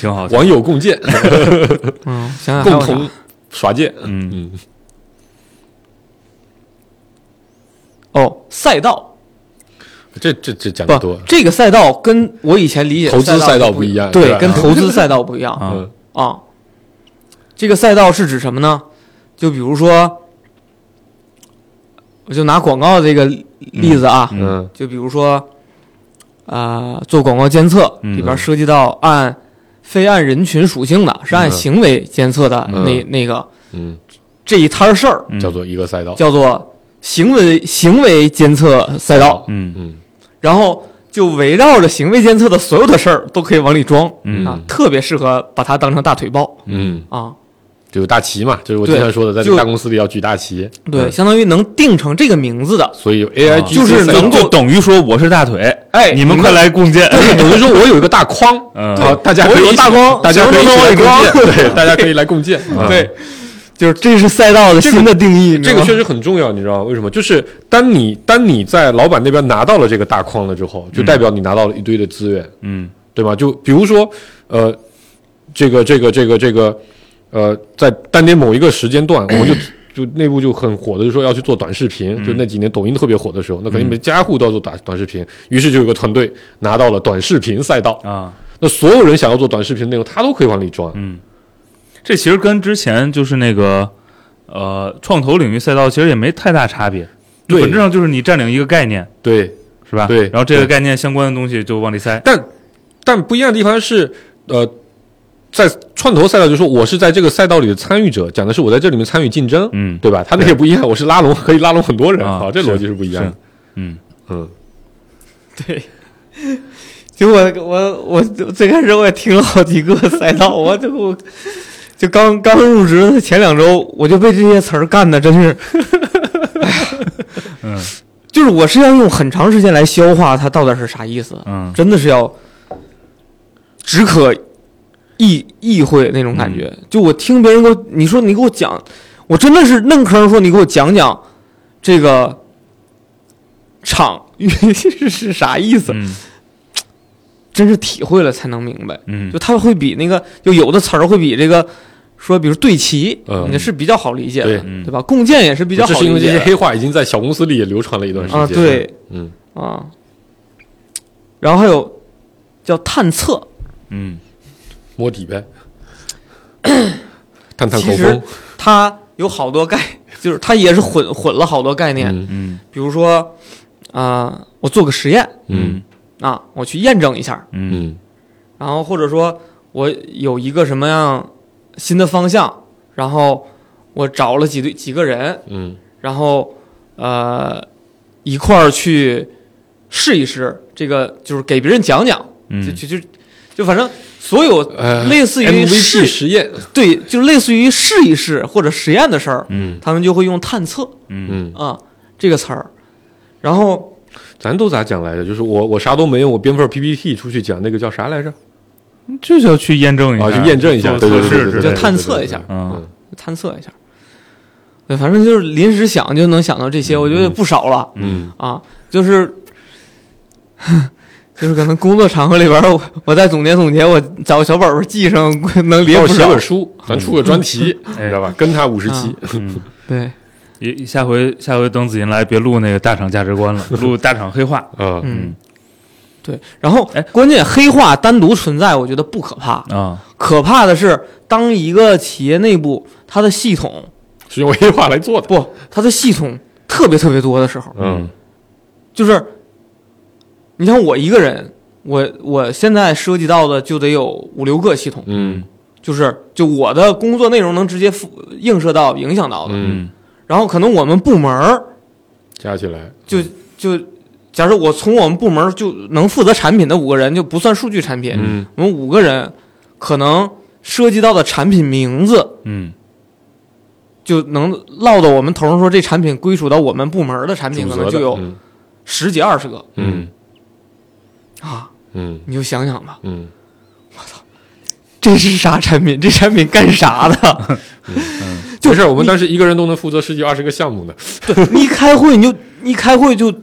Speaker 4: 挺好。
Speaker 5: 网友共 <laughs> 建，
Speaker 3: 嗯，想想还
Speaker 5: 共
Speaker 3: 有啥
Speaker 5: 同耍剑，
Speaker 4: 嗯，
Speaker 5: 嗯，
Speaker 3: 哦，赛道
Speaker 5: 这这这讲的
Speaker 3: 不
Speaker 5: 多，，
Speaker 3: 这个赛道跟我以前理解的
Speaker 5: 投资赛道
Speaker 3: 不
Speaker 5: 不一样对
Speaker 3: 对，
Speaker 5: 吧
Speaker 3: 跟投资赛道不一样
Speaker 4: 啊
Speaker 5: 嗯
Speaker 3: 啊。这个赛道是指什么呢？就比如说，我就拿广告这个例子啊，
Speaker 5: 嗯
Speaker 3: 就比如说，啊、做广告监测
Speaker 4: 嗯
Speaker 3: 里边涉及到按非按人群属性的，是按
Speaker 5: 嗯
Speaker 3: 行为监测的
Speaker 5: 嗯
Speaker 3: 那那个
Speaker 5: 嗯，
Speaker 3: 这一摊儿事儿，
Speaker 4: 嗯
Speaker 5: 叫做一个赛道，
Speaker 3: 叫做行为行为监测赛道。
Speaker 4: 嗯
Speaker 5: 嗯
Speaker 3: 然后就围绕着行为监测的所有的事儿都可以往里装、
Speaker 4: 嗯
Speaker 3: 啊，特别适合把它当成大腿抱
Speaker 5: 嗯，
Speaker 3: 啊，
Speaker 5: 就有大旗嘛，就是我
Speaker 3: 对
Speaker 5: 经常说的，在
Speaker 3: 就
Speaker 5: 大公司里要举大旗，
Speaker 3: 对，
Speaker 5: 嗯
Speaker 3: 相当于能定成这个名字的，
Speaker 5: 所以 AI
Speaker 4: 啊
Speaker 5: G
Speaker 3: 就是
Speaker 5: 赛道
Speaker 3: 能够
Speaker 4: 就等于说我是大腿，
Speaker 3: 哎
Speaker 4: 你们
Speaker 3: 你们
Speaker 4: 快来共建。
Speaker 5: 等于说我有一个大框，
Speaker 4: 嗯
Speaker 5: 啊，大家
Speaker 3: 我
Speaker 5: 可
Speaker 3: 有
Speaker 5: 以
Speaker 3: 个
Speaker 5: 一起
Speaker 3: 大框
Speaker 5: 大家
Speaker 3: 行
Speaker 5: 可以一
Speaker 3: 都
Speaker 5: 起
Speaker 3: 我
Speaker 5: 来
Speaker 3: 有光
Speaker 5: 共建，对，大家可以来共建，
Speaker 4: 嗯
Speaker 5: 啊
Speaker 3: 对，就是这是赛道的新的定义，
Speaker 5: 这个确
Speaker 3: 实
Speaker 5: 实很重要，你知道吗为什么？就是当你当你在老板那边拿到了这个大框了之后，就代表你拿到了一堆的资源，
Speaker 4: 嗯
Speaker 5: 对吗？就比如说，呃，这个这个这个这个，呃，在当年某一个时间段，我们就。就内部就很火的，就说要去做短视频，
Speaker 4: 嗯
Speaker 5: 就那几年抖音特别火的时候，那肯定每家户都要做短短视频。于是就有个团队拿到了短视频赛道，
Speaker 4: 啊，
Speaker 5: 那所有人想要做短视频的内容，他都可以往里装。
Speaker 4: 嗯这其实跟之前就是那个呃创投领域赛道其实也没太大差别，
Speaker 5: 对
Speaker 4: 本质上就是你占领一个概念，
Speaker 5: 对，
Speaker 4: 是吧？
Speaker 5: 对
Speaker 4: 然后这个
Speaker 5: 对
Speaker 4: 概念相关的东西就往里塞。
Speaker 5: 但但不一样的地方是，呃，在创投赛道，就是说我是在这个赛道里的参与者，讲的是我在这里面参与竞争，
Speaker 4: 嗯
Speaker 5: 对吧？他那个也不一样，我是拉拢，可以拉拢很多人
Speaker 4: 啊
Speaker 5: 这逻辑
Speaker 4: 是
Speaker 5: 是不一样的
Speaker 4: 是。嗯
Speaker 5: 嗯，
Speaker 3: 对。结果我我最开始我也听了好几个赛道，我这我就 <laughs> 刚刚入职的前两周，我就被这些词儿干的真是， <laughs> 哎呀，
Speaker 4: 嗯
Speaker 3: <laughs> 就是我是要用很长时间来消化它到底是啥意思，
Speaker 4: 嗯
Speaker 3: 真的是要只可意意会那种感觉。
Speaker 5: 嗯
Speaker 3: 就我听别人给我，你说你给我讲，我真的是愣坑说你给我讲讲这个场 <laughs> 是是啥意思，
Speaker 4: 嗯
Speaker 3: 真是体会了才能明白。
Speaker 4: 嗯
Speaker 3: 就它会比那个，就有的词儿会比这个。说，比如对齐，
Speaker 5: 嗯
Speaker 3: 也是比较好理解的，
Speaker 5: 对
Speaker 4: 嗯
Speaker 3: 对吧？共建也是比较
Speaker 5: 这
Speaker 3: 好
Speaker 5: 是因
Speaker 3: 理
Speaker 5: 为这
Speaker 3: 解
Speaker 5: 些
Speaker 3: 的
Speaker 5: 黑话已经在小公司里也流传了一段时间。
Speaker 3: 啊，对，
Speaker 5: 嗯，
Speaker 3: 啊。然后还有叫探测，
Speaker 4: 嗯
Speaker 5: 摸底
Speaker 3: <coughs>
Speaker 5: 呗，探探口
Speaker 3: 其实
Speaker 5: 风。
Speaker 3: 它有好多概，就是它也是混混了好多概念。
Speaker 5: 嗯
Speaker 4: 嗯
Speaker 3: 比如说，啊、我做个实验
Speaker 5: 嗯
Speaker 3: 啊，我去验证一下，
Speaker 4: 嗯
Speaker 5: 嗯
Speaker 3: 然后或者说我有一个什么样新的方向，然后我找了几对几个人，
Speaker 5: 嗯
Speaker 3: 然后呃一块儿去试一试，这个就是给别人讲讲，就
Speaker 4: 嗯，
Speaker 3: 就就就反正所有
Speaker 5: 呃
Speaker 3: 嗯类似于试、
Speaker 5: ，MVP 实验。
Speaker 3: 对，就类似于试一试或者实验的事儿，
Speaker 4: 嗯
Speaker 3: 他们就会用探测
Speaker 4: 嗯
Speaker 5: 嗯，
Speaker 3: 啊这个词儿，然后
Speaker 5: 咱都咋讲来着？就是我我啥都没有，我编份 PPT 出去讲那个叫啥来着？
Speaker 4: 嗯，这就要去验证一下，
Speaker 5: 啊，去验证一下，
Speaker 4: 做
Speaker 5: 对
Speaker 4: 测试
Speaker 5: 对
Speaker 4: 之
Speaker 5: 对对
Speaker 4: 类
Speaker 5: 对，
Speaker 4: 的
Speaker 3: 就探测一下
Speaker 4: 嗯
Speaker 3: 探测一下。对，反正就是临时想就能想到这些，我觉得不少了
Speaker 5: 嗯
Speaker 3: 啊。就是， <laughs> 就是可能工作场合里边儿，我我再总结总结，我找个小本本记上，能
Speaker 4: 嗯
Speaker 3: 理
Speaker 5: 要
Speaker 3: 不
Speaker 5: 哦是写
Speaker 3: 少
Speaker 5: 本。书，咱出个专题，你知道吧？跟他五十期，
Speaker 4: 嗯，
Speaker 3: 对，
Speaker 4: 一下回下回等子银来，别录那个大厂价值观了，
Speaker 5: <laughs>
Speaker 4: 录大厂黑话。
Speaker 5: 啊，
Speaker 3: 嗯
Speaker 4: 嗯，
Speaker 3: 对。然后
Speaker 4: 哎，
Speaker 3: 关键黑化单独存在，我觉得不可怕，
Speaker 5: 嗯
Speaker 4: 啊，
Speaker 3: 可怕的是当一个企业内部它的系统
Speaker 5: 是用 A 化来做的。
Speaker 3: 不，它的系统特别特别多的时候，
Speaker 5: 嗯
Speaker 3: 就是你像我一个人，我我现在涉及到的就得有五六个系统，
Speaker 5: 嗯
Speaker 3: 就是就我的工作内容能直接附映射到影响到的。
Speaker 5: 嗯，
Speaker 3: 然后可能我们部门儿
Speaker 5: 加起来
Speaker 3: 就就，假如我从我们部门儿就能负责产品的五个人，就不算数据产品，
Speaker 5: 嗯
Speaker 3: 我们五个人可能涉及到的产品名字
Speaker 4: 嗯，
Speaker 3: 就能落到我们头上，说这产品归属到我们部门儿的产品，
Speaker 5: 主
Speaker 3: 可
Speaker 5: 责
Speaker 3: 能
Speaker 5: 的
Speaker 3: 就有
Speaker 5: 嗯
Speaker 3: 十几二十个
Speaker 5: 嗯
Speaker 3: 啊，
Speaker 5: 嗯
Speaker 3: 你就想想吧，
Speaker 5: 嗯，
Speaker 3: 这是啥产品？ <laughs> 这产品干啥的？就
Speaker 5: 嗯没事儿，我们当时一个人都能负责十几二十个项目呢，
Speaker 3: 你一开会你就一开会就，就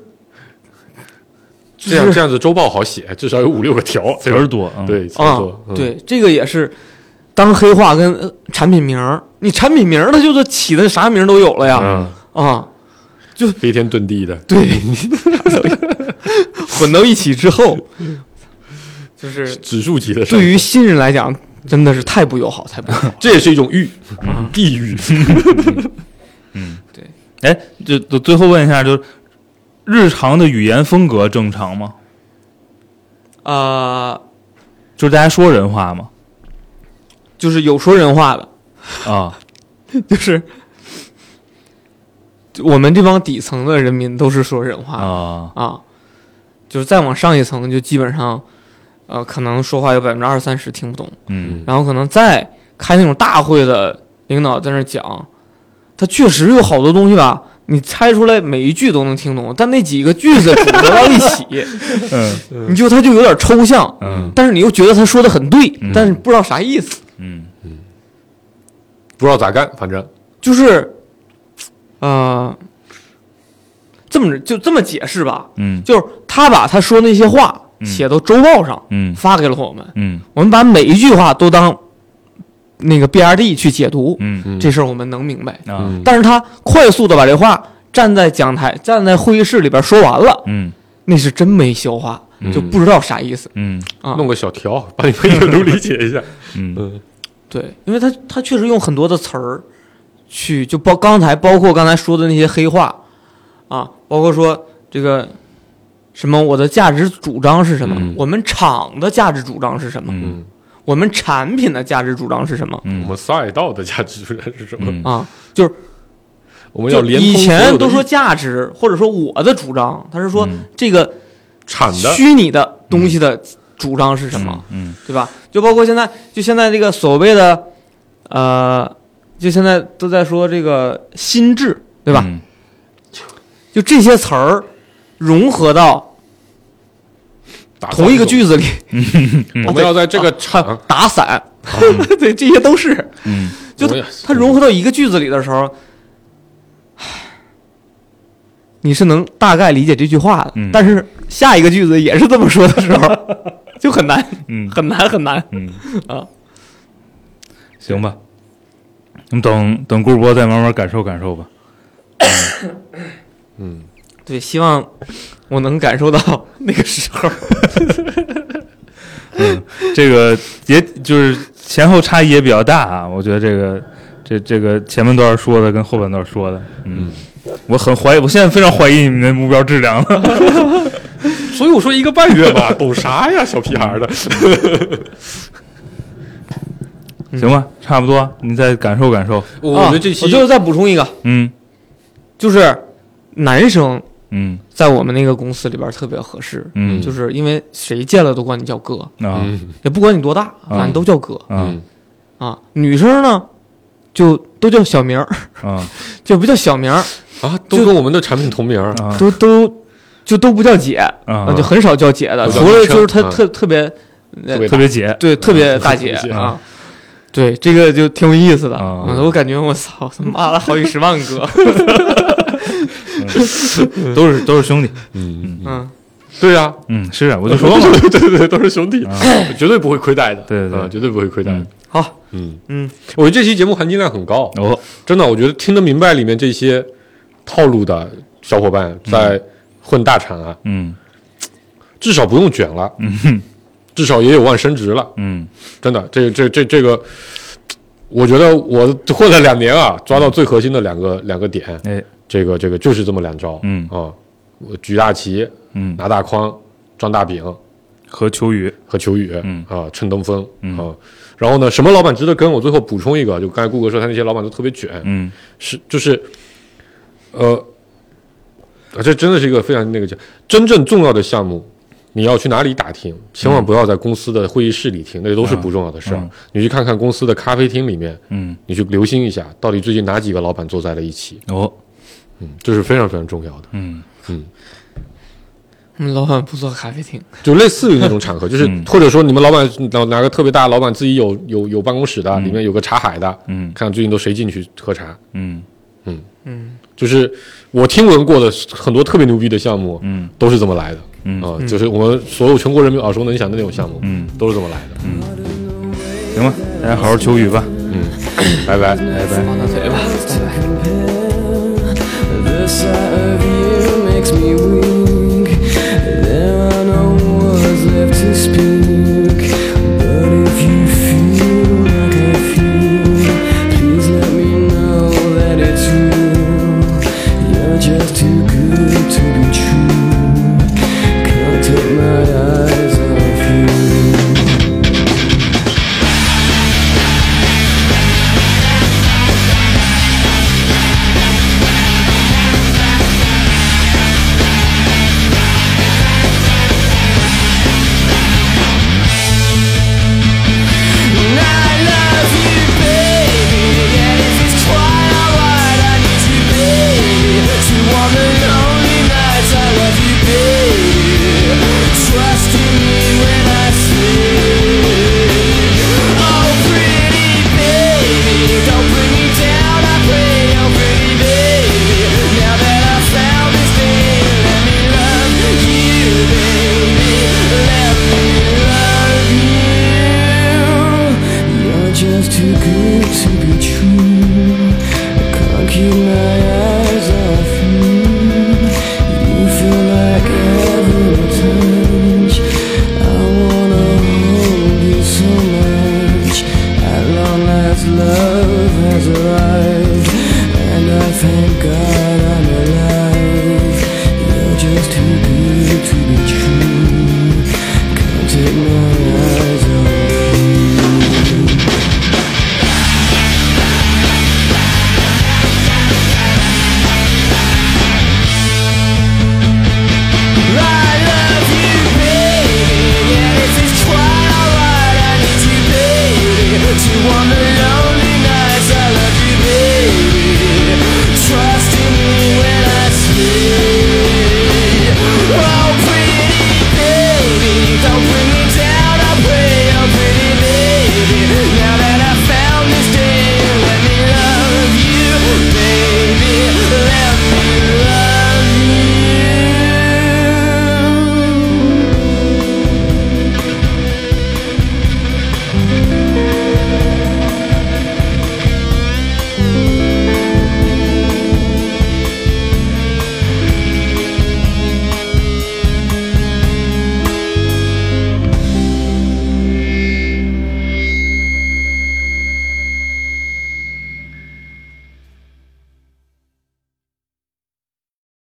Speaker 5: 这样
Speaker 3: 是
Speaker 5: 这样子周报好写，至少有五六个条，
Speaker 4: 词
Speaker 5: 对
Speaker 4: 儿
Speaker 5: 吧？
Speaker 4: 多，嗯，
Speaker 5: 对，差
Speaker 3: 啊
Speaker 5: 不多，，嗯，
Speaker 3: 对，这个也是当黑话跟呃产品名儿，你产品名儿它就是起的啥名儿都有了呀，
Speaker 5: 嗯，
Speaker 3: 啊，
Speaker 5: 飞天遁地的，
Speaker 3: 对，混到一起之
Speaker 5: <laughs>
Speaker 3: 后，就是
Speaker 5: 指数级的上
Speaker 3: <laughs> 对
Speaker 5: 升，。
Speaker 3: 于新人来讲真的是太不友好，太不友好
Speaker 5: <laughs> 这也是一种欲，
Speaker 3: 嗯
Speaker 5: 地狱，
Speaker 4: 哎，就就最后问一下，就是日常的语言风格正常吗？
Speaker 3: 啊，
Speaker 4: 就是大家说人话吗？
Speaker 3: 就是有说人话的， <laughs>
Speaker 4: 啊，
Speaker 3: 就是就我们这帮底层的人民都是说人话的。
Speaker 4: 啊，
Speaker 3: 啊，就是再往上一层就基本上，呃，可能说话有百分之二三十听不懂，
Speaker 4: 嗯
Speaker 3: 然后可能再开那种大会的领导在那儿讲，他确实有好多东西吧，你猜出来每一句都能听懂，但那几个句子组合到一起，
Speaker 4: <laughs> 嗯
Speaker 3: 你就他就有点抽象，
Speaker 4: 嗯
Speaker 3: 但是你又觉得他说的很对，
Speaker 4: 嗯
Speaker 3: 但是不知道啥意思，
Speaker 4: 嗯
Speaker 5: 不知道咋干，反正
Speaker 3: 就是，呃，这么着就这么解释吧，
Speaker 4: 嗯
Speaker 3: 就是他把他说那些话写到周报上。
Speaker 4: 嗯
Speaker 3: 发给了我们，
Speaker 4: 嗯
Speaker 3: 我们把每一句话都当那个 BRD 去解读，
Speaker 4: 嗯
Speaker 3: 这事儿我们能明白。
Speaker 4: 啊
Speaker 3: 但是他快速的把这话站在讲台、站在会议室里边说完了，
Speaker 4: 嗯
Speaker 3: 那是真没消化，就不知道啥意思。
Speaker 4: 嗯
Speaker 3: 啊
Speaker 5: 弄个小条，把你们阅读理解一下，
Speaker 4: 嗯
Speaker 5: 嗯
Speaker 3: 对，因为他他确实用很多的词儿去，就包刚才包括刚才说的那些黑话啊，包括说这个什么我的价值主张是什么，
Speaker 5: 嗯
Speaker 3: 我们厂的价值主张是什么，
Speaker 4: 嗯
Speaker 5: 嗯，
Speaker 3: 我们产品的价值主张是什么。
Speaker 5: 我
Speaker 4: 嗯
Speaker 5: 们赛道的价值是什么？
Speaker 4: 嗯
Speaker 3: 啊，就是
Speaker 5: 我们要
Speaker 3: 就
Speaker 5: 连通
Speaker 3: 以
Speaker 5: 所有
Speaker 3: 前
Speaker 5: 的
Speaker 3: 都说
Speaker 5: 一
Speaker 3: 价值，或者说我的主张，他是说
Speaker 4: 嗯
Speaker 3: 这个
Speaker 5: 产的，
Speaker 3: 虚拟的东西的主张是什么，
Speaker 4: 嗯
Speaker 3: 对吧？就包括现在，就现在这个所谓的，呃，就现在都在说这个心智，对
Speaker 4: 嗯
Speaker 5: 嗯
Speaker 3: 吧？？就这些词儿融合到
Speaker 5: 打嗯
Speaker 3: 同一个句子里，啊
Speaker 5: 我们要在这个
Speaker 3: 它
Speaker 5: 厂，
Speaker 3: <laughs> 打散， <laughs> 对，这些都是，
Speaker 4: 嗯
Speaker 3: 就
Speaker 5: 我也
Speaker 3: 它
Speaker 5: 是
Speaker 3: 它融合到一个句子里的时候，唉你是能大概理解这句话的，
Speaker 4: 嗯
Speaker 3: 但是下一个句子也是这么说的时候， <laughs> 就很难，
Speaker 4: 嗯
Speaker 3: 很难，很难。
Speaker 4: 嗯啊，行吧，我们等等顾博再慢慢感受感受吧。
Speaker 5: 嗯，
Speaker 3: 对，希望我能感受到那个时候。
Speaker 4: 这个也就是前后差异也比较大啊，我觉得这个这这个前半段说的跟后半段说的，嗯，我很怀疑，我现在非常怀疑你们的目标质量了。
Speaker 5: 所以我说一个半月吧，懂啥呀，小屁孩儿的，
Speaker 4: <laughs> 行吧，差不多，你再感受感受。
Speaker 5: 我
Speaker 3: 啊
Speaker 5: 们这期
Speaker 3: 我最后再补充一个，
Speaker 4: 嗯
Speaker 3: 就是男生
Speaker 4: 嗯
Speaker 3: 在我们那个公司里边特别合适，
Speaker 4: 嗯，
Speaker 3: 就是因为谁见了都管你叫哥，
Speaker 4: 啊
Speaker 5: 嗯
Speaker 3: 也不管你多大，反正都叫哥
Speaker 4: 啊
Speaker 3: 啊。女生呢，就都叫小名儿， <laughs>
Speaker 4: 啊
Speaker 3: 就不叫小名儿，
Speaker 5: 啊，都
Speaker 3: 就
Speaker 5: 跟我们的产品同名儿，
Speaker 4: 啊
Speaker 3: 都都就都不叫姐，
Speaker 4: 啊
Speaker 3: 就很少叫姐的，
Speaker 5: 都叫
Speaker 3: 除了
Speaker 5: 女
Speaker 3: 就是
Speaker 5: 生
Speaker 3: 特
Speaker 5: 啊
Speaker 3: 特特别，呃
Speaker 5: 别
Speaker 4: 特别解，
Speaker 3: 对特别大姐
Speaker 5: 特别姐
Speaker 3: 啊。对，这个就挺有意思的，
Speaker 4: 啊
Speaker 3: 嗯我感觉我操，他妈了好几十万个， <laughs>
Speaker 4: 都是都是兄弟。
Speaker 5: 嗯，
Speaker 3: 嗯，
Speaker 5: 对呀，
Speaker 4: 嗯，是啊，我就说嘛，
Speaker 5: <laughs> 对对对，都是兄弟， <laughs> 绝对不会亏待的，
Speaker 4: 啊对对对
Speaker 5: 啊绝对不会亏待的
Speaker 4: 嗯。
Speaker 3: 好，
Speaker 5: 嗯
Speaker 3: 嗯，
Speaker 5: 我觉得这期节目含金量很高，
Speaker 4: 哦，
Speaker 5: 真的，我觉得听得明白里面这些套路的小伙伴在混大厂啊，
Speaker 4: 嗯
Speaker 5: 至少不用卷了，
Speaker 4: 嗯哼
Speaker 5: <laughs> 至少也有望升职了。
Speaker 4: 嗯
Speaker 5: 真的，这这这这个，我觉得我混了两年啊，抓到最核心的两个两个点，
Speaker 4: 哎
Speaker 5: 这个这个就是这么两招，
Speaker 4: 嗯
Speaker 5: 啊，我举大旗，
Speaker 4: 嗯
Speaker 5: 拿大筐，装大饼，
Speaker 4: 和求雨，
Speaker 5: 和求雨，
Speaker 4: 嗯
Speaker 5: 啊，趁东风，
Speaker 4: 嗯
Speaker 5: 啊，然后呢，什么老板值得跟？我最后补充一个，就刚才顾哥说他那些老板都特别卷，
Speaker 4: 嗯
Speaker 5: 是就是，呃，啊这真的是一个非常那个叫真正重要的项目，你要去哪里打听？千万不要在公司的会议室里听，那都是不重要的事儿。
Speaker 4: 嗯
Speaker 5: 你去看看公司的咖啡厅里面，
Speaker 4: 嗯，
Speaker 5: 你去留心一下，到底最近哪几个老板坐在了一起，
Speaker 4: 哦，
Speaker 5: 嗯，这是非常非常重要的。
Speaker 4: 嗯
Speaker 5: 嗯，
Speaker 3: 我们老板不做咖啡厅，
Speaker 5: 就类似于那种场合，就是
Speaker 4: 嗯
Speaker 5: 或者说你们老板哪哪个特别大的老板自己有有有办公室的，里面有个茶海的，
Speaker 4: 嗯
Speaker 5: 看最近都谁进去喝茶。
Speaker 4: 嗯
Speaker 3: 嗯，
Speaker 5: 就是我听闻过的很多特别牛逼的项目，
Speaker 4: 嗯
Speaker 5: 都是这么来的。
Speaker 4: 嗯
Speaker 5: 啊、就是我们所有全国人民耳熟能详的那种项目，
Speaker 4: 嗯，
Speaker 5: 都是这么来的。
Speaker 4: 行吧，大家好好求雨吧，
Speaker 5: 拜拜。
Speaker 4: 拜拜。
Speaker 3: 放大嘴吧。
Speaker 2: The sight of you makes me weak. There are no words left to speak.